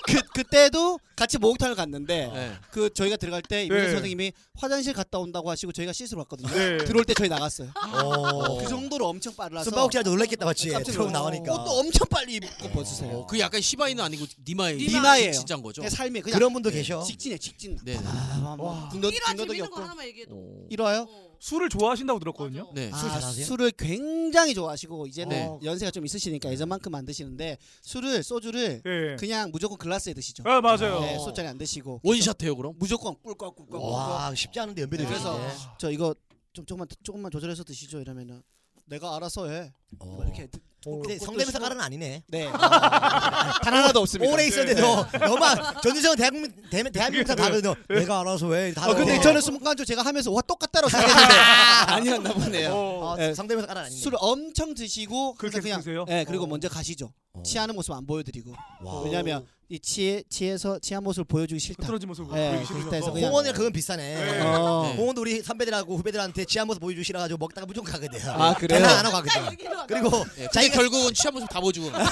[SPEAKER 5] 그 그때도 같이 목욕탕을 갔는데
[SPEAKER 3] 네.
[SPEAKER 5] 그 저희가 들어갈 때 이문세
[SPEAKER 4] 네.
[SPEAKER 5] 선생님이 화장실 갔다 온다고 하시고 저희가 씻으러 갔거든요.
[SPEAKER 4] 네.
[SPEAKER 5] 들어올 때 저희 나갔어요.
[SPEAKER 1] 어.
[SPEAKER 5] 그 정도로 엄청 빨라서
[SPEAKER 1] 숨바꼭질하다 놀랬겠다 맞지?
[SPEAKER 5] 깜짝
[SPEAKER 1] 들어오고
[SPEAKER 5] 놀랐어요.
[SPEAKER 1] 나오니까. 어, 그렇죠.
[SPEAKER 5] 옷도 엄청 빨리 입고 벗으세요.
[SPEAKER 3] 그 약간 시바이는 아니고 니마이
[SPEAKER 5] 니마예요. 네,
[SPEAKER 3] 진짜인 거죠.
[SPEAKER 5] 그냥 삶이 그냥
[SPEAKER 1] 그런 분도 계셔.
[SPEAKER 5] 직진해 직진.
[SPEAKER 3] 네.
[SPEAKER 4] 와.
[SPEAKER 5] 군더군
[SPEAKER 2] 일화
[SPEAKER 5] 더
[SPEAKER 2] 재밌는
[SPEAKER 5] 덕이
[SPEAKER 2] 거
[SPEAKER 5] 없고
[SPEAKER 2] 하나만 얘기해 도
[SPEAKER 3] 어.
[SPEAKER 5] 이러요.
[SPEAKER 4] 술을 좋아하신다고 들었거든요.
[SPEAKER 3] 네.
[SPEAKER 1] 아,
[SPEAKER 5] 술,
[SPEAKER 1] 잘하세요? 어.
[SPEAKER 5] 술을 굉장히 좋아하시고 이제는
[SPEAKER 4] 네.
[SPEAKER 5] 연세가 좀 있으시니까 예전만큼 안 드시는데 술을 소주를
[SPEAKER 4] 예.
[SPEAKER 5] 그냥 무조건 글라스에 드시죠.
[SPEAKER 4] 아 맞아요.
[SPEAKER 5] 네, 소짜리 안 드시고
[SPEAKER 3] 원샷해요 그럼? 네.
[SPEAKER 5] 무조건 꿀꺽 꿀꺽 꿀꺽.
[SPEAKER 1] 와, 쉽지 않은데 연배도 계시네.
[SPEAKER 5] 그래서 저 이거 좀 조금만 조금만 조절해서 드시죠 이러면은 내가 알아서 해.
[SPEAKER 1] 어.
[SPEAKER 5] 뭐 이렇게 드-
[SPEAKER 1] 근데 성대면사 가는 아니네.
[SPEAKER 5] 네. 단 하나도 없습니다. 네.
[SPEAKER 1] 오래 있었는데도 너무 전유성은 대한민국 대- 대한민국 사다 그래도 내가 알아서 왜 다.
[SPEAKER 5] 아 근데
[SPEAKER 1] 알아.
[SPEAKER 5] 저는 순간적으로 제가 하면서 와 똑같다라고 생각했는데 아니었나 보네요.
[SPEAKER 4] 어.
[SPEAKER 1] 아,
[SPEAKER 5] 네.
[SPEAKER 1] 성대면사 가는 네. 아니네.
[SPEAKER 5] 술을 엄청 드시고
[SPEAKER 4] 그렇게
[SPEAKER 5] 그래서 그냥
[SPEAKER 4] 드세요?
[SPEAKER 5] 네, 그리고
[SPEAKER 4] 어.
[SPEAKER 5] 먼저 가시죠.
[SPEAKER 1] 어.
[SPEAKER 5] 취하는 모습 안 보여드리고
[SPEAKER 1] 와.
[SPEAKER 5] 왜냐하면 이 취해 취해서 취한 모습을 보여주기 싫다.
[SPEAKER 4] 흐트러진 모습을
[SPEAKER 5] 예,
[SPEAKER 4] 그렇죠. 보이기
[SPEAKER 5] 그래서
[SPEAKER 4] 싫어서.
[SPEAKER 5] 그냥-
[SPEAKER 1] 홍원이랑 그건 비싸네.
[SPEAKER 4] 네.
[SPEAKER 5] 어.
[SPEAKER 3] 네.
[SPEAKER 1] 홍원도 우리 선배들하고 후배들한테 취한 모습 보여주시라 가지고 먹다가 무조건 가거든.
[SPEAKER 5] 아, 그래요?
[SPEAKER 1] 장난 안 하고
[SPEAKER 2] 딱
[SPEAKER 1] 가거든.
[SPEAKER 2] 얘기도 안 아, 해.
[SPEAKER 1] 그리고
[SPEAKER 3] 네. 자기
[SPEAKER 1] 자기가
[SPEAKER 3] 결국은 취한 모습 다 보여주고. 가요.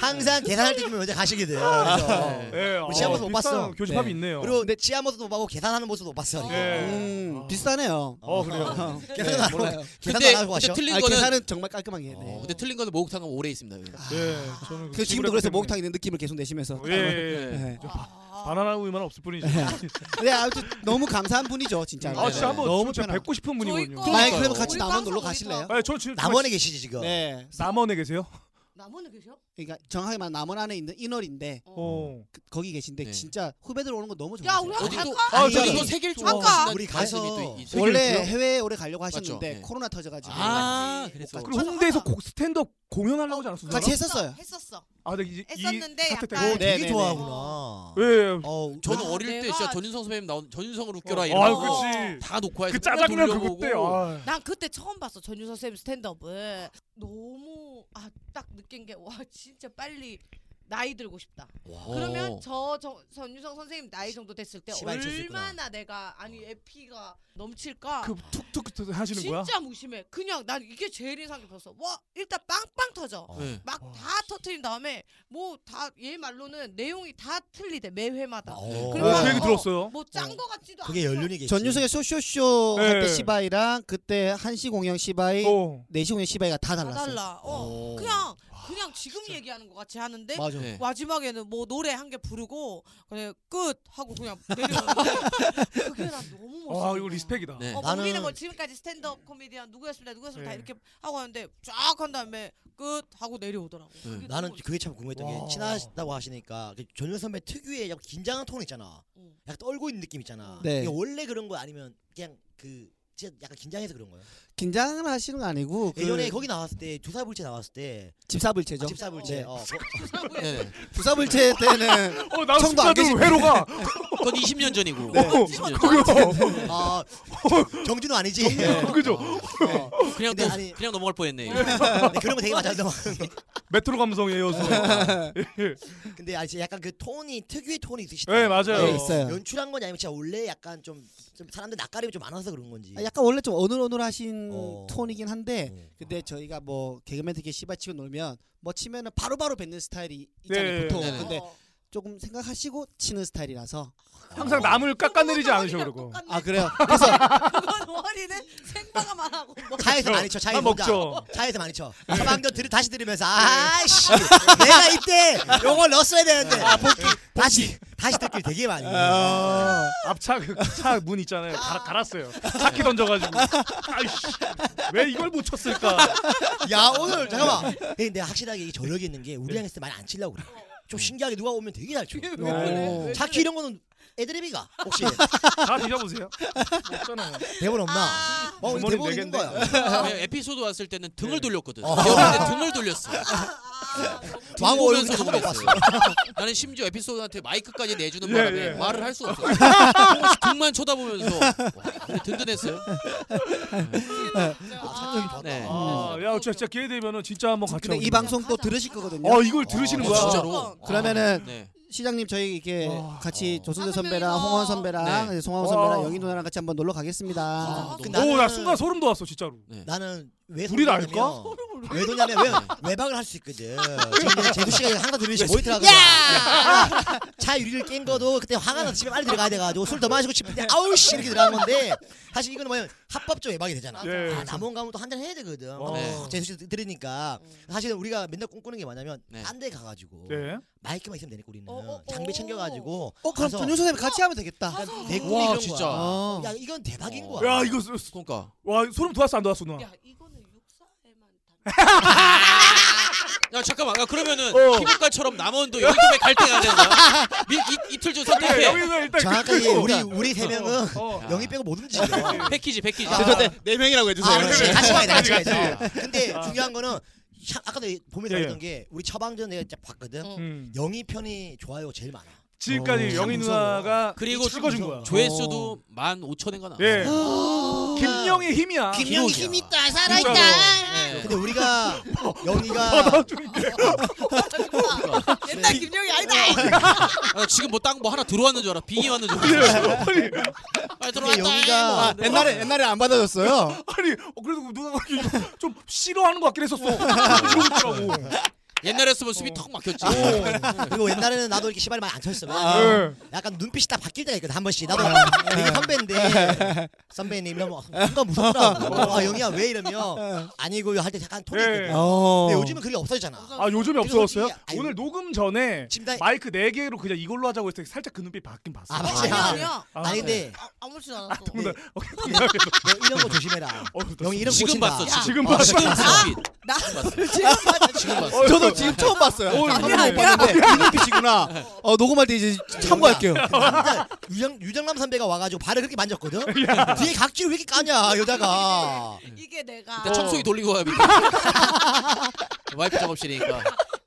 [SPEAKER 1] 항상 계산할 때쯤에 먼저 가시거든.
[SPEAKER 3] 네.
[SPEAKER 1] 그래서.
[SPEAKER 4] 예.
[SPEAKER 1] 우리 시합에서
[SPEAKER 4] 어,
[SPEAKER 1] 못 봤어.
[SPEAKER 4] 비슷한 교집합이
[SPEAKER 5] 네.
[SPEAKER 4] 있네요.
[SPEAKER 1] 그리고 내 취한 모습도 못 봤고 계산하는 모습도 못 봤어.
[SPEAKER 4] 예.
[SPEAKER 5] 음, 비슷하네요.
[SPEAKER 4] 어 그래요.
[SPEAKER 1] 계산은 안 하고
[SPEAKER 5] 몰라요.
[SPEAKER 1] 계산도
[SPEAKER 3] 근데,
[SPEAKER 1] 안 하고
[SPEAKER 3] 근데
[SPEAKER 1] 가셔.
[SPEAKER 3] 틀린
[SPEAKER 5] 아,
[SPEAKER 3] 거는
[SPEAKER 5] 계산은 정말 깔끔하게. 해.
[SPEAKER 3] 어,
[SPEAKER 5] 네.
[SPEAKER 3] 근데 틀린 거는 목욕탕은 오래 있습니다. 여기.
[SPEAKER 4] 예. 저는
[SPEAKER 5] 그 지금도 그래서 목탕이 있는 느낌을 계속 내시면서.
[SPEAKER 4] 예. 예. 예.
[SPEAKER 5] 네.
[SPEAKER 2] 아.
[SPEAKER 4] 바나나 우유만 없을 뿐이지.
[SPEAKER 5] 네, 아무튼 너무 감사한 분이죠, 진짜.
[SPEAKER 4] 아 진짜
[SPEAKER 3] 네.
[SPEAKER 4] 한번
[SPEAKER 5] 너무
[SPEAKER 4] 진짜
[SPEAKER 5] 편하고.
[SPEAKER 4] 뵙고 싶은
[SPEAKER 2] 저희
[SPEAKER 4] 분이거든요. 아,
[SPEAKER 2] 거-
[SPEAKER 5] 만약에
[SPEAKER 3] 그러니까요.
[SPEAKER 5] 그러면 같이
[SPEAKER 2] 우리
[SPEAKER 5] 남원 놀러
[SPEAKER 2] 방송 어,
[SPEAKER 5] 가실래요?
[SPEAKER 2] 어디서?
[SPEAKER 4] 아저 지금
[SPEAKER 1] 남원에 계시지 지금.
[SPEAKER 5] 네.
[SPEAKER 4] 남원에 계세요?
[SPEAKER 2] 남원에 계셔?
[SPEAKER 5] 그러니까 정확하게 말하면 남원 안에 있는 인월인데
[SPEAKER 4] 어.
[SPEAKER 5] 그- 거기 계신데
[SPEAKER 3] 네.
[SPEAKER 5] 진짜 후배들 오는 거 너무
[SPEAKER 2] 야
[SPEAKER 5] 좋아하세요.
[SPEAKER 2] 우리
[SPEAKER 3] 어디도-
[SPEAKER 2] 한번 갈까?
[SPEAKER 4] 아,
[SPEAKER 5] 아니,
[SPEAKER 4] 저기
[SPEAKER 3] 저기도 세계를
[SPEAKER 2] 아까
[SPEAKER 3] 좋아하시는
[SPEAKER 1] 우리
[SPEAKER 3] 말씀이
[SPEAKER 1] 가서
[SPEAKER 3] 또 있-
[SPEAKER 1] 되게
[SPEAKER 5] 원래
[SPEAKER 1] 그래요?
[SPEAKER 5] 해외에 오래 가려고 하셨는데
[SPEAKER 3] 맞죠? 네.
[SPEAKER 5] 코로나 터져가지고
[SPEAKER 3] 아,
[SPEAKER 2] 못
[SPEAKER 3] 그래서
[SPEAKER 5] 갔죠.
[SPEAKER 4] 그리고 홍대에서 곡- 스탠드업 공연하려고 하지 않았어?
[SPEAKER 5] 같이 했었어요.
[SPEAKER 2] 했었어.
[SPEAKER 4] 아, 근데 이제
[SPEAKER 2] 했었는데
[SPEAKER 4] 이 사태
[SPEAKER 2] 약간-
[SPEAKER 4] 때문에. 어,
[SPEAKER 1] 오, 되게
[SPEAKER 5] 네, 네,
[SPEAKER 1] 좋아하구나.
[SPEAKER 4] 예, 예.
[SPEAKER 1] 어,
[SPEAKER 3] 저는
[SPEAKER 1] 왜-
[SPEAKER 3] 어릴 때
[SPEAKER 2] 내가-
[SPEAKER 3] 진짜 전윤성 선배님 나온 전윤성을 웃겨라 어,
[SPEAKER 4] 아,
[SPEAKER 3] 이런 거
[SPEAKER 4] 그렇지.
[SPEAKER 3] 다 녹화해서
[SPEAKER 4] 그
[SPEAKER 3] 맨날
[SPEAKER 4] 짜장면
[SPEAKER 3] 돌려보고
[SPEAKER 4] 그거 때. 아.
[SPEAKER 2] 난 그때 처음 봤어 전유서 쌤 스탠드업을 너무 아 딱 느낀 게 와 진짜 빨리 나이 들고 싶다.
[SPEAKER 3] 와.
[SPEAKER 2] 그러면 저, 저 전유성 선생님 나이 정도 됐을 때
[SPEAKER 1] 시발 쳤었구나.
[SPEAKER 2] 얼마나 내가 아니 에피가 넘칠까?
[SPEAKER 4] 그 툭툭 하시는 거야?
[SPEAKER 2] 진짜 무심해. 그냥 난 이게 제일 인상 깊었어. 와 일단 빵빵 터져.
[SPEAKER 3] 네.
[SPEAKER 2] 막 다 터트린 다음에 뭐 다 얘 말로는 내용이 다 틀리대 매 회마다.
[SPEAKER 1] 어.
[SPEAKER 4] 어,
[SPEAKER 2] 그리고
[SPEAKER 4] 그
[SPEAKER 2] 막,
[SPEAKER 4] 얘기
[SPEAKER 2] 어,
[SPEAKER 4] 들었어요.
[SPEAKER 2] 뭐 짠 거 같지도 않고.
[SPEAKER 1] 그게 연륜이겠지.
[SPEAKER 5] 전유성의 쇼쇼쇼 할 때
[SPEAKER 4] 네.
[SPEAKER 5] 시바이랑 그때 한시 공연 시바이,
[SPEAKER 4] 어.
[SPEAKER 5] 4시 공연 시바이가 다
[SPEAKER 2] 다
[SPEAKER 5] 달랐어요.
[SPEAKER 2] 달라. 어.
[SPEAKER 3] 오.
[SPEAKER 2] 그냥 그냥 지금 얘기하는 것 같이 하는데
[SPEAKER 1] 맞아.
[SPEAKER 3] 네.
[SPEAKER 2] 마지막에는 뭐 노래 한 개 부르고 그냥 끝 하고 그냥 내려가는데 그게 난 너무 멋있어.
[SPEAKER 4] 아, 이거 리스펙이다.
[SPEAKER 3] 네.
[SPEAKER 2] 어,
[SPEAKER 1] 나는-
[SPEAKER 2] 우리는 뭐 지금까지 스탠드업 코미디언 누구였습니다 누구였습니다
[SPEAKER 4] 네.
[SPEAKER 2] 이렇게 하고 하는데 쫙 한 다음에 끝 하고 내려오더라고.
[SPEAKER 3] 네.
[SPEAKER 2] 그게 너무
[SPEAKER 1] 나는
[SPEAKER 2] 멋있어.
[SPEAKER 1] 그게 참 궁금했던
[SPEAKER 4] 와.
[SPEAKER 1] 게 친하다고 하시니까 그 전효 선배 특유의 약간 긴장한 톤 있잖아.
[SPEAKER 2] 응.
[SPEAKER 1] 약간 떨고 있는 느낌 있잖아.
[SPEAKER 5] 네.
[SPEAKER 1] 이게 원래 그런 거 아니면 그냥 그 진짜 약간 긴장해서 그런 거예요.
[SPEAKER 5] 긴장을 하시는 거 아니고 그
[SPEAKER 1] 예전에 거기 나왔을 때 주사불체 나왔을 때
[SPEAKER 5] 집사불체죠.
[SPEAKER 1] 아, 집사불체. 어. 거-
[SPEAKER 3] 네.
[SPEAKER 5] 부사불체 때는
[SPEAKER 4] 어, 나
[SPEAKER 5] 청도
[SPEAKER 4] 진짜 좀
[SPEAKER 5] 안 계실
[SPEAKER 4] 회로가.
[SPEAKER 3] 그건 20년 전이고.
[SPEAKER 4] 네. 어,
[SPEAKER 3] 20년 전.
[SPEAKER 4] 그거.
[SPEAKER 1] 아, 정준호 아니지? 네.
[SPEAKER 5] 네.
[SPEAKER 4] 그죠?
[SPEAKER 1] 어.
[SPEAKER 3] 그냥 또
[SPEAKER 1] 근데 아니-
[SPEAKER 3] 그냥 넘어갈 뻔했네. 이거.
[SPEAKER 1] 근데 그런 거 되게 많이 하잖아.
[SPEAKER 4] 메트로 감성에 이어서.
[SPEAKER 1] 근데 아, 진짜 약간 그 톤이 특유의 톤이 있으시다.
[SPEAKER 4] 네, 맞아요.
[SPEAKER 5] 네, 있어요.
[SPEAKER 1] 연출한 건지 아니면 진짜 원래 약간 좀, 좀 사람들 낯가림이 좀 많아서 그런 건지.
[SPEAKER 5] 아, 약간 원래 좀 어눌어눌하신
[SPEAKER 1] 예. 어.
[SPEAKER 5] 톤이긴 한데
[SPEAKER 1] 어.
[SPEAKER 5] 근데 저희가 뭐 개그맨들끼리 씨발 치고 놀면 뭐 치면은 바로바로 뱉는 스타일이 있잖아요
[SPEAKER 4] 네.
[SPEAKER 5] 보통
[SPEAKER 3] 네네.
[SPEAKER 5] 근데
[SPEAKER 2] 어.
[SPEAKER 5] 조금 생각하시고 치는 스타일이라서
[SPEAKER 4] 항상 남을 깎아내리지 않으셔 그러고.
[SPEAKER 2] 똑같네.
[SPEAKER 5] 아 그래요?
[SPEAKER 2] 그건 머리는 생방만 하고 뭐.
[SPEAKER 1] 차에서 많이 쳐. 차에서
[SPEAKER 4] 한
[SPEAKER 1] 혼자.
[SPEAKER 4] 그렇죠. 아, 먹죠.
[SPEAKER 1] 차에서 많이 쳐. 한방더 들 다시 들으면서 아씨 내가 이때 요걸 넣었어야 되는데.
[SPEAKER 4] 아,
[SPEAKER 1] 다시 다시 듣길 되게 많이.
[SPEAKER 5] 어.
[SPEAKER 4] 앞차 그차문 있잖아요. 갈, 갈았어요. 바퀴 던져가지고. 아이씨 왜 이걸 못 쳤을까?
[SPEAKER 1] 야 오늘 잠깐만. 근데 확실하게 이 저력이 있는 게 우리랑 했을 때 많이 안 치려고 그래. 좀 신기하게 누가 오면 되게 잘 쳐.
[SPEAKER 2] 왜
[SPEAKER 4] 어.
[SPEAKER 2] 그래? 왜
[SPEAKER 1] 자키 이런 거는 애드립이가 혹시
[SPEAKER 4] 다 뒤져보세요. 아. 없잖아요.
[SPEAKER 1] 대본 없나?
[SPEAKER 2] 아,
[SPEAKER 1] 어
[SPEAKER 4] 주머니
[SPEAKER 1] 대본 있는
[SPEAKER 4] 내겠네.
[SPEAKER 1] 거야.
[SPEAKER 3] 왜 에피소드 왔을 때는 등을
[SPEAKER 4] 네.
[SPEAKER 3] 돌렸거든.
[SPEAKER 1] 어.
[SPEAKER 3] 기억할 때 등을 돌렸어.
[SPEAKER 2] 아, 너무
[SPEAKER 1] 왕 얼굴도
[SPEAKER 3] 보면서
[SPEAKER 1] 한 번도 못 봤어.
[SPEAKER 3] 나는 심지어 에피소드한테 마이크까지 내주는
[SPEAKER 4] 예,
[SPEAKER 3] 바람에
[SPEAKER 4] 예.
[SPEAKER 3] 말을 할 수가 없어. 등만 쳐다보면서 와, 근데 든든했어요.
[SPEAKER 2] 진짜.
[SPEAKER 1] 아, 참여하기 좋았다.
[SPEAKER 3] 네.
[SPEAKER 2] 음.
[SPEAKER 4] 아, 야, 진짜, 진짜 기회 되면은 진짜 한번 같이.
[SPEAKER 5] 근데 이
[SPEAKER 4] 해보자.
[SPEAKER 5] 방송 또 들으실 거거든요.
[SPEAKER 4] 어, 이걸 들으시는
[SPEAKER 1] 아,
[SPEAKER 4] 거야.
[SPEAKER 1] 진짜로?
[SPEAKER 5] 그러면은
[SPEAKER 3] 네.
[SPEAKER 5] 시장님 저희 이렇게
[SPEAKER 4] 와.
[SPEAKER 5] 같이
[SPEAKER 1] 어.
[SPEAKER 5] 조선재
[SPEAKER 2] 다섯
[SPEAKER 5] 선배랑
[SPEAKER 2] 아, 명이서.
[SPEAKER 5] 홍원 선배랑
[SPEAKER 3] 네.
[SPEAKER 5] 송하우
[SPEAKER 4] 와.
[SPEAKER 5] 선배랑 영희 누나랑 같이 한번 놀러 가겠습니다.
[SPEAKER 3] 아,
[SPEAKER 1] 근데
[SPEAKER 3] 너무-
[SPEAKER 4] 오, 나
[SPEAKER 1] 나는-
[SPEAKER 4] 순간 소름 돋았어 진짜로.
[SPEAKER 3] 네.
[SPEAKER 1] 나는 왜
[SPEAKER 4] 우리를
[SPEAKER 1] 소름이
[SPEAKER 4] 알까?
[SPEAKER 1] 돋냐면 왜 도냐면 왜 외박을 할 수 있거든. 저는 제수 씨가 항상 들으시 모니터 하거든. 차 유리를 깬 거도 그때 화가 나서 집에 빨리 들어가야 돼가지고 술 더 마시고 싶은데 아우 씨 이렇게 들어간 건데 사실 이거는 뭐냐면 합법적 외박이 되잖아.
[SPEAKER 4] 예.
[SPEAKER 1] 아, 남원 가면 또 한잔 해야 되거든.
[SPEAKER 4] 어.
[SPEAKER 1] 근데 제수 씨 들으니까 사실 우리가 맨날 꿈꾸는 게 뭐냐면
[SPEAKER 3] 네.
[SPEAKER 1] 딴 데 가가지고
[SPEAKER 4] 네.
[SPEAKER 1] 마이크만 있으면 되니까 우리는
[SPEAKER 2] 어, 어, 어.
[SPEAKER 1] 장비 챙겨가지고
[SPEAKER 5] 어 그럼
[SPEAKER 1] 가서
[SPEAKER 5] 전효 선배 같이 하면 되겠다.
[SPEAKER 2] 가서
[SPEAKER 1] 내 꿈이
[SPEAKER 3] 와,
[SPEAKER 1] 이런
[SPEAKER 3] 진짜.
[SPEAKER 1] 거야.
[SPEAKER 5] 어.
[SPEAKER 1] 야 이건 대박인
[SPEAKER 3] 어.
[SPEAKER 1] 거야.
[SPEAKER 4] 야, 이거 소- 소-
[SPEAKER 3] 그러니까
[SPEAKER 4] 와 소름 돋았어 안 돋았어 누나.
[SPEAKER 2] 야 이거는 육사에만 다.
[SPEAKER 3] 야 잠깐만. 야, 그러면은
[SPEAKER 4] 어.
[SPEAKER 3] 피부과처럼 남원도 여기 팀에 갈 때가 되는 거야? 미, 이, 이틀 전
[SPEAKER 4] 그래,
[SPEAKER 3] 선택해.
[SPEAKER 4] 여기서 예, 일단
[SPEAKER 1] 정확하게
[SPEAKER 4] 끊고.
[SPEAKER 1] 우리 우리 세 명은
[SPEAKER 4] 어.
[SPEAKER 3] 야.
[SPEAKER 1] 영희 빼고 못 움직여.
[SPEAKER 3] 어, 패키지 패키지.
[SPEAKER 1] 죄송한데
[SPEAKER 5] 네 명이라고
[SPEAKER 1] 아, 그렇지. 같이 가야 돼, 같이 가야 돼.
[SPEAKER 4] 같이.
[SPEAKER 1] 근데
[SPEAKER 4] 아.
[SPEAKER 1] 중요한 거는 참 아까도 봄에
[SPEAKER 4] 예, 예.
[SPEAKER 1] 들었던 게 우리 처방전 내가 진짜 봤거든.
[SPEAKER 5] 어.
[SPEAKER 2] 응.
[SPEAKER 4] 음.
[SPEAKER 1] 영희 편이 좋아요 제일 많아.
[SPEAKER 4] 지금까지
[SPEAKER 1] 어.
[SPEAKER 4] 영희
[SPEAKER 1] 무서워.
[SPEAKER 4] 누나가
[SPEAKER 3] 그리고
[SPEAKER 4] 찍어준 거야.
[SPEAKER 3] 조회수도 15,000인가 나.
[SPEAKER 4] 예. 김영희 힘이야.
[SPEAKER 1] 아. 김영희
[SPEAKER 3] 기록이야.
[SPEAKER 1] 힘 있다
[SPEAKER 4] 진짜로.
[SPEAKER 3] 아, 네. 어,
[SPEAKER 1] 근데 우리가 영희가
[SPEAKER 4] 받아주니까.
[SPEAKER 2] 뭐. 옛날 김영희 아니다.
[SPEAKER 3] 아, 지금 뭐 땅 뭐 하나 들어왔는 줄 알아. 빙이 왔는 줄
[SPEAKER 4] 아니,
[SPEAKER 3] 알아.
[SPEAKER 4] 아니,
[SPEAKER 3] 아, 들어왔다.
[SPEAKER 1] 영희가-
[SPEAKER 3] 뭐.
[SPEAKER 1] 아,
[SPEAKER 5] 옛날에 안 받아줬어요.
[SPEAKER 4] 아니, 어, 그래도 누나가 이거 좀 싫어하는 것 같긴 했었어. 이러고 있더라고.
[SPEAKER 3] 옛날에 으면 숨이 턱
[SPEAKER 4] 어.
[SPEAKER 3] 막혔지.
[SPEAKER 1] 그리고 옛날에는 나도 이렇게 시발 많이 안 쳤어.
[SPEAKER 3] 네.
[SPEAKER 5] 아.
[SPEAKER 4] 예.
[SPEAKER 1] 약간 눈빛이 딱 바뀔 때가 있거든 한 번씩.
[SPEAKER 3] 아,
[SPEAKER 1] 나도 되게
[SPEAKER 3] 네.
[SPEAKER 1] 선배인데 선배님 이러면 순간 무섭더라고. 아 영희야 왜
[SPEAKER 3] 네.
[SPEAKER 1] 이러면 아니고요 할 때 약간 톤이
[SPEAKER 4] 예.
[SPEAKER 1] 있거든.
[SPEAKER 5] 어.
[SPEAKER 1] 근데 요즘은 그게 없어졌잖아.
[SPEAKER 4] 아 요즘에
[SPEAKER 1] 그리고
[SPEAKER 4] 없어졌어요?
[SPEAKER 1] 솔직히 아니-
[SPEAKER 4] 오늘 녹음 전에
[SPEAKER 1] 침대
[SPEAKER 4] 마이크 4 개로 그냥 이걸로 하자고 했을 때 살짝 그 눈빛 바뀐 봤어.
[SPEAKER 1] 아, 맞아요.
[SPEAKER 2] 아니야 아니야.
[SPEAKER 4] 아,
[SPEAKER 1] 아니 근데
[SPEAKER 2] 아, 아무렇지도 않았어.
[SPEAKER 1] 네.
[SPEAKER 4] 어, 그냥
[SPEAKER 1] 너 이런 거 조심해라.
[SPEAKER 4] 어, 나
[SPEAKER 1] 영희 이런 거
[SPEAKER 3] 아, 네. 지금
[SPEAKER 1] 고친다.
[SPEAKER 3] 봤어,
[SPEAKER 2] 야.
[SPEAKER 4] 지금
[SPEAKER 1] 어, 아.
[SPEAKER 4] 봤어.
[SPEAKER 1] 지금
[SPEAKER 3] 봤어.
[SPEAKER 2] 나
[SPEAKER 3] 지금 봤어. 지금 봤어.
[SPEAKER 4] 어,
[SPEAKER 5] 저도 지금 처음 봤어요.
[SPEAKER 4] 어,
[SPEAKER 5] 방금
[SPEAKER 1] 네,
[SPEAKER 2] 아니야,
[SPEAKER 5] 못 봤는데 이 눈빛이구나. 어, 녹음할 때 이제 참고할게요.
[SPEAKER 1] 진짜 유정 유정남 선배가 와가지고 발을 그렇게 만졌거든. 뒤에 각질 왜 이렇게 까냐 여자가.
[SPEAKER 2] 이게 내가
[SPEAKER 3] 일단 청소기 돌리고 와야 돼. 와이프 작업실이니까.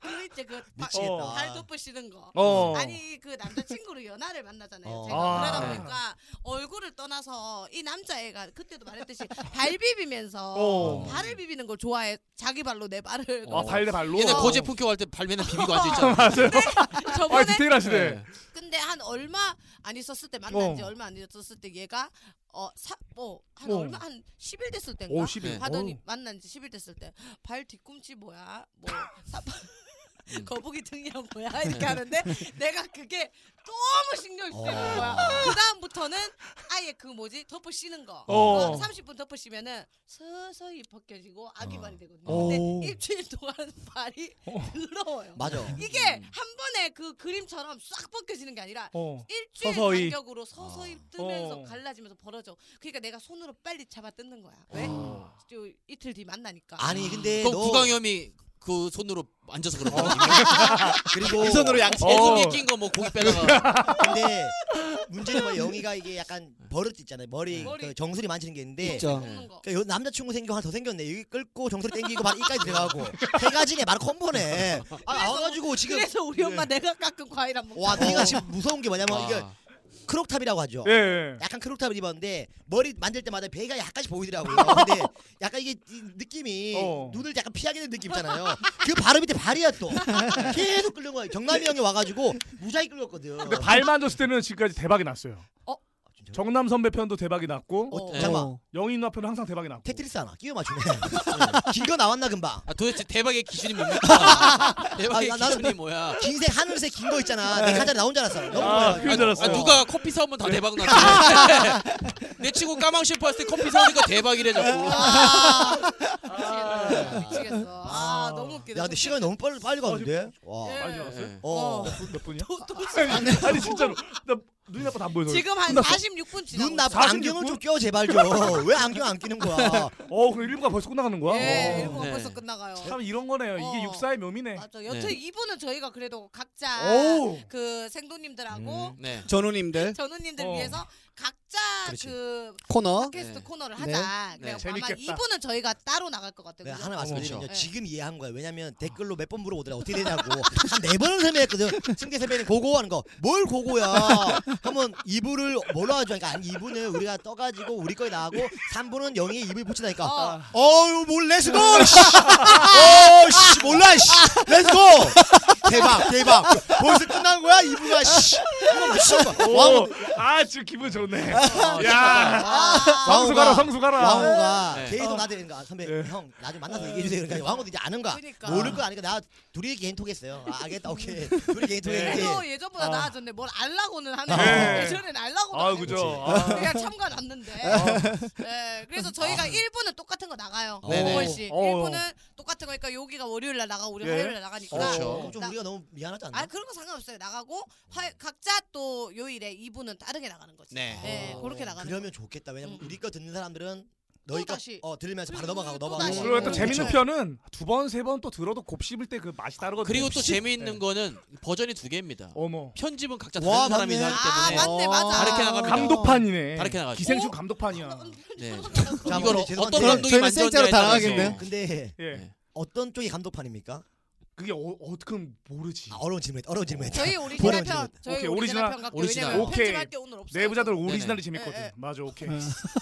[SPEAKER 2] 그 이제 그 다-
[SPEAKER 1] 미치겠다.
[SPEAKER 4] 어.
[SPEAKER 2] 발도 부시는 거.
[SPEAKER 4] 어.
[SPEAKER 2] 아니 그 남자친구로 연하를 만나잖아요.
[SPEAKER 1] 어.
[SPEAKER 2] 제가
[SPEAKER 4] 아.
[SPEAKER 2] 그러다 보니까 얼굴을 떠나서 이 남자애가 그때도 말했듯이 발 비비면서
[SPEAKER 4] 어.
[SPEAKER 2] 발을 비비는 걸 좋아해. 자기 발로 내 발을.
[SPEAKER 4] 아 발대 발로.
[SPEAKER 3] 얘네
[SPEAKER 2] 어.
[SPEAKER 3] 고제 품격 할때 발매는 비비고 앉아 있잖아.
[SPEAKER 4] 아
[SPEAKER 2] 저번에
[SPEAKER 4] 디테일하시네.
[SPEAKER 2] 근데 한 얼마 안 있었을 때 만난 지
[SPEAKER 4] 어.
[SPEAKER 2] 얼마 안 있었을 때 얘가 어뭐한
[SPEAKER 4] 어.
[SPEAKER 2] 얼마 한 10일 됐을 때인가
[SPEAKER 4] 오 10일.
[SPEAKER 2] 아, 네.
[SPEAKER 4] 어.
[SPEAKER 2] 하더니 만난 지 10일 됐을 때 발 뒤꿈치 뭐야 뭐 사-
[SPEAKER 3] 음.
[SPEAKER 2] 거북이 등이야 뭐야 이렇게 하는데 내가 그게 너무 신경 쓰이는
[SPEAKER 4] 어.
[SPEAKER 2] 거야 그 다음부터는 아예 그 뭐지 덮어 씌는 거
[SPEAKER 4] 어.
[SPEAKER 2] 어, 30분 덮어 씌면은 서서히 벗겨지고 아기발이 되거든요
[SPEAKER 1] 어.
[SPEAKER 2] 근데 일주일 동안 발이
[SPEAKER 4] 어.
[SPEAKER 2] 더러워요
[SPEAKER 1] 맞아.
[SPEAKER 2] 이게 한 번에 그 그림처럼 싹 벗겨지는 게 아니라
[SPEAKER 4] 어.
[SPEAKER 2] 일주일
[SPEAKER 4] 서서히.
[SPEAKER 2] 간격으로 서서히 뜨면서
[SPEAKER 4] 어.
[SPEAKER 2] 갈라지면서 벌어져. 그러니까 내가 손으로 빨리 잡아 뜯는 거야. 왜? 저 이틀 뒤 만나니까.
[SPEAKER 1] 아니 근데
[SPEAKER 3] 그럼
[SPEAKER 1] 너
[SPEAKER 3] 구강염이 그 손으로 앉아서 그런 거.
[SPEAKER 1] 그리고
[SPEAKER 5] 이 손으로 양치.
[SPEAKER 4] 어.
[SPEAKER 3] 애송이 낀 거 뭐 고기 빼다가.
[SPEAKER 1] 근데 문제는 뭐 영희가 이게 약간 버릇 있잖아요. 머리,
[SPEAKER 2] 머리.
[SPEAKER 1] 그 정수리 만지는 게 있는데
[SPEAKER 5] 있죠.
[SPEAKER 3] 네.
[SPEAKER 2] 뜯는 거.
[SPEAKER 1] 그러니까 여- 남자친구 생겨 하나 더 생겼네. 여기 끌고 정수리 땡기고 바로 이까지 들어가고 세 가지네 바로 콤보네. 아 나와가지고 지금
[SPEAKER 2] 그래서 우리 엄마 내가 깎은 과일 안 먹어.
[SPEAKER 1] 와 네가 지금 무서운 게 뭐냐면 이게
[SPEAKER 3] 아.
[SPEAKER 1] 크롭탑이라고 하죠.
[SPEAKER 4] 예, 예.
[SPEAKER 1] 약간 크롭탑을 입었는데 머리 만질 때마다 배가 약간씩 보이더라고요. 근데 약간 이게 이 느낌이
[SPEAKER 4] 어.
[SPEAKER 1] 눈을 약간 피하게 되는 느낌 있잖아요. 그 바로 밑에 발이야 또 계속 끌는 거야. 경남이 형이 와가지고 무지하게 끌렸거든. 아,
[SPEAKER 4] 근데 발 만졌을 때는 지금까지 대박이 났어요.
[SPEAKER 2] 어?
[SPEAKER 1] 진짜요?
[SPEAKER 4] 정남 선배 편도 대박이 났고
[SPEAKER 1] 어,
[SPEAKER 3] 예.
[SPEAKER 1] 잠깐만
[SPEAKER 5] 어.
[SPEAKER 4] 영희 누나 편은 항상 대박이 났고.
[SPEAKER 1] 테트리스 하나 끼워 맞추네. 긴 거 나왔나 금방.
[SPEAKER 3] 아, 도대체 대박의 기준이 뭡니까? 대박의
[SPEAKER 1] 아, 나- 나는-
[SPEAKER 3] 기준이 뭐야?
[SPEAKER 1] 긴색 하늘색 긴 거 있잖아. 내 가자리 나온 줄 알았어. 너무
[SPEAKER 4] 네. 아,
[SPEAKER 1] 좋아요.
[SPEAKER 4] 그런 줄 알았어요.
[SPEAKER 3] 아, 누가 커피 사오면 다 대박 났지. 내 친구 까망실 봤을 때 커피 사오니까 대박이래 자꾸.
[SPEAKER 2] 아, 미치겠다. 미치겠어. 아,
[SPEAKER 4] 아.
[SPEAKER 2] 너무 웃기다.
[SPEAKER 1] 야 근데 시간이 너무 빨리 빨리 가는데. 와.
[SPEAKER 2] 예.
[SPEAKER 4] 많이 아, 지났어요?
[SPEAKER 3] 예.
[SPEAKER 1] 어.
[SPEAKER 4] 몇 분- 몇 분이야?
[SPEAKER 2] 또- 또
[SPEAKER 4] 아니, 아니, 진짜로 나 눈이 나빠 안 보여서.
[SPEAKER 2] 지금 한
[SPEAKER 4] 끝났어.
[SPEAKER 2] 46분 지나고
[SPEAKER 1] 눈 나빠
[SPEAKER 4] 사십육
[SPEAKER 1] 안경을
[SPEAKER 4] 분?
[SPEAKER 1] 좀 껴 제발 좀 왜 안경 안 끼는 거야
[SPEAKER 4] 어, 그럼 1부가 벌써 끝나가는
[SPEAKER 2] 있어.
[SPEAKER 4] 거야?
[SPEAKER 2] 예,
[SPEAKER 4] 어.
[SPEAKER 2] 일부가
[SPEAKER 3] 네.
[SPEAKER 2] 벌써 끝나가요.
[SPEAKER 4] 참 이런 거네요. 이게
[SPEAKER 2] 어.
[SPEAKER 4] 육사의 묘미네.
[SPEAKER 2] 맞아. 여튼
[SPEAKER 3] 네.
[SPEAKER 2] 이분은 저희가 그래도 각자
[SPEAKER 4] 오.
[SPEAKER 2] 그 생도님들하고
[SPEAKER 3] 네.
[SPEAKER 5] 전우님들
[SPEAKER 2] 전우님들
[SPEAKER 4] 어.
[SPEAKER 2] 위해서 각자
[SPEAKER 1] 그렇지.
[SPEAKER 2] 그
[SPEAKER 5] 코너.
[SPEAKER 2] 팟캐스트
[SPEAKER 3] 네.
[SPEAKER 2] 코너를
[SPEAKER 5] 네.
[SPEAKER 2] 하자.
[SPEAKER 3] 네.
[SPEAKER 2] 그래서 아마
[SPEAKER 4] 재밌겠다.
[SPEAKER 2] 이분은 저희가 따로 나갈 것 같아요.
[SPEAKER 1] 네,
[SPEAKER 2] 그죠? 아.
[SPEAKER 1] 하나 말씀드리면요
[SPEAKER 2] 그렇죠.
[SPEAKER 1] 지금 이해한 거야 왜냐면 댓글로 몇 번 물어보더라고 어떻게 되냐고 한 네 번을 설명했거든 승계 선배님 고고 하는 거 뭘 고고야 그러면 2부를 뭘로 하죠 그러니까 2부는 우리가 떠가지고 우리 거에 나가고 3부는 영희의 2부에 붙이다니까
[SPEAKER 2] 어. 아.
[SPEAKER 1] 어우 몰 렛츠고 어, 어씨 몰라 씨 렛츠고 대박 대박 벌써 끝난 거야 이부가 씨
[SPEAKER 2] 아.
[SPEAKER 1] 이거 미친 거야
[SPEAKER 4] 오,
[SPEAKER 1] 왕
[SPEAKER 4] 아, 지금 기분 좋네.
[SPEAKER 3] 어,
[SPEAKER 1] 진짜.
[SPEAKER 4] 야,
[SPEAKER 2] 아,
[SPEAKER 4] 상수 가라,
[SPEAKER 1] 왕우가
[SPEAKER 4] 상수 가라.
[SPEAKER 1] 왕우가
[SPEAKER 3] 네.
[SPEAKER 2] 어.
[SPEAKER 1] 계속 나한테 그러니까 선배
[SPEAKER 4] 예.
[SPEAKER 1] 형 나중에 만나서 얘기해주세요 그러니까 왕우도 이제 아는가
[SPEAKER 2] 그러니까.
[SPEAKER 1] 모를 거 아니까 나 둘이 개인톡 했어요 아, 알겠다 오케이 둘이 개인톡
[SPEAKER 4] 네.
[SPEAKER 1] 했는데 어.
[SPEAKER 2] 그래도 예전보다
[SPEAKER 4] 아.
[SPEAKER 2] 나아졌네. 뭘 알라고는 하네.
[SPEAKER 4] 네.
[SPEAKER 2] 예전엔 알라고도
[SPEAKER 4] 아,
[SPEAKER 2] 안
[SPEAKER 4] 그죠.
[SPEAKER 1] 그치.
[SPEAKER 4] 아.
[SPEAKER 2] 그냥 참가 났는데. 네, 그래서 저희가 1부는 똑같은 거 나가요.
[SPEAKER 3] 네네.
[SPEAKER 1] 그러니까
[SPEAKER 2] 5월씩.
[SPEAKER 4] 어.
[SPEAKER 2] 1부는 똑같은 거니까 그러니까 여기가 월요일 날 나가고 우리
[SPEAKER 4] 예.
[SPEAKER 2] 화요일 날 나가니까.
[SPEAKER 3] 그렇죠.
[SPEAKER 1] 어, 그럼 좀
[SPEAKER 2] 나-
[SPEAKER 1] 우리가 너무 미안하지 않나?
[SPEAKER 2] 아 그런 거 상관없어요. 나가고 화, 각자 또 요일에 2부는 다르게 나가는 거지.
[SPEAKER 3] 네.
[SPEAKER 2] 네,
[SPEAKER 1] 어,
[SPEAKER 2] 그렇게 나가는
[SPEAKER 1] 그러면 좋겠다 왜냐면
[SPEAKER 2] 음.
[SPEAKER 1] 우리 거 듣는 사람들은 너희 거
[SPEAKER 2] 다시.
[SPEAKER 1] 어, 들으면서
[SPEAKER 2] 음,
[SPEAKER 1] 바로 넘어가고 그렇죠.
[SPEAKER 2] 또
[SPEAKER 1] 넘어가고
[SPEAKER 2] 다시.
[SPEAKER 4] 그리고 또
[SPEAKER 2] 어,
[SPEAKER 4] 재밌는
[SPEAKER 2] 그쵸.
[SPEAKER 4] 편은 두 번 세 번 또 들어도 곱씹을 때 그 맛이 다르거든요.
[SPEAKER 3] 어. 그리고 또
[SPEAKER 4] 씹-
[SPEAKER 3] 재미있는
[SPEAKER 4] 네.
[SPEAKER 3] 거는 버전이 두 개입니다.
[SPEAKER 4] 어머.
[SPEAKER 3] 편집은 각자 다른
[SPEAKER 1] 와,
[SPEAKER 3] 사람이
[SPEAKER 1] 맞네.
[SPEAKER 3] 하기 때문에
[SPEAKER 2] 아, 맞네,
[SPEAKER 5] 어,
[SPEAKER 2] 맞아.
[SPEAKER 3] 다르게 나가면
[SPEAKER 4] 감독판이네.
[SPEAKER 3] 다르게 나가죠.
[SPEAKER 4] 기생충
[SPEAKER 2] 어?
[SPEAKER 4] 감독판이야.
[SPEAKER 3] 네.
[SPEAKER 1] 자,
[SPEAKER 3] 이걸
[SPEAKER 1] 어머니,
[SPEAKER 3] 어-
[SPEAKER 1] 죄송한데
[SPEAKER 3] 어떤 감독이
[SPEAKER 5] 저희는
[SPEAKER 3] 만졌냐에
[SPEAKER 5] 생짜로
[SPEAKER 3] 따라서
[SPEAKER 5] 당하겠네요.
[SPEAKER 1] 근데
[SPEAKER 4] 예.
[SPEAKER 1] 어떤 쪽이 감독판입니까?
[SPEAKER 4] 그게 어, 어떻게 모르지.
[SPEAKER 1] 아, 어려운 질문이다 어려운 질문이다
[SPEAKER 2] 저희 오리지널
[SPEAKER 1] 오케이,
[SPEAKER 2] 편. 저희
[SPEAKER 4] 오케이,
[SPEAKER 2] 오리지널
[SPEAKER 4] 오리지널,
[SPEAKER 2] 편 갈게요.
[SPEAKER 3] 오리지널.
[SPEAKER 2] 왜냐면
[SPEAKER 4] 오케이.
[SPEAKER 2] 편집할 게 오늘 없어요.
[SPEAKER 4] 내부자들
[SPEAKER 3] 네네.
[SPEAKER 4] 오리지널이
[SPEAKER 2] 예,
[SPEAKER 4] 재밌거든.
[SPEAKER 2] 예.
[SPEAKER 4] 맞아, 오케이.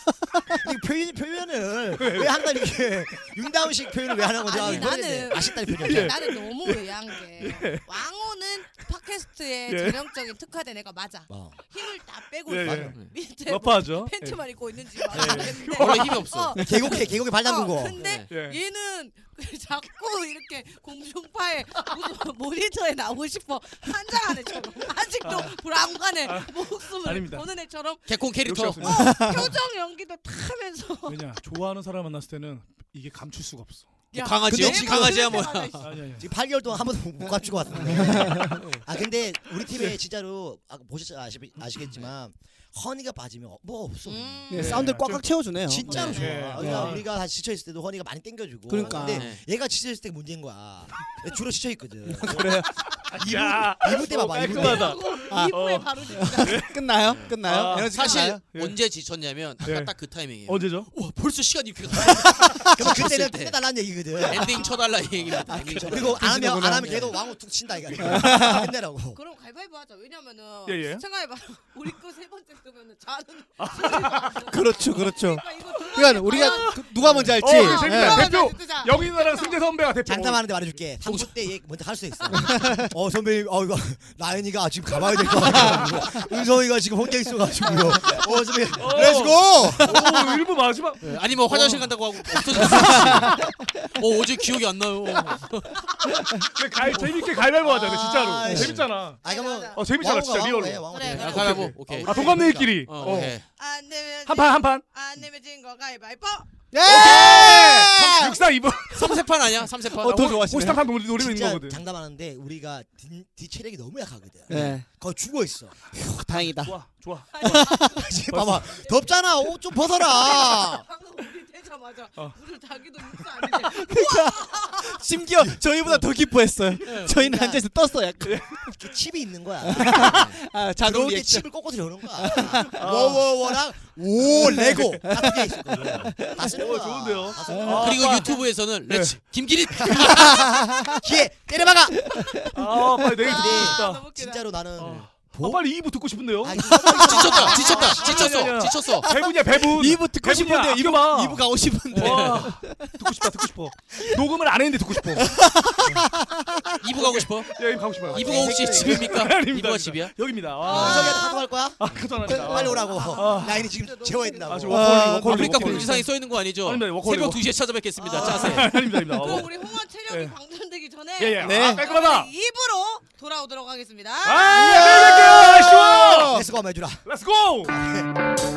[SPEAKER 1] 이 표현, 표현을 왜 항상 이렇게 윤다운식 표현을 왜 하는 건지
[SPEAKER 2] 아니, 그
[SPEAKER 3] 예.
[SPEAKER 4] 예.
[SPEAKER 1] 모르겠네.
[SPEAKER 2] 나는-
[SPEAKER 1] 아쉽다는 표현
[SPEAKER 2] 나는 너무 의아한 게 왕호는 팟캐스트의
[SPEAKER 4] 예.
[SPEAKER 2] 전형적인 특화된 애가 맞아.
[SPEAKER 1] 어.
[SPEAKER 2] 힘을 다 빼고
[SPEAKER 4] 예,
[SPEAKER 2] 있어.
[SPEAKER 4] 예.
[SPEAKER 2] 밑에 뭐
[SPEAKER 4] 러프하죠.
[SPEAKER 2] 팬츠만 입고 있는지
[SPEAKER 3] 예.
[SPEAKER 2] 모르겠는데.
[SPEAKER 3] 원래 힘이 없어.
[SPEAKER 2] 어,
[SPEAKER 1] 계곡에 계곡에 발
[SPEAKER 2] 어,
[SPEAKER 1] 담그고.
[SPEAKER 2] 근데
[SPEAKER 3] 네.
[SPEAKER 4] 예. 예.
[SPEAKER 2] 얘는 그 자꾸 이렇게 공중파에 무슨 모니터에 나오고 싶어 환장하는 애처럼 아직도 불안간에 목숨을
[SPEAKER 4] 아닙니다.
[SPEAKER 2] 보는 애처럼
[SPEAKER 3] 개콘 캐릭터.
[SPEAKER 4] 역시 없습니다.
[SPEAKER 2] 어, 표정 연기도 타면서
[SPEAKER 4] 왜냐 좋아하는 사람 만났을 때는 이게 감출 수가 없어.
[SPEAKER 2] 야,
[SPEAKER 3] 강아지요?
[SPEAKER 2] 내가
[SPEAKER 3] 혹시 강아지야,
[SPEAKER 2] 네, 그럴 때마다
[SPEAKER 3] 뭐야?
[SPEAKER 2] 있어.
[SPEAKER 4] 아니 아니.
[SPEAKER 1] 지금 8개월 동안 한 번도 못 갖추고 왔는데. 아 근데 우리 팀에 진짜로 아까 보셨 아시, 아시겠지만 허니가 빠지면 어, 뭐 없어.
[SPEAKER 2] 음.
[SPEAKER 3] 예,
[SPEAKER 5] 네,
[SPEAKER 4] 네,
[SPEAKER 5] 사운드를 꽉꽉 채워주네요.
[SPEAKER 1] 진짜로
[SPEAKER 4] 네.
[SPEAKER 1] 좋아.
[SPEAKER 4] 네.
[SPEAKER 1] 그러니까
[SPEAKER 5] 네.
[SPEAKER 1] 우리가 다 지쳐 있을 때도 허니가 많이 땡겨주고.
[SPEAKER 5] 그러니까.
[SPEAKER 1] 근데 얘가 지쳐 있을 때 문제인 거야. 주로 지쳐 있거든.
[SPEAKER 4] 그래. 야.
[SPEAKER 1] 이분 때 봐봐. 이분 때.
[SPEAKER 4] 아, 깔끔하다.
[SPEAKER 5] 아. 네.
[SPEAKER 2] 이후에
[SPEAKER 4] 어.
[SPEAKER 2] 바로 진짜
[SPEAKER 5] 끝나요? 끝나요?
[SPEAKER 4] 아,
[SPEAKER 5] 에너지
[SPEAKER 3] 사실
[SPEAKER 5] 끝나요?
[SPEAKER 4] 예.
[SPEAKER 3] 언제 지쳤냐면 아까
[SPEAKER 4] 예.
[SPEAKER 3] 딱 그 타이밍이에요.
[SPEAKER 4] 언제죠?
[SPEAKER 3] 와 벌써 시간이 이렇게 가.
[SPEAKER 1] 그럼 그때는
[SPEAKER 3] 지쳤을 때. 네.
[SPEAKER 1] 땡겨달라는 얘기거든. 아,
[SPEAKER 3] 엔딩 쳐달라 이 얘기입니다. 엔딩 쳐달라.
[SPEAKER 1] 그리고 안 하면 안 하면
[SPEAKER 5] 예.
[SPEAKER 1] 걔도 왕호 툭 친다 이거야. 아, 끝내라고.
[SPEAKER 2] 그럼 가위바위보 하자 왜냐면은
[SPEAKER 4] 예, 예.
[SPEAKER 2] 생각해봐 우리 거 세 번째 쓰면은 자는
[SPEAKER 5] 그렇죠, 그렇죠.
[SPEAKER 2] 그러니까 이거 두
[SPEAKER 5] 그러니까
[SPEAKER 2] 번째
[SPEAKER 5] 우리가 그- 누가 먼저 할지.
[SPEAKER 4] 어,
[SPEAKER 2] 아,
[SPEAKER 1] 네.
[SPEAKER 4] 재밌다.
[SPEAKER 5] 예.
[SPEAKER 2] 그러면
[SPEAKER 4] 대표!
[SPEAKER 2] 이제 뜨자.
[SPEAKER 4] 여기 나랑 승재 선배가 대표.
[SPEAKER 1] 장담하는데
[SPEAKER 4] 어,
[SPEAKER 1] 말해줄게. 3부 때얘 먼저 할 수 있어. 어 선배님, 어 이거 라연이가 지금 가봐야 될 것 같아요. 은성이가 지금 혼자 있어가지고요. 어 선배님,
[SPEAKER 4] 어.
[SPEAKER 1] 렛츠고.
[SPEAKER 4] 오, 일부 마지막.
[SPEAKER 3] 아니 뭐 화장실 간다고 하고 없어졌어. 어 어제 기억이 안 나요.
[SPEAKER 4] 근데 가, 네, 재밌게 가위바위보 하자. 네,
[SPEAKER 1] 아,
[SPEAKER 4] 재진짜로
[SPEAKER 1] 씨.
[SPEAKER 4] 재밌잖아.
[SPEAKER 1] 아
[SPEAKER 2] 맞아,
[SPEAKER 1] 그러면
[SPEAKER 4] 어 재밌잖아 진짜
[SPEAKER 1] 왕호가 왕호예요,
[SPEAKER 4] 리얼로.
[SPEAKER 1] 왕호.
[SPEAKER 2] 그래,
[SPEAKER 3] 야
[SPEAKER 2] 그래.
[SPEAKER 3] 가위바위보 뭐 오케이.
[SPEAKER 4] 아 동갑내끼리.
[SPEAKER 3] 어, 오케이.
[SPEAKER 2] 아, 안 되면
[SPEAKER 4] 한 판 한 판.
[SPEAKER 2] 안 되면 진거 가위바위보
[SPEAKER 5] 예!
[SPEAKER 4] 삼- 육상 이분.
[SPEAKER 3] 삼세판 아니야? 삼세판.
[SPEAKER 5] 어, 더 좋아하시네.
[SPEAKER 4] 오시탕 판 노리- 노리는
[SPEAKER 1] 진짜
[SPEAKER 4] 거거든.
[SPEAKER 1] 장담하는데 우리가 뒤- 뒤체력이 너무 약하거든.
[SPEAKER 5] 네.
[SPEAKER 1] 거의 죽어 있어.
[SPEAKER 5] 휴, 다행이다.
[SPEAKER 4] 좋아 좋아.
[SPEAKER 1] 지금 봐봐, 덥잖아. 옷 좀 벗어라.
[SPEAKER 2] 방금 우리 되자마자
[SPEAKER 4] 어.
[SPEAKER 2] 우리 자기도 육수 아니지
[SPEAKER 5] 심지어 저희보다 더 기뻐했어요. 네. 저희는
[SPEAKER 1] 그러니까.
[SPEAKER 5] 앉아서 떴어요. 약간.
[SPEAKER 1] 이렇게 칩이 있는 거야.
[SPEAKER 5] 아, 자동
[SPEAKER 1] 들어올 때
[SPEAKER 5] 리액션.
[SPEAKER 1] 칩을 꺾고 들어오는 거야. 워워워랑 오 레고 같은 게 있을 거야. 다 쓰는
[SPEAKER 4] 어
[SPEAKER 1] 거야.
[SPEAKER 4] 좋은데요.
[SPEAKER 1] 다 쓰는
[SPEAKER 4] 아,
[SPEAKER 1] 거야.
[SPEAKER 3] 그리고 유튜브에서는
[SPEAKER 4] 네.
[SPEAKER 3] 렛츠 김기릿
[SPEAKER 1] 기회 때려박아.
[SPEAKER 4] 아 빨리 내일 듣고
[SPEAKER 1] 네.
[SPEAKER 4] 싶다.
[SPEAKER 2] 너무 웃기다.
[SPEAKER 1] 진짜로 나는
[SPEAKER 4] 아,
[SPEAKER 1] 보-
[SPEAKER 4] 아, 빨리 2부 듣고 싶은데요.
[SPEAKER 1] 아, 이거-
[SPEAKER 3] 지쳤다 지쳤다 지쳤어
[SPEAKER 4] 아니야.
[SPEAKER 3] 지쳤어.
[SPEAKER 4] 배분이야 배분.
[SPEAKER 5] 2부 듣고 싶은데
[SPEAKER 4] 이거 봐.
[SPEAKER 5] 2부 가고 싶은데.
[SPEAKER 3] 네.
[SPEAKER 4] 와, 듣고 싶다 듣고 싶어. 녹음을 안 했는데 듣고 싶어.
[SPEAKER 3] 이부 가고 싶어?
[SPEAKER 4] 야 이거 가고 싶어요.
[SPEAKER 3] 이부가
[SPEAKER 4] 네.
[SPEAKER 3] 혹시 집입니까? 이부가 집이야?
[SPEAKER 4] 여기입니다.
[SPEAKER 1] 아,
[SPEAKER 4] 와.
[SPEAKER 1] 저기한테 카톡 할 거야?
[SPEAKER 4] 아, 그전합니다.
[SPEAKER 1] 빨리 오라고. 라인이 지금 재워야 된다고.
[SPEAKER 4] 아, 저
[SPEAKER 5] 와.
[SPEAKER 4] 워커홀릭, 워커홀릭,
[SPEAKER 3] 아프리카
[SPEAKER 4] 워커홀릭.
[SPEAKER 3] 공지사항에 써 있는 거 아니죠?
[SPEAKER 4] 아닙니다, 워커홀릭,
[SPEAKER 3] 새벽
[SPEAKER 4] 워커홀릭.
[SPEAKER 3] 2시에 찾아뵙겠습니다. 자세.
[SPEAKER 4] 아, 아닙니다, 아닙니다.
[SPEAKER 2] 그럼
[SPEAKER 4] 어.
[SPEAKER 2] 우리 홍원 체력이
[SPEAKER 4] 예.
[SPEAKER 2] 방전되기 전에
[SPEAKER 4] 예, 예.
[SPEAKER 5] 네.
[SPEAKER 4] 아, 깔끔하다.
[SPEAKER 2] 2부로 돌아오도록 하겠습니다
[SPEAKER 4] 아, 내일 뵐게요. 쉬워.
[SPEAKER 1] 어, 렛츠고 한번 해주라.
[SPEAKER 4] 렛츠고.
[SPEAKER 1] 네.